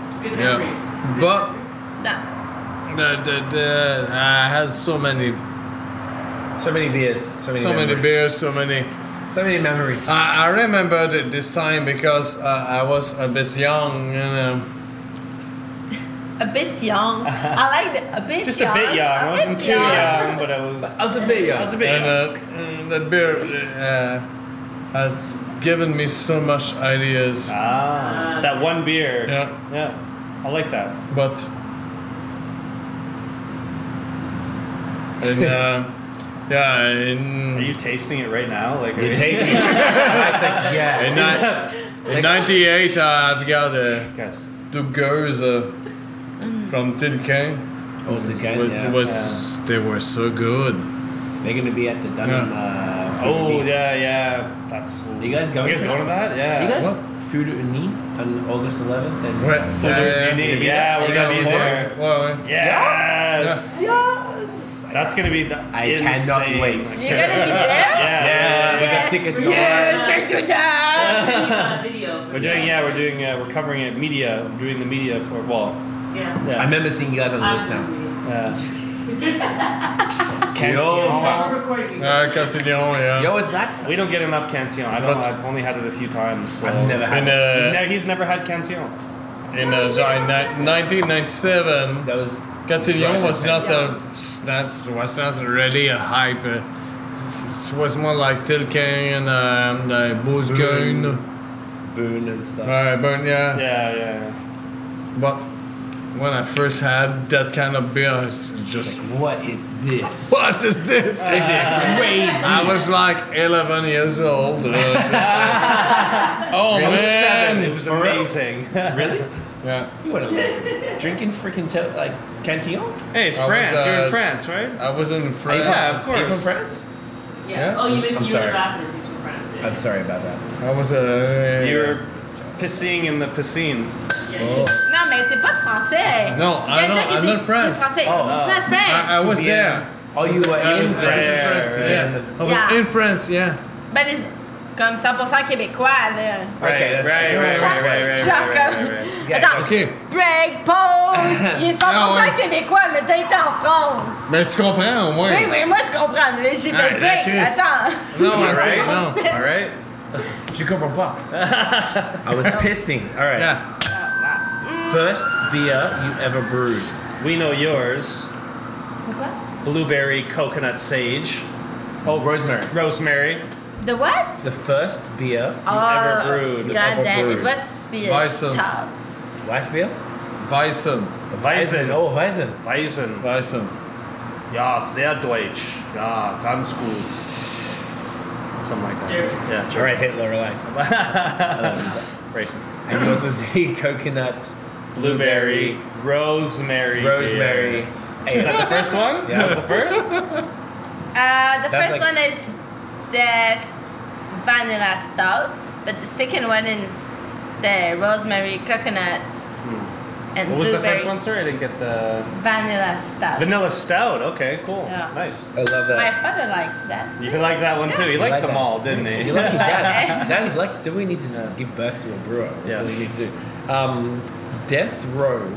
Speaker 6: It's good
Speaker 4: Yeah.
Speaker 6: memory. It's good
Speaker 4: But-
Speaker 6: memory.
Speaker 5: No.
Speaker 4: The, the, the, I had so many,
Speaker 3: So many beers. So many.
Speaker 4: so many
Speaker 3: memories.
Speaker 4: beers, so many.
Speaker 3: So many memories.
Speaker 4: I, I remember the, this time because uh, I was a bit young, you know.
Speaker 5: A bit young. I like the, a bit
Speaker 2: just a
Speaker 5: young.
Speaker 2: bit young. I wasn't
Speaker 5: bit
Speaker 2: too young, but I was.
Speaker 3: I was a bit young.
Speaker 2: I was a bit
Speaker 4: And
Speaker 2: young.
Speaker 4: uh, mm, that beer uh, has given me so much ideas.
Speaker 2: Ah, that one beer.
Speaker 4: Yeah.
Speaker 2: Yeah. I like that.
Speaker 4: But and uh, yeah,
Speaker 2: Are
Speaker 4: in
Speaker 2: you tasting it right now? Like, are
Speaker 3: You're
Speaker 2: you-
Speaker 3: tasting. it. I was like, yeah.
Speaker 4: in, ni- in '98 I've got uh,
Speaker 2: Guys.
Speaker 4: two girls uh, from Tilkane.
Speaker 3: Oh, Tilkane,
Speaker 4: Which
Speaker 3: yeah.
Speaker 4: was- They were so good.
Speaker 3: They're gonna be at the Dunham. Uh, food
Speaker 2: Oh
Speaker 3: meet.
Speaker 2: yeah, yeah. That's.
Speaker 3: You guys going?
Speaker 2: You guys
Speaker 3: to
Speaker 2: going to that? Yeah.
Speaker 3: You guys
Speaker 4: What?
Speaker 3: food uni on August 11th and
Speaker 4: What?
Speaker 2: Food
Speaker 4: Yeah,
Speaker 2: is
Speaker 4: yeah,
Speaker 2: unique.
Speaker 3: yeah.
Speaker 2: Yeah, we're
Speaker 3: You
Speaker 2: gonna
Speaker 3: guys
Speaker 2: be
Speaker 3: going?
Speaker 2: there.
Speaker 4: Well,
Speaker 2: Yes. Yes. That's gonna be. The
Speaker 3: I cannot
Speaker 2: insane.
Speaker 3: wait.
Speaker 5: You're gonna be there?
Speaker 2: Yeah.
Speaker 3: Yeah, we
Speaker 5: Yeah.
Speaker 3: got tickets.
Speaker 5: Yeah, check it out.
Speaker 6: Uh, video.
Speaker 2: We're doing. Yeah, we're doing. Uh, we're covering it. Media. We're doing the media for. Well.
Speaker 6: Yeah.
Speaker 3: I
Speaker 2: Yeah.
Speaker 3: remember seeing you guys on the list now.
Speaker 6: Um,
Speaker 2: yeah. Cancion.
Speaker 6: We're recording.
Speaker 4: Uh, Castillon, yeah.
Speaker 3: Yo, is that?
Speaker 2: We don't get enough Cancion. I don't.
Speaker 4: What's-
Speaker 2: I've only had it a few times. So.
Speaker 3: I've never had.
Speaker 4: In, uh,
Speaker 2: No, he's never had Cancion.
Speaker 4: in uh, sorry, ni- 1997,
Speaker 3: that was.
Speaker 4: Castillon was not a that was not really a hype. uh, It was more like Tilken and um, the Bourgogne.
Speaker 3: Boone and stuff.
Speaker 4: Uh, but yeah,
Speaker 2: Yeah, yeah.
Speaker 4: but when I first had that kind of beer, it's just
Speaker 3: What is this?
Speaker 4: what is
Speaker 3: This is
Speaker 4: this?
Speaker 3: crazy.
Speaker 4: I was like 11 years old. uh, just, uh, oh
Speaker 2: It was
Speaker 4: man!
Speaker 2: seven. It was amazing.
Speaker 3: really?
Speaker 4: Yeah,
Speaker 3: You were drinking freaking te- like Cantillon?
Speaker 2: hey, it's
Speaker 4: I was,
Speaker 2: France. You're
Speaker 4: uh,
Speaker 2: in France, right?
Speaker 4: I was in France.
Speaker 2: Yeah, of
Speaker 3: Are you from
Speaker 2: course.
Speaker 3: France?
Speaker 4: Yeah.
Speaker 6: Oh, you missed.
Speaker 3: I'm
Speaker 6: you were
Speaker 3: sorry.
Speaker 6: in the bathroom. He's from France. Yeah.
Speaker 3: I'm sorry about that.
Speaker 4: I was uh, a.
Speaker 2: You were pissing in the piscine.
Speaker 6: Yeah, he's-
Speaker 3: Oh.
Speaker 5: Non, mais t'es pas de français.
Speaker 4: Non,
Speaker 5: Il a
Speaker 4: I
Speaker 5: dit
Speaker 4: don't-
Speaker 5: qu'il
Speaker 4: I'm
Speaker 5: était
Speaker 4: not French.
Speaker 5: Français.
Speaker 3: Oh,
Speaker 5: He's not French.
Speaker 4: I, I was there.
Speaker 3: Oh, you were
Speaker 4: I
Speaker 3: in
Speaker 4: was in
Speaker 3: France.
Speaker 4: France. Yeah. I was
Speaker 5: Yeah.
Speaker 4: in France. Yeah.
Speaker 5: Ben, it's comme 100% québécois, là.
Speaker 3: Okay,
Speaker 2: Right,
Speaker 3: that's-
Speaker 2: right, right, right, right, right,
Speaker 5: Genre
Speaker 2: right, right,
Speaker 5: comme-
Speaker 2: right, right.
Speaker 3: Yeah,
Speaker 5: Attends.
Speaker 4: Ok.
Speaker 5: Break, pause. Il est 100%
Speaker 4: Ah ouais.
Speaker 5: québécois, mais t'as été en France.
Speaker 4: Mais tu comprends au moins.
Speaker 5: Oui, mais moi, je comprends. Mais là, j'ai
Speaker 4: Ah,
Speaker 5: fait
Speaker 4: la
Speaker 5: break.
Speaker 4: crise.
Speaker 5: Attends.
Speaker 4: Non, all right. No.
Speaker 5: Français.
Speaker 4: All right.
Speaker 3: Je comprends pas. I was pissing. All right.
Speaker 4: Yeah.
Speaker 3: First beer you ever brewed.
Speaker 2: We know yours.
Speaker 5: De quoi?
Speaker 2: Blueberry, coconut, sage,
Speaker 3: Oh, rosemary.
Speaker 2: rosemary.
Speaker 5: The what?
Speaker 3: The first beer.
Speaker 2: ever
Speaker 5: Oh,
Speaker 2: brewed,
Speaker 5: God
Speaker 3: ever
Speaker 5: damn it.
Speaker 3: brewed.
Speaker 5: What's beer?
Speaker 4: Bison.
Speaker 5: Stout.
Speaker 3: Last beer?
Speaker 4: Bison.
Speaker 2: Weizen.
Speaker 3: Oh, Weizen.
Speaker 2: Weizen.
Speaker 4: Bison.
Speaker 2: Ja, sehr deutsch. Ja, ganz gut. Something like that.
Speaker 6: German.
Speaker 2: Yeah,
Speaker 3: All right,
Speaker 2: German.
Speaker 3: Hitler, relax.
Speaker 2: Racist.
Speaker 3: and yours was the coconut,
Speaker 2: Blueberry, rosemary. beer.
Speaker 3: rosemary. ale.
Speaker 2: Is that the first one?
Speaker 3: Yeah.
Speaker 2: That's the first?
Speaker 5: Uh, the
Speaker 3: That's
Speaker 5: first
Speaker 3: like-
Speaker 5: one is the s- vanilla stout, but the second one in the rosemary coconuts and
Speaker 2: What was the
Speaker 5: blueberry
Speaker 2: first one, sir? I didn't get the.
Speaker 5: vanilla stout.
Speaker 2: Vanilla stout. Okay, cool.
Speaker 5: Yeah.
Speaker 2: Nice.
Speaker 3: I love
Speaker 5: My
Speaker 3: that.
Speaker 5: father liked that.
Speaker 2: You like that one too. You liked
Speaker 3: like
Speaker 2: them
Speaker 3: that.
Speaker 2: all, didn't he?
Speaker 3: You're lucky,
Speaker 5: Like
Speaker 3: Dad.
Speaker 5: it.
Speaker 3: Dad is lucky. Do we need to just give birth to a brewer? That's
Speaker 2: Yes.
Speaker 3: what we need to do. Um, death row.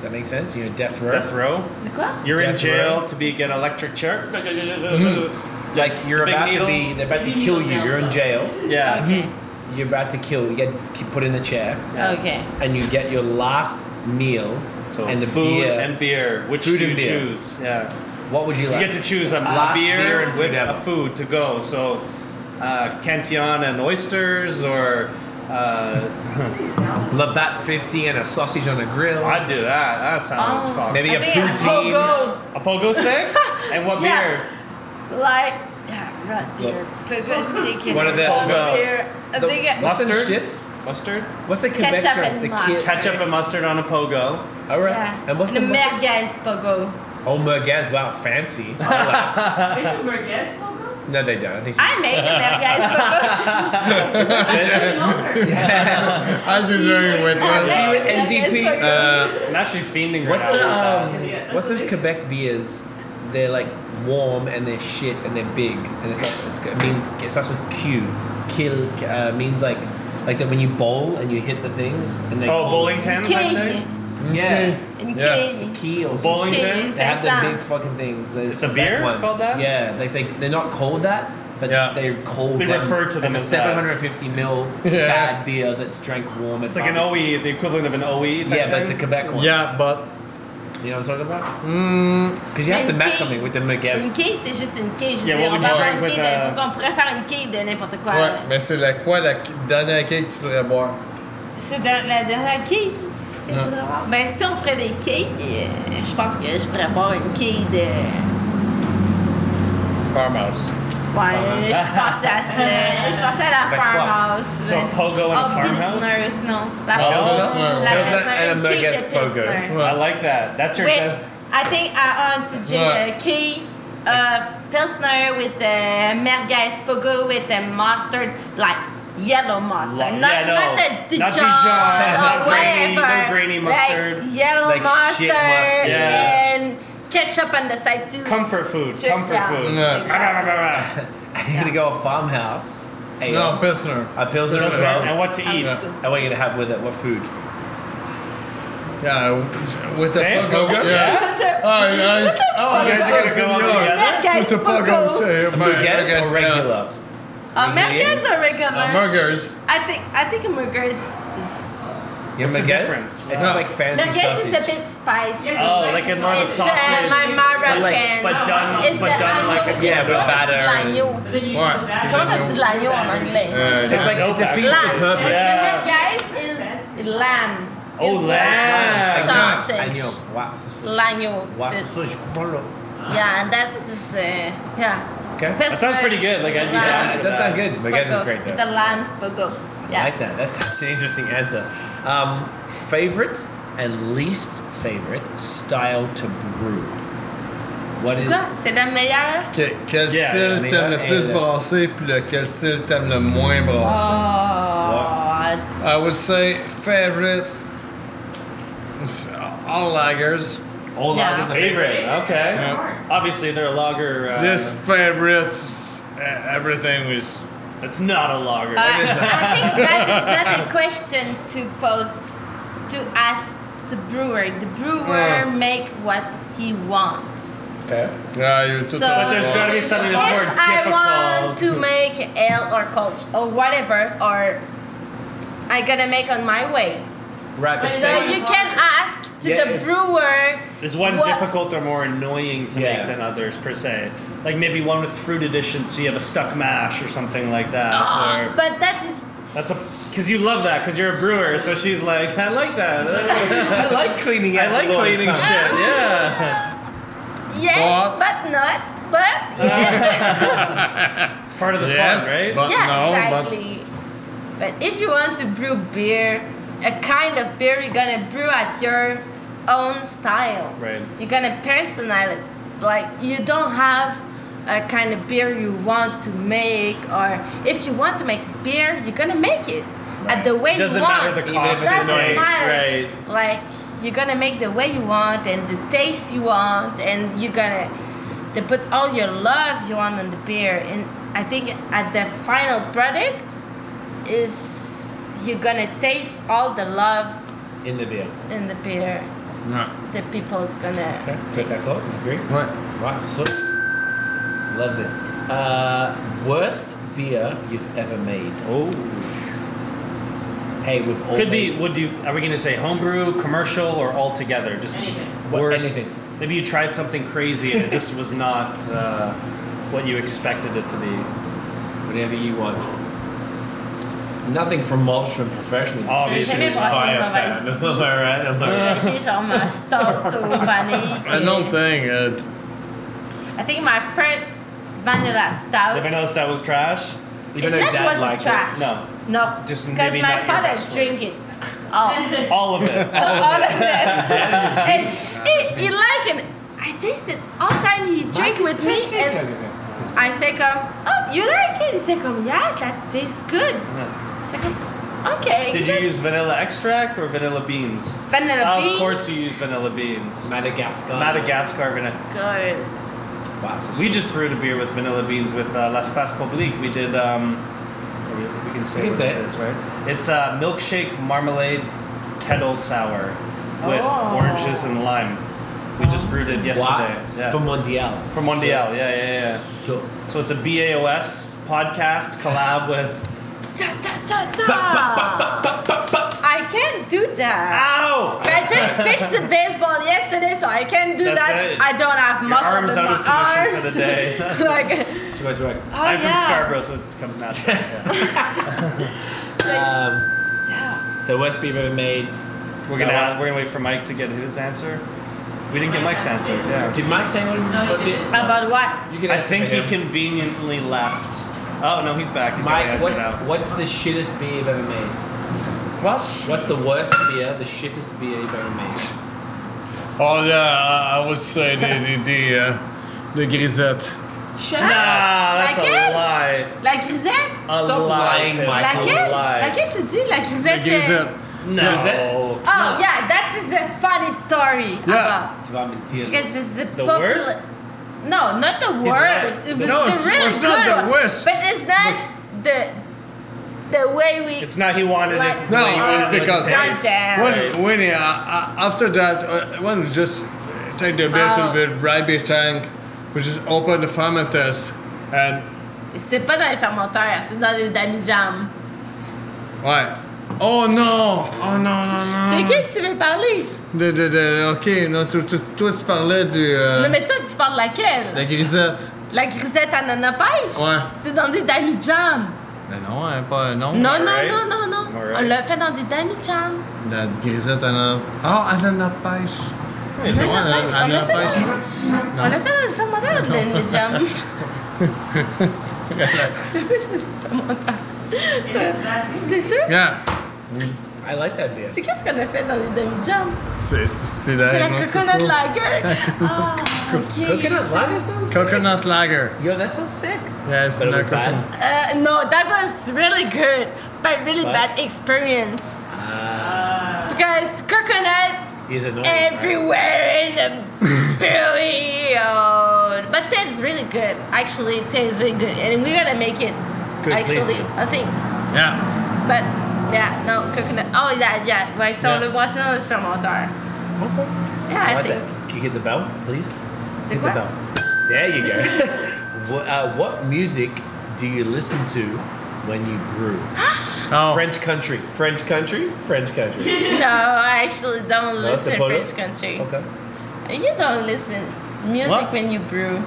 Speaker 3: That makes sense. You know, death row.
Speaker 2: Death row.
Speaker 5: De quoi?
Speaker 2: You're in
Speaker 3: Death
Speaker 2: jail
Speaker 3: row.
Speaker 2: to be get electric chair. Mm.
Speaker 3: Like you're
Speaker 2: Big
Speaker 3: about
Speaker 2: needle.
Speaker 3: to be. They're about to kill you. You're in jail.
Speaker 2: Yeah. Hmm.
Speaker 5: Okay.
Speaker 3: You're about to kill. You get ki- put in the chair,
Speaker 5: Okay.
Speaker 3: and you get your last meal
Speaker 2: So
Speaker 3: and the
Speaker 2: food
Speaker 3: beer.
Speaker 2: and beer. Which
Speaker 3: Food
Speaker 2: do
Speaker 3: and
Speaker 2: you
Speaker 3: beer.
Speaker 2: choose? Yeah.
Speaker 3: what would you
Speaker 2: You
Speaker 3: like?
Speaker 2: get to choose a
Speaker 3: Last
Speaker 2: beer,
Speaker 3: beer and
Speaker 2: with
Speaker 3: food ever.
Speaker 2: a food to go. So, uh, Cantillon and oysters, or uh,
Speaker 3: Labatt 50 and a sausage on a grill.
Speaker 2: I'd do that. That sounds
Speaker 5: Oh.
Speaker 2: fun.
Speaker 3: Maybe
Speaker 5: I
Speaker 3: a
Speaker 5: think a
Speaker 3: poutine.
Speaker 5: pogo,
Speaker 2: a pogo stick and what
Speaker 5: Yeah.
Speaker 2: beer?
Speaker 5: like yeah, rat deer, pogo stick,
Speaker 3: What are they-
Speaker 2: Pogo.
Speaker 5: beer. I
Speaker 3: The-
Speaker 5: think it-
Speaker 3: What's them
Speaker 2: Mustard?
Speaker 3: shits?
Speaker 2: Mustard,
Speaker 3: What's the Quebec
Speaker 5: Ketchup
Speaker 3: drink?
Speaker 5: and
Speaker 3: The
Speaker 5: mustard.
Speaker 3: kid-
Speaker 2: ketchup and mustard on a pogo.
Speaker 3: All right.
Speaker 5: yeah.
Speaker 3: And what's
Speaker 5: the
Speaker 3: the, what's the
Speaker 5: merguez pogo?
Speaker 3: Oh, merguez. Wow, fancy. I like
Speaker 6: They took Merguez Pogo?
Speaker 3: it. no, they don't. I think
Speaker 5: I make a merguez pogo.
Speaker 6: Turn over.
Speaker 4: I've been doing with
Speaker 5: Okay.
Speaker 4: this.
Speaker 3: you at NDP.
Speaker 5: Merguez pogo.
Speaker 4: Uh,
Speaker 2: I'm actually fiending right
Speaker 3: What's the
Speaker 2: now.
Speaker 3: um, what's those Quebec beers? They're like warm and they're shit and they're big and it's, it's it means it starts with Q. Kill uh, means like like that when you bowl and you hit the things and they
Speaker 2: Oh, bowling pin. type
Speaker 5: King.
Speaker 2: thing?
Speaker 3: yeah
Speaker 5: And
Speaker 4: Yeah.
Speaker 5: king.
Speaker 3: key or some
Speaker 2: Bowling
Speaker 3: shit.
Speaker 5: King.
Speaker 3: They have
Speaker 5: Sam.
Speaker 3: the big fucking things. Those
Speaker 2: It's a
Speaker 3: Quebec
Speaker 2: beer? It's
Speaker 3: ones.
Speaker 2: called that?
Speaker 3: Yeah, like they they're not called that, but
Speaker 4: Yeah.
Speaker 3: they're called.
Speaker 2: They
Speaker 3: them.
Speaker 2: refer to them
Speaker 3: it's
Speaker 2: as
Speaker 3: a
Speaker 2: that.
Speaker 3: 750 mil
Speaker 4: Yeah.
Speaker 3: bad beer that's drank warm.
Speaker 2: It's like an E OE, the equivalent of an OE. Type
Speaker 3: Yeah, but it's a
Speaker 2: thing.
Speaker 3: Quebec one.
Speaker 4: Yeah, but
Speaker 3: you know what I'm talking about.
Speaker 4: mm,
Speaker 3: Because you have to
Speaker 5: Une
Speaker 3: match
Speaker 5: quille.
Speaker 3: something with the
Speaker 5: Une
Speaker 3: merguez.
Speaker 5: quille, c'est juste une quille. Je veux
Speaker 2: Yeah,
Speaker 5: dire,
Speaker 2: what
Speaker 5: on
Speaker 2: would
Speaker 5: peut
Speaker 2: you
Speaker 5: avoir une
Speaker 2: drink
Speaker 5: quille
Speaker 2: with,
Speaker 5: de-
Speaker 2: uh,
Speaker 5: on pourrait faire une quille de n'importe quoi.
Speaker 4: ouais.
Speaker 5: là.
Speaker 4: Mais c'est la quoi la dernière cake que tu pourrais boire?
Speaker 5: C'est dans la dernière quille que je voudrais avoir. Ben, si on ferait des quilles, euh, je pense que je voudrais boire une quille de.
Speaker 4: Farmhouse.
Speaker 5: Ouais, je pensais à ça. Je pensais à la
Speaker 3: Avec quoi?
Speaker 5: é farmhouse.
Speaker 2: So,
Speaker 5: là.
Speaker 2: pogo and
Speaker 5: oh,
Speaker 2: farmhouse?
Speaker 5: Pilsner's, non. La
Speaker 4: Oh, Pilsner.
Speaker 5: La
Speaker 3: Pilsner
Speaker 5: Pilsner.
Speaker 3: and
Speaker 5: Une
Speaker 3: a
Speaker 5: quille
Speaker 3: Merguez
Speaker 5: de
Speaker 3: Pogo.
Speaker 5: Pilsner.
Speaker 4: Ouais.
Speaker 2: I like that. That's your.
Speaker 5: Wait,
Speaker 2: def-
Speaker 5: I think I want to drink
Speaker 4: Yeah.
Speaker 5: a key of Pilsner with the merguez pogo with the mustard, like yellow mustard.
Speaker 2: Lo-
Speaker 5: not,
Speaker 2: yeah, no.
Speaker 5: not the
Speaker 2: Not
Speaker 5: Dijon,
Speaker 2: Dijon,
Speaker 5: or
Speaker 2: not grainy- no
Speaker 5: whatever.
Speaker 2: grainy mustard.
Speaker 5: Like yellow
Speaker 3: Like
Speaker 5: mustard,
Speaker 3: shit mustard.
Speaker 2: Yeah.
Speaker 5: and ketchup on the side too.
Speaker 2: Comfort food.
Speaker 5: Sure,
Speaker 2: Comfort
Speaker 5: yeah.
Speaker 2: food.
Speaker 4: No.
Speaker 2: Rah, rah, rah, rah, rah.
Speaker 3: I'm gonna go a farmhouse. um, Ale,
Speaker 2: euh,
Speaker 4: Non, Pilsner.
Speaker 2: ah.
Speaker 3: a pilsner as
Speaker 2: And
Speaker 3: well.
Speaker 2: what to eat.
Speaker 5: Absolutely.
Speaker 3: And what are you gonna have with it? What food?
Speaker 4: Yeah, with the
Speaker 2: Sam?
Speaker 4: pogo.
Speaker 2: Pogo?
Speaker 4: Yeah.
Speaker 5: Yeah.
Speaker 4: I, I, oh,
Speaker 2: you guys are gonna go up together?
Speaker 5: That
Speaker 4: With
Speaker 5: guy's
Speaker 4: the pogo.
Speaker 5: pogo.
Speaker 4: say, my-
Speaker 3: Guess
Speaker 4: guess,
Speaker 3: or
Speaker 4: yeah.
Speaker 3: regular?
Speaker 5: Americans are
Speaker 4: Uh,
Speaker 5: regular.
Speaker 4: burgers.
Speaker 5: I think I think Americans is
Speaker 3: Yeah,
Speaker 2: What's the
Speaker 3: baguettes?
Speaker 2: difference?
Speaker 3: It's
Speaker 4: No.
Speaker 3: like fancy
Speaker 5: Nuggets is
Speaker 3: sausage.
Speaker 5: a bit spicy.
Speaker 6: Yes,
Speaker 2: Oh,
Speaker 6: it's
Speaker 2: like in
Speaker 6: nice.
Speaker 2: more of a
Speaker 5: It's uh,
Speaker 2: sausage.
Speaker 5: my Moroccan.
Speaker 2: But like, but done,
Speaker 5: it's
Speaker 2: but
Speaker 5: the
Speaker 2: done like
Speaker 5: agneau.
Speaker 2: a
Speaker 3: Yeah,
Speaker 5: It's
Speaker 3: but
Speaker 5: called
Speaker 3: batter and-
Speaker 5: l'agneau.
Speaker 6: But then you
Speaker 4: Alright.
Speaker 6: do that.
Speaker 5: Comment it's l'agneau en anglais.
Speaker 4: Uh,
Speaker 3: It's like it defeats the
Speaker 5: Lamb.
Speaker 3: purpose.
Speaker 2: Yeah.
Speaker 5: Guys is lamb.
Speaker 2: Oh,
Speaker 5: It's Uh,
Speaker 2: lamb.
Speaker 5: Sausage.
Speaker 3: Wow, so-
Speaker 5: L'agneau.
Speaker 3: wow,
Speaker 5: sausage.
Speaker 3: so- so-
Speaker 5: Yeah, and that's is, uh, yeah.
Speaker 3: Okay.
Speaker 5: That
Speaker 2: sounds pretty good, like, I'd do
Speaker 3: Yeah,
Speaker 2: that.
Speaker 3: that sounds good. Baguettes is great
Speaker 5: The
Speaker 3: though.
Speaker 5: lamb's pogo.
Speaker 3: I
Speaker 5: Yeah.
Speaker 3: like that. That's, that's an interesting answer. Um, favorite and least favorite style to brew. What is
Speaker 5: Quoi? C'est la meilleure.
Speaker 4: Que- quel
Speaker 2: Yeah,
Speaker 4: style
Speaker 3: mais
Speaker 4: t'aimes le
Speaker 3: un-
Speaker 4: plus
Speaker 3: un-
Speaker 4: brasser, puis lequel style t'aimes le moins brasser?
Speaker 5: Oh,
Speaker 4: I would say favorite is all lagers.
Speaker 3: all
Speaker 5: Yeah.
Speaker 3: lagers are
Speaker 2: Favorite, okay.
Speaker 4: Yeah.
Speaker 2: Obviously, they're a lager. Uh,
Speaker 4: This favorite, is- e- everything was.
Speaker 2: It's not a lager.
Speaker 5: Uh, I think that is not a question to pose to ask the brewer. The
Speaker 4: Yeah.
Speaker 5: brewer make what he wants.
Speaker 3: Okay.
Speaker 4: Yeah, you're
Speaker 5: So-
Speaker 4: totally
Speaker 2: but there's
Speaker 4: wrong.
Speaker 2: got to be something that's
Speaker 5: if
Speaker 2: more
Speaker 5: I want
Speaker 2: difficult.
Speaker 5: to make ale or colch or whatever, or I gotta make on my way.
Speaker 3: Right. but
Speaker 6: So
Speaker 5: So
Speaker 3: same-
Speaker 5: you can ask to the
Speaker 3: Yes.
Speaker 5: brewer.
Speaker 2: Is one
Speaker 5: what-
Speaker 2: difficult or more annoying to
Speaker 3: Yeah.
Speaker 2: make than others per se? Like maybe one with fruit additions, so you have a stuck mash or something like that.
Speaker 5: Oh,
Speaker 2: or
Speaker 5: but that is
Speaker 2: that's a because you love that because you're a brewer, so she's like, I like that.
Speaker 3: I like cleaning.
Speaker 2: I
Speaker 3: up
Speaker 2: like
Speaker 3: all the
Speaker 2: cleaning shit.
Speaker 3: time.
Speaker 2: Yeah,
Speaker 5: yes,
Speaker 4: But-
Speaker 5: but not. But yes,
Speaker 2: it's part of the
Speaker 4: Yes,
Speaker 2: fun, right?
Speaker 4: but
Speaker 5: yeah,
Speaker 4: no,
Speaker 5: exactly. But if you want to brew beer, a kind of beer you're gonna brew at your own style.
Speaker 2: Right.
Speaker 5: You're gonna personalize it. Like you don't have a kind of beer you want to make, or if you want to make beer, you're gonna make it at the way
Speaker 2: Doesn't
Speaker 5: you want.
Speaker 2: matter the
Speaker 5: It
Speaker 2: cost,
Speaker 5: doesn't
Speaker 2: the noise,
Speaker 5: matter.
Speaker 2: right?
Speaker 5: Like you're gonna make the way you want and the taste you want, and you're gonna to put all your love you want on the beer. And I think at the final product is you're gonna taste all the love
Speaker 3: In the beer.
Speaker 5: in the beer.
Speaker 4: but-
Speaker 5: The people's gonna
Speaker 3: Okay. Take that
Speaker 5: taste.
Speaker 3: call. It's great.
Speaker 4: Right.
Speaker 3: Right. So love this. Uh, worst beer you've ever made.
Speaker 2: Oh,
Speaker 3: Hey, we've all
Speaker 2: could be.
Speaker 3: made-
Speaker 2: Would you? Are we going to say homebrew, commercial, or all together? Just
Speaker 6: Anything.
Speaker 3: What-
Speaker 2: worst.
Speaker 3: anything.
Speaker 2: Maybe you tried something crazy and it just was not uh, what you expected it to be.
Speaker 3: whatever you want. Nothing from Malmstrom professionally.
Speaker 2: Obviously,
Speaker 5: J'ai jamais
Speaker 2: it's
Speaker 5: brassé une
Speaker 2: fire fan.
Speaker 5: mauvaise.
Speaker 3: Am I right? Am I
Speaker 5: Ça a
Speaker 3: right?
Speaker 5: été genre ma start au vanille.
Speaker 4: I don't think. Uh,
Speaker 5: I think my first vanilla stout.
Speaker 2: The vanilla stout was trash.
Speaker 3: Even
Speaker 5: it-
Speaker 3: though
Speaker 5: that
Speaker 3: Dad
Speaker 5: wasn't
Speaker 3: liked it.
Speaker 5: trash.
Speaker 2: No.
Speaker 5: No.
Speaker 2: Just
Speaker 5: because
Speaker 2: maybe
Speaker 5: my
Speaker 2: not your
Speaker 5: father
Speaker 2: best one.
Speaker 5: drink it. Oh.
Speaker 2: All of it.
Speaker 5: all of them. and he, he like it. I taste it all the time. He drink with me, and I say, "Come, oh, you like it?" He say, "Come, yeah, that tastes good." I say, "Come, okay."
Speaker 2: Did you
Speaker 5: that's
Speaker 2: use vanilla extract or vanilla beans?
Speaker 5: vanilla beans?
Speaker 2: Of course, you use vanilla beans.
Speaker 3: Madagascar.
Speaker 2: Madagascar vanilla.
Speaker 5: Good.
Speaker 3: Wow, so
Speaker 2: We
Speaker 3: sweet.
Speaker 2: just brewed a beer with vanilla beans with uh, Las Paz Publique. We did. Um, we we can say
Speaker 3: We can
Speaker 2: what
Speaker 3: say
Speaker 2: it
Speaker 3: it.
Speaker 2: is, right? It's uh, milkshake marmalade kettle sour with
Speaker 5: Oh.
Speaker 2: oranges and lime. We just brewed it yesterday.
Speaker 3: wow.
Speaker 2: Yeah.
Speaker 3: From Mondial.
Speaker 2: From Mondial. Yeah, yeah,
Speaker 3: So,
Speaker 2: yeah. So it's a BAOS podcast collab with.
Speaker 5: Da, da, da, da. I can't do that.
Speaker 2: Ow!
Speaker 5: I just pitched the baseball yesterday, so I can't do
Speaker 2: That's
Speaker 5: that.
Speaker 2: it.
Speaker 5: I don't have
Speaker 2: Your
Speaker 5: muscle
Speaker 2: arm's
Speaker 5: in
Speaker 2: out
Speaker 5: my
Speaker 2: of commission for the day.
Speaker 5: arms. like,
Speaker 3: so guys, right.
Speaker 5: oh
Speaker 2: I'm
Speaker 5: yeah.
Speaker 2: from Scarborough, so it comes natural. Yeah.
Speaker 3: Um,
Speaker 5: Yeah.
Speaker 3: so worst beer ever made.
Speaker 2: We're gonna we're gonna wait for Mike to get his answer. We didn't get Mike's answer. Yeah.
Speaker 3: Did Mike say one?
Speaker 6: No,
Speaker 3: what
Speaker 6: he
Speaker 3: beer-
Speaker 6: didn't.
Speaker 5: About what?
Speaker 3: You can
Speaker 2: I
Speaker 3: answer
Speaker 2: think
Speaker 3: for
Speaker 2: he
Speaker 3: him.
Speaker 2: conveniently left. Oh no, he's back. He's gonna
Speaker 3: Mike,
Speaker 2: answer now.
Speaker 3: what's, what's the shittest beer you've ever made?
Speaker 4: what?
Speaker 3: What's the worst beer, the shittest beer you've ever made?
Speaker 4: Oh yeah, I, I would say the the the, uh, the grisette.
Speaker 3: Shut
Speaker 5: Ah,
Speaker 2: Nah, that's
Speaker 5: Laquelle?
Speaker 2: a lie.
Speaker 5: La grisette?
Speaker 2: A
Speaker 3: Stop
Speaker 2: lie,
Speaker 3: lying,
Speaker 2: Tiff.
Speaker 3: Mike.
Speaker 5: Laquelle?
Speaker 2: lie.
Speaker 5: Laquelle tu dis? La
Speaker 4: The
Speaker 5: grisette?
Speaker 4: grisette.
Speaker 5: euh,
Speaker 2: No.
Speaker 3: Grisette?
Speaker 5: Oh, yeah, that is a funny story.
Speaker 4: Yeah.
Speaker 5: About,
Speaker 3: Tu vas mentir.
Speaker 5: because it's the,
Speaker 2: The
Speaker 5: popul-
Speaker 2: worst?
Speaker 5: No, not the
Speaker 2: It's
Speaker 5: worst.
Speaker 2: not-
Speaker 5: It was
Speaker 4: No,
Speaker 5: the
Speaker 4: it's-
Speaker 5: really
Speaker 4: it's not
Speaker 5: good
Speaker 4: the
Speaker 5: one.
Speaker 4: worst.
Speaker 5: But it's not the the way we.
Speaker 2: It's not he wanted it.
Speaker 5: Like-
Speaker 2: the
Speaker 4: No,
Speaker 2: way he wanted
Speaker 4: uh,
Speaker 2: it, it's
Speaker 4: because
Speaker 5: Not
Speaker 2: taste.
Speaker 5: that.
Speaker 4: when, when uh, uh, after that, uh, one just take the beer
Speaker 5: Oh.
Speaker 4: to the right beer tank, which is open the fermenters, and
Speaker 5: C'est pas dans les fermenteurs, c'est dans les damijam.
Speaker 4: right. Oh no! Oh no no no!
Speaker 5: C'est qui que tu veux parler?
Speaker 4: De, de, de, ok, non, tu, tu, toi tu parlais du euh,
Speaker 5: Non, mais toi, tu parles de
Speaker 4: la
Speaker 5: laquelle?
Speaker 4: grisette.
Speaker 5: La grisette ananas pêche?
Speaker 4: Ouais.
Speaker 5: C'est dans des damijam.
Speaker 4: Mais non, hein, pas non.
Speaker 5: Non, non,
Speaker 2: Alright.
Speaker 5: non, non, non.
Speaker 2: Alright.
Speaker 5: On l'a fait dans des damijam.
Speaker 4: La grisette elle a. Oh, elle en a pêche.
Speaker 2: It's
Speaker 5: On
Speaker 2: a
Speaker 5: l'a
Speaker 2: one.
Speaker 5: fait
Speaker 4: elle en a
Speaker 5: dans-
Speaker 4: pêche.
Speaker 5: on l'a fait dans les fermenteurs, des damijam. T'es sûr?
Speaker 4: Yeah.
Speaker 3: I like that beer.
Speaker 5: C'est qu'est-ce qu'on a fait dans les damijam?
Speaker 4: C'est Euh, c'est
Speaker 5: C'est la
Speaker 4: notre
Speaker 5: coconut
Speaker 4: coco-
Speaker 5: lager. Ah, ok.
Speaker 3: Coconut lager sounds sick.
Speaker 4: Coconut lager.
Speaker 3: Yo, that sounds sick.
Speaker 4: Yeah, it's
Speaker 3: But it
Speaker 4: not
Speaker 3: was bad.
Speaker 4: coconut.
Speaker 5: Uh, no, that was really good, but really bad experience. because coconut
Speaker 3: He's annoying. Ah. right?
Speaker 5: everywhere in the period. But that's really good. Actually, it tastes really good, and we're gonna make it.
Speaker 3: Good, please
Speaker 5: actually,
Speaker 3: do.
Speaker 5: I think.
Speaker 4: Yeah.
Speaker 5: But yeah, no coconut. Oh yeah, yeah. Right. So
Speaker 4: Yeah.
Speaker 5: it was another fermenter. Yeah, I,
Speaker 3: like
Speaker 5: think.
Speaker 3: that. Can you hit the bell, please?
Speaker 5: The
Speaker 3: hit
Speaker 5: what?
Speaker 3: the bell. There you go. what, uh, what music do you listen to when you brew?
Speaker 4: Oh.
Speaker 3: French country. French country? French country.
Speaker 5: No, I actually don't
Speaker 3: No,
Speaker 5: listen
Speaker 3: Sapporo?
Speaker 5: French country.
Speaker 3: Okay.
Speaker 5: You don't listen music
Speaker 4: What?
Speaker 5: when you brew.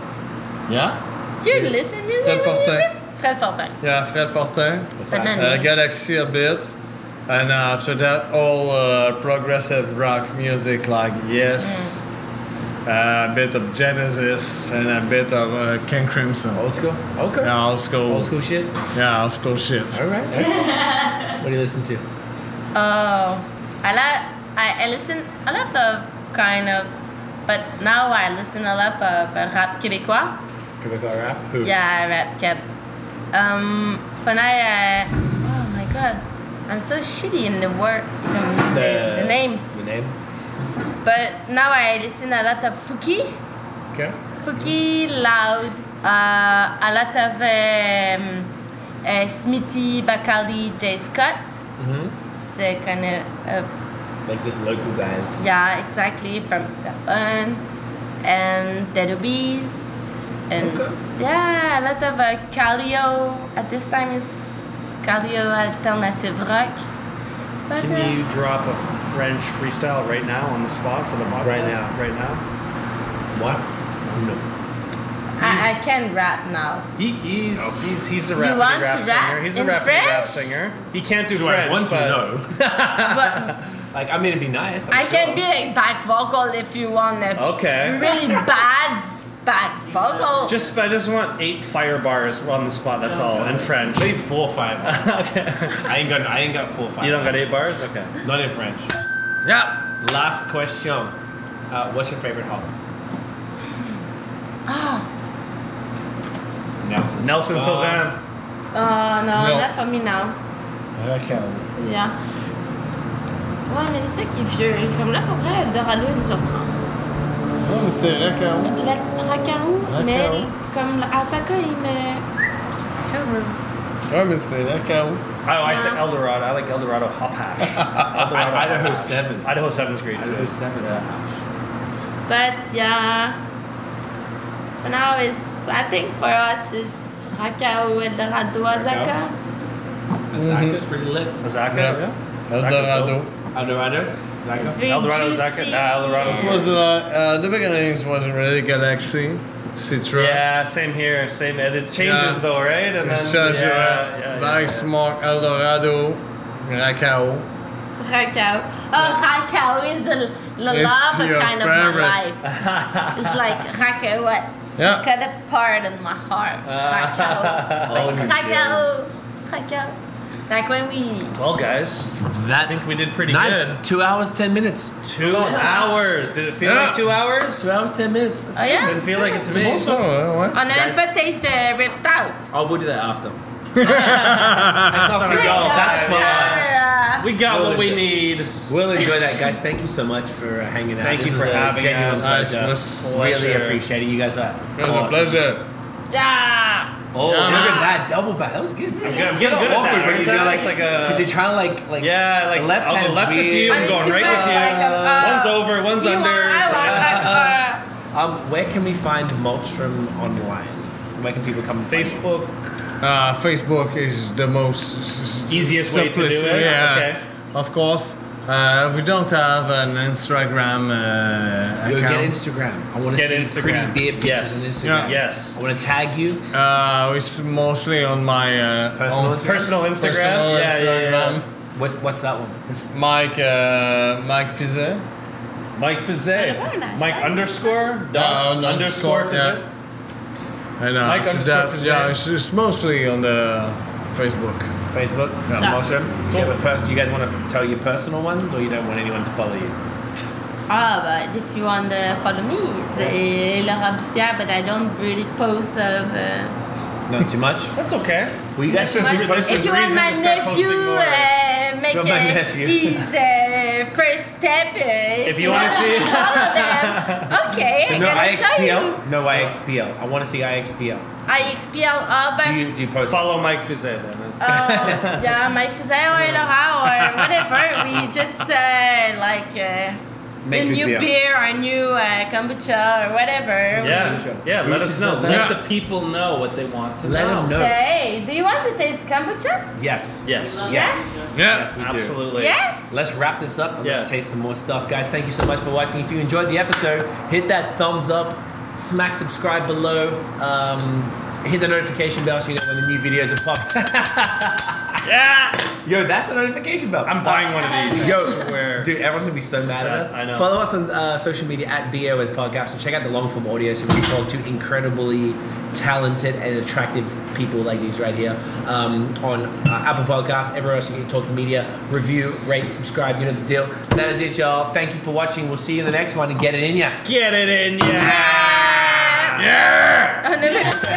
Speaker 4: Yeah.
Speaker 5: You listen music
Speaker 4: Fred
Speaker 5: when you
Speaker 4: Fortin.
Speaker 5: brew? Fred Fortin.
Speaker 4: Yeah, Fred Fortin.
Speaker 3: What's
Speaker 5: But
Speaker 3: that?
Speaker 5: not
Speaker 4: Uh,
Speaker 5: me.
Speaker 4: Galaxy a bit. And uh, after that, all uh, progressive rock music like Yes,
Speaker 5: Mm.
Speaker 4: uh, a bit of Genesis, and a bit of uh, King Crimson.
Speaker 3: Old school? Okay.
Speaker 4: Yeah, old school.
Speaker 3: Old school shit?
Speaker 4: Yeah, old school shit.
Speaker 3: All right. all right. what do you listen to?
Speaker 5: Oh, I like. I, I listen a lot of kind of, but now I listen a lot of uh, rap québécois.
Speaker 3: Quebecois rap? Who?
Speaker 5: Yeah, I rap Québec. Um, when I, uh, oh my god, I'm so shitty in the word, the, the, the name.
Speaker 3: The name.
Speaker 5: But now I listen a lot of Fouki,
Speaker 3: Okay.
Speaker 5: Fouki loud, uh, a lot of um, uh, Smithy, Bacali, J. Scott.
Speaker 2: Mm-hmm.
Speaker 5: So kind of. Uh,
Speaker 3: Like just local bands.
Speaker 5: Yeah, exactly. From Japan and the Rubies and yeah, a lot of uh, Calio. At this time, is Calio alternative rock. But uh,
Speaker 2: Can you drop a French freestyle right now on the spot for the podcast?
Speaker 3: Right now.
Speaker 2: Right now.
Speaker 3: What? No.
Speaker 5: uh, I, I can rap now.
Speaker 2: He, he's, he's he's a
Speaker 5: You
Speaker 2: rappity
Speaker 5: want
Speaker 2: rap
Speaker 5: to
Speaker 2: singer.
Speaker 5: rap
Speaker 2: he's a
Speaker 5: in
Speaker 2: rappity rap
Speaker 5: French?
Speaker 2: singer. He can't do,
Speaker 3: Do I
Speaker 2: French.
Speaker 3: want to?
Speaker 2: but
Speaker 3: No.
Speaker 5: but
Speaker 3: Like, I mean, it'd be nice.
Speaker 5: I can be a back vocal if you want a
Speaker 2: Okay.
Speaker 5: really bad back vocal.
Speaker 2: Just I just want eight fire bars on the spot. That's all in French.
Speaker 8: Maybe four or five. I ain't got. I ain't got four or five.
Speaker 2: You don't got eight bars? Okay.
Speaker 8: Not in French.
Speaker 4: Yeah.
Speaker 8: Last question. Uh, what's your favorite hop?
Speaker 3: Ah.
Speaker 8: Nelson.
Speaker 2: Nelson Sylvan.
Speaker 5: oh no,
Speaker 4: No.
Speaker 5: not for me now.
Speaker 3: Okay.
Speaker 5: Yeah. Ouais, mais c'est ça qui est vieux. Comme là, pour vrai, Dorado, il nous apprend.
Speaker 4: C'est vrai
Speaker 5: La- Racarou, mais comme Asaka, il me.
Speaker 4: Ouais, mais c'est la chaos.
Speaker 2: Oh, I said Eldorado. I like Eldorado hop hash. Eldorado hop
Speaker 8: Idaho
Speaker 2: hash.
Speaker 8: Seven.
Speaker 2: Idaho Seven's great too.
Speaker 3: seven
Speaker 5: But yeah. For now, it's. I think for us, it's Racarou, Eldorado, Asaka.
Speaker 8: Osaka's pretty lit.
Speaker 2: Osaka.
Speaker 4: Yeah. Eldorado.
Speaker 8: Eldorado.
Speaker 5: It's
Speaker 8: Osaka.
Speaker 5: very
Speaker 2: Eldorado,
Speaker 5: juicy.
Speaker 2: Osaka. Nah, Eldorado's
Speaker 4: It was uh, uh, the beginnings was really Galaxy, Citra.
Speaker 2: Yeah, same here. Same, and it changes
Speaker 4: Yeah.
Speaker 2: though, right? And then
Speaker 4: Charger, uh,
Speaker 2: yeah, yeah,
Speaker 4: Black
Speaker 2: yeah.
Speaker 4: Smoke, Eldorado, Rakao.
Speaker 5: Racarou. Oh, Racarou is the, the
Speaker 4: It's
Speaker 5: lava
Speaker 4: your
Speaker 5: kind of
Speaker 4: favorite.
Speaker 5: my life. It's- it's like Racarou, what?
Speaker 4: Yeah.
Speaker 5: Cut apart in my heart.
Speaker 2: Ah.
Speaker 5: Racarou.
Speaker 2: Oh,
Speaker 5: like Racarou. Racarou. Like when we. oh,
Speaker 2: Well, guys,
Speaker 3: That
Speaker 2: I think we did pretty
Speaker 3: nice.
Speaker 2: good.
Speaker 3: Two hours, ten minutes.
Speaker 2: Two
Speaker 5: Oh,
Speaker 2: hours. Did it feel
Speaker 4: Yeah.
Speaker 2: like two hours?
Speaker 3: Two hours, ten minutes. That's
Speaker 5: Oh, yeah?
Speaker 2: Didn't feel like it to me.
Speaker 4: Also, uh, what?
Speaker 5: On n'aime pas taste the rib stout.
Speaker 2: Oh
Speaker 3: I'll do that after.
Speaker 2: That's how we got
Speaker 5: That's
Speaker 2: time. We got what we
Speaker 3: Good.
Speaker 2: need.
Speaker 3: We'll enjoy that, guys. Thank you so much for uh, hanging out.
Speaker 2: Thank you
Speaker 3: was
Speaker 2: for
Speaker 3: a
Speaker 2: having
Speaker 3: genuine
Speaker 2: us.
Speaker 3: pleasure.
Speaker 4: It was
Speaker 3: Really
Speaker 2: Pleasure.
Speaker 3: appreciate it. You guys are
Speaker 4: it was
Speaker 3: awesome.
Speaker 4: a pleasure.
Speaker 5: Ah,
Speaker 3: Oh,
Speaker 8: Nah.
Speaker 3: look at that double back. That was good.
Speaker 2: I'm getting, I'm getting good at that. Every time it's like a.
Speaker 3: because you're trying to like like
Speaker 2: Yeah, like
Speaker 3: the left
Speaker 2: I'll go
Speaker 3: hand's
Speaker 2: left with you,
Speaker 3: weird.
Speaker 2: I'm
Speaker 5: I
Speaker 2: going
Speaker 5: need
Speaker 2: right
Speaker 5: to
Speaker 2: with
Speaker 5: match,
Speaker 2: you.
Speaker 5: like, uh,
Speaker 2: one's over, one's
Speaker 5: you
Speaker 2: under.
Speaker 5: want, I
Speaker 2: it's
Speaker 5: want,
Speaker 2: like-
Speaker 5: I- uh,
Speaker 3: Um, where can we find Maltstrom online? Where can people come? and find you?
Speaker 2: Facebook.
Speaker 4: Uh, Facebook is the most s- s-
Speaker 2: Easiest way to do
Speaker 4: simplest
Speaker 2: it?
Speaker 4: way, Yeah,
Speaker 2: Okay.
Speaker 4: of course. Uh, we don't have an Instagram uh,
Speaker 3: Yo, get
Speaker 4: account.
Speaker 3: Instagram. I want to
Speaker 2: Get
Speaker 3: see
Speaker 2: Instagram.
Speaker 3: pretty beer pictures
Speaker 2: Yes.
Speaker 3: on Instagram.
Speaker 4: Yeah.
Speaker 3: I
Speaker 2: Yes.
Speaker 3: want to tag you.
Speaker 4: Uh, it's mostly on my uh,
Speaker 3: Personal
Speaker 4: own
Speaker 3: Instagram?
Speaker 2: Personal Instagram.
Speaker 4: personal
Speaker 2: yeah, yeah, yeah.
Speaker 4: Instagram.
Speaker 3: What, what's that one?
Speaker 4: It's Mike uh, Mike Fizet.
Speaker 2: Mike Fizet.
Speaker 5: Oh, very nice.
Speaker 2: Mike underscore
Speaker 4: Uh,
Speaker 2: dot underscore
Speaker 4: yeah.
Speaker 2: Fizet.
Speaker 4: And uh,
Speaker 2: Mike underscore
Speaker 4: that-
Speaker 2: Fizet.
Speaker 4: yeah, it's, it's mostly on the Facebook.
Speaker 3: Facebook.
Speaker 4: Yeah.
Speaker 5: Yeah.
Speaker 3: Maltstrom. Do you, have a pers- do you guys want to tell your personal ones, or you don't want anyone to follow you?
Speaker 5: Ah, but if you want to follow me, c'est Laura Bussière, but I don't really post of. Uh,
Speaker 3: Not too much.
Speaker 2: That's okay.
Speaker 3: Well, you guys.
Speaker 2: This is-
Speaker 5: much.
Speaker 2: this
Speaker 5: if
Speaker 2: is
Speaker 5: you want
Speaker 2: reason
Speaker 5: my
Speaker 2: to start posting
Speaker 5: nephew,
Speaker 2: more.
Speaker 5: uh, make
Speaker 3: You're my
Speaker 5: uh,
Speaker 3: nephew.
Speaker 5: his uh, first step. Uh, if,
Speaker 2: you wanna see it.
Speaker 5: follow them, okay, I'm
Speaker 3: no
Speaker 5: gonna show you.
Speaker 3: IXPL. No IXPL. I want to see IXPL.
Speaker 5: IXPL or
Speaker 3: Do
Speaker 5: back.
Speaker 3: you, do you post?
Speaker 2: Follow Mike Fizet. then. That's-
Speaker 5: uh, Oh, yeah, my Fizelle or Laura or whatever. We just uh, like uh,
Speaker 3: Make
Speaker 5: a
Speaker 3: good
Speaker 5: new
Speaker 3: beer.
Speaker 5: beer. or new uh, kombucha or whatever.
Speaker 2: Yeah, yeah. Let us know. Let
Speaker 4: Yes.
Speaker 2: the people know what they want to
Speaker 3: Let
Speaker 2: know.
Speaker 3: them know.
Speaker 5: Hey, do you want to taste kombucha?
Speaker 3: Yes.
Speaker 2: Yes.
Speaker 5: Yes.
Speaker 4: Yeah.
Speaker 3: Yes, we do.
Speaker 2: Absolutely.
Speaker 5: Yes.
Speaker 3: Let's wrap this up and
Speaker 2: Yeah.
Speaker 3: let's taste some more stuff. Guys, thank you so much for watching. If you enjoyed the episode, hit that thumbs up, smack subscribe below, um, hit the notification bell so you know when the new videos are popped.
Speaker 2: Yeah.
Speaker 3: Yo, that's the notification bell.
Speaker 2: I'm buying one of these. I
Speaker 3: Yo,
Speaker 2: swear.
Speaker 3: Dude, everyone's gonna be so mad at
Speaker 2: Yes,
Speaker 3: us.
Speaker 2: I know.
Speaker 3: Follow us on uh, social media at BOS Podcast and check out the long form audio so we can talk to incredibly talented and attractive people like these right here um, on uh, Apple Podcasts, everywhere else you can talk media. Review, rate, subscribe, you know the deal. That is it, y'all. Thank you for watching. We'll see you in the next one and get it in ya.
Speaker 2: Get it in, yeah.
Speaker 5: Yeah.
Speaker 4: Yeah.
Speaker 5: On the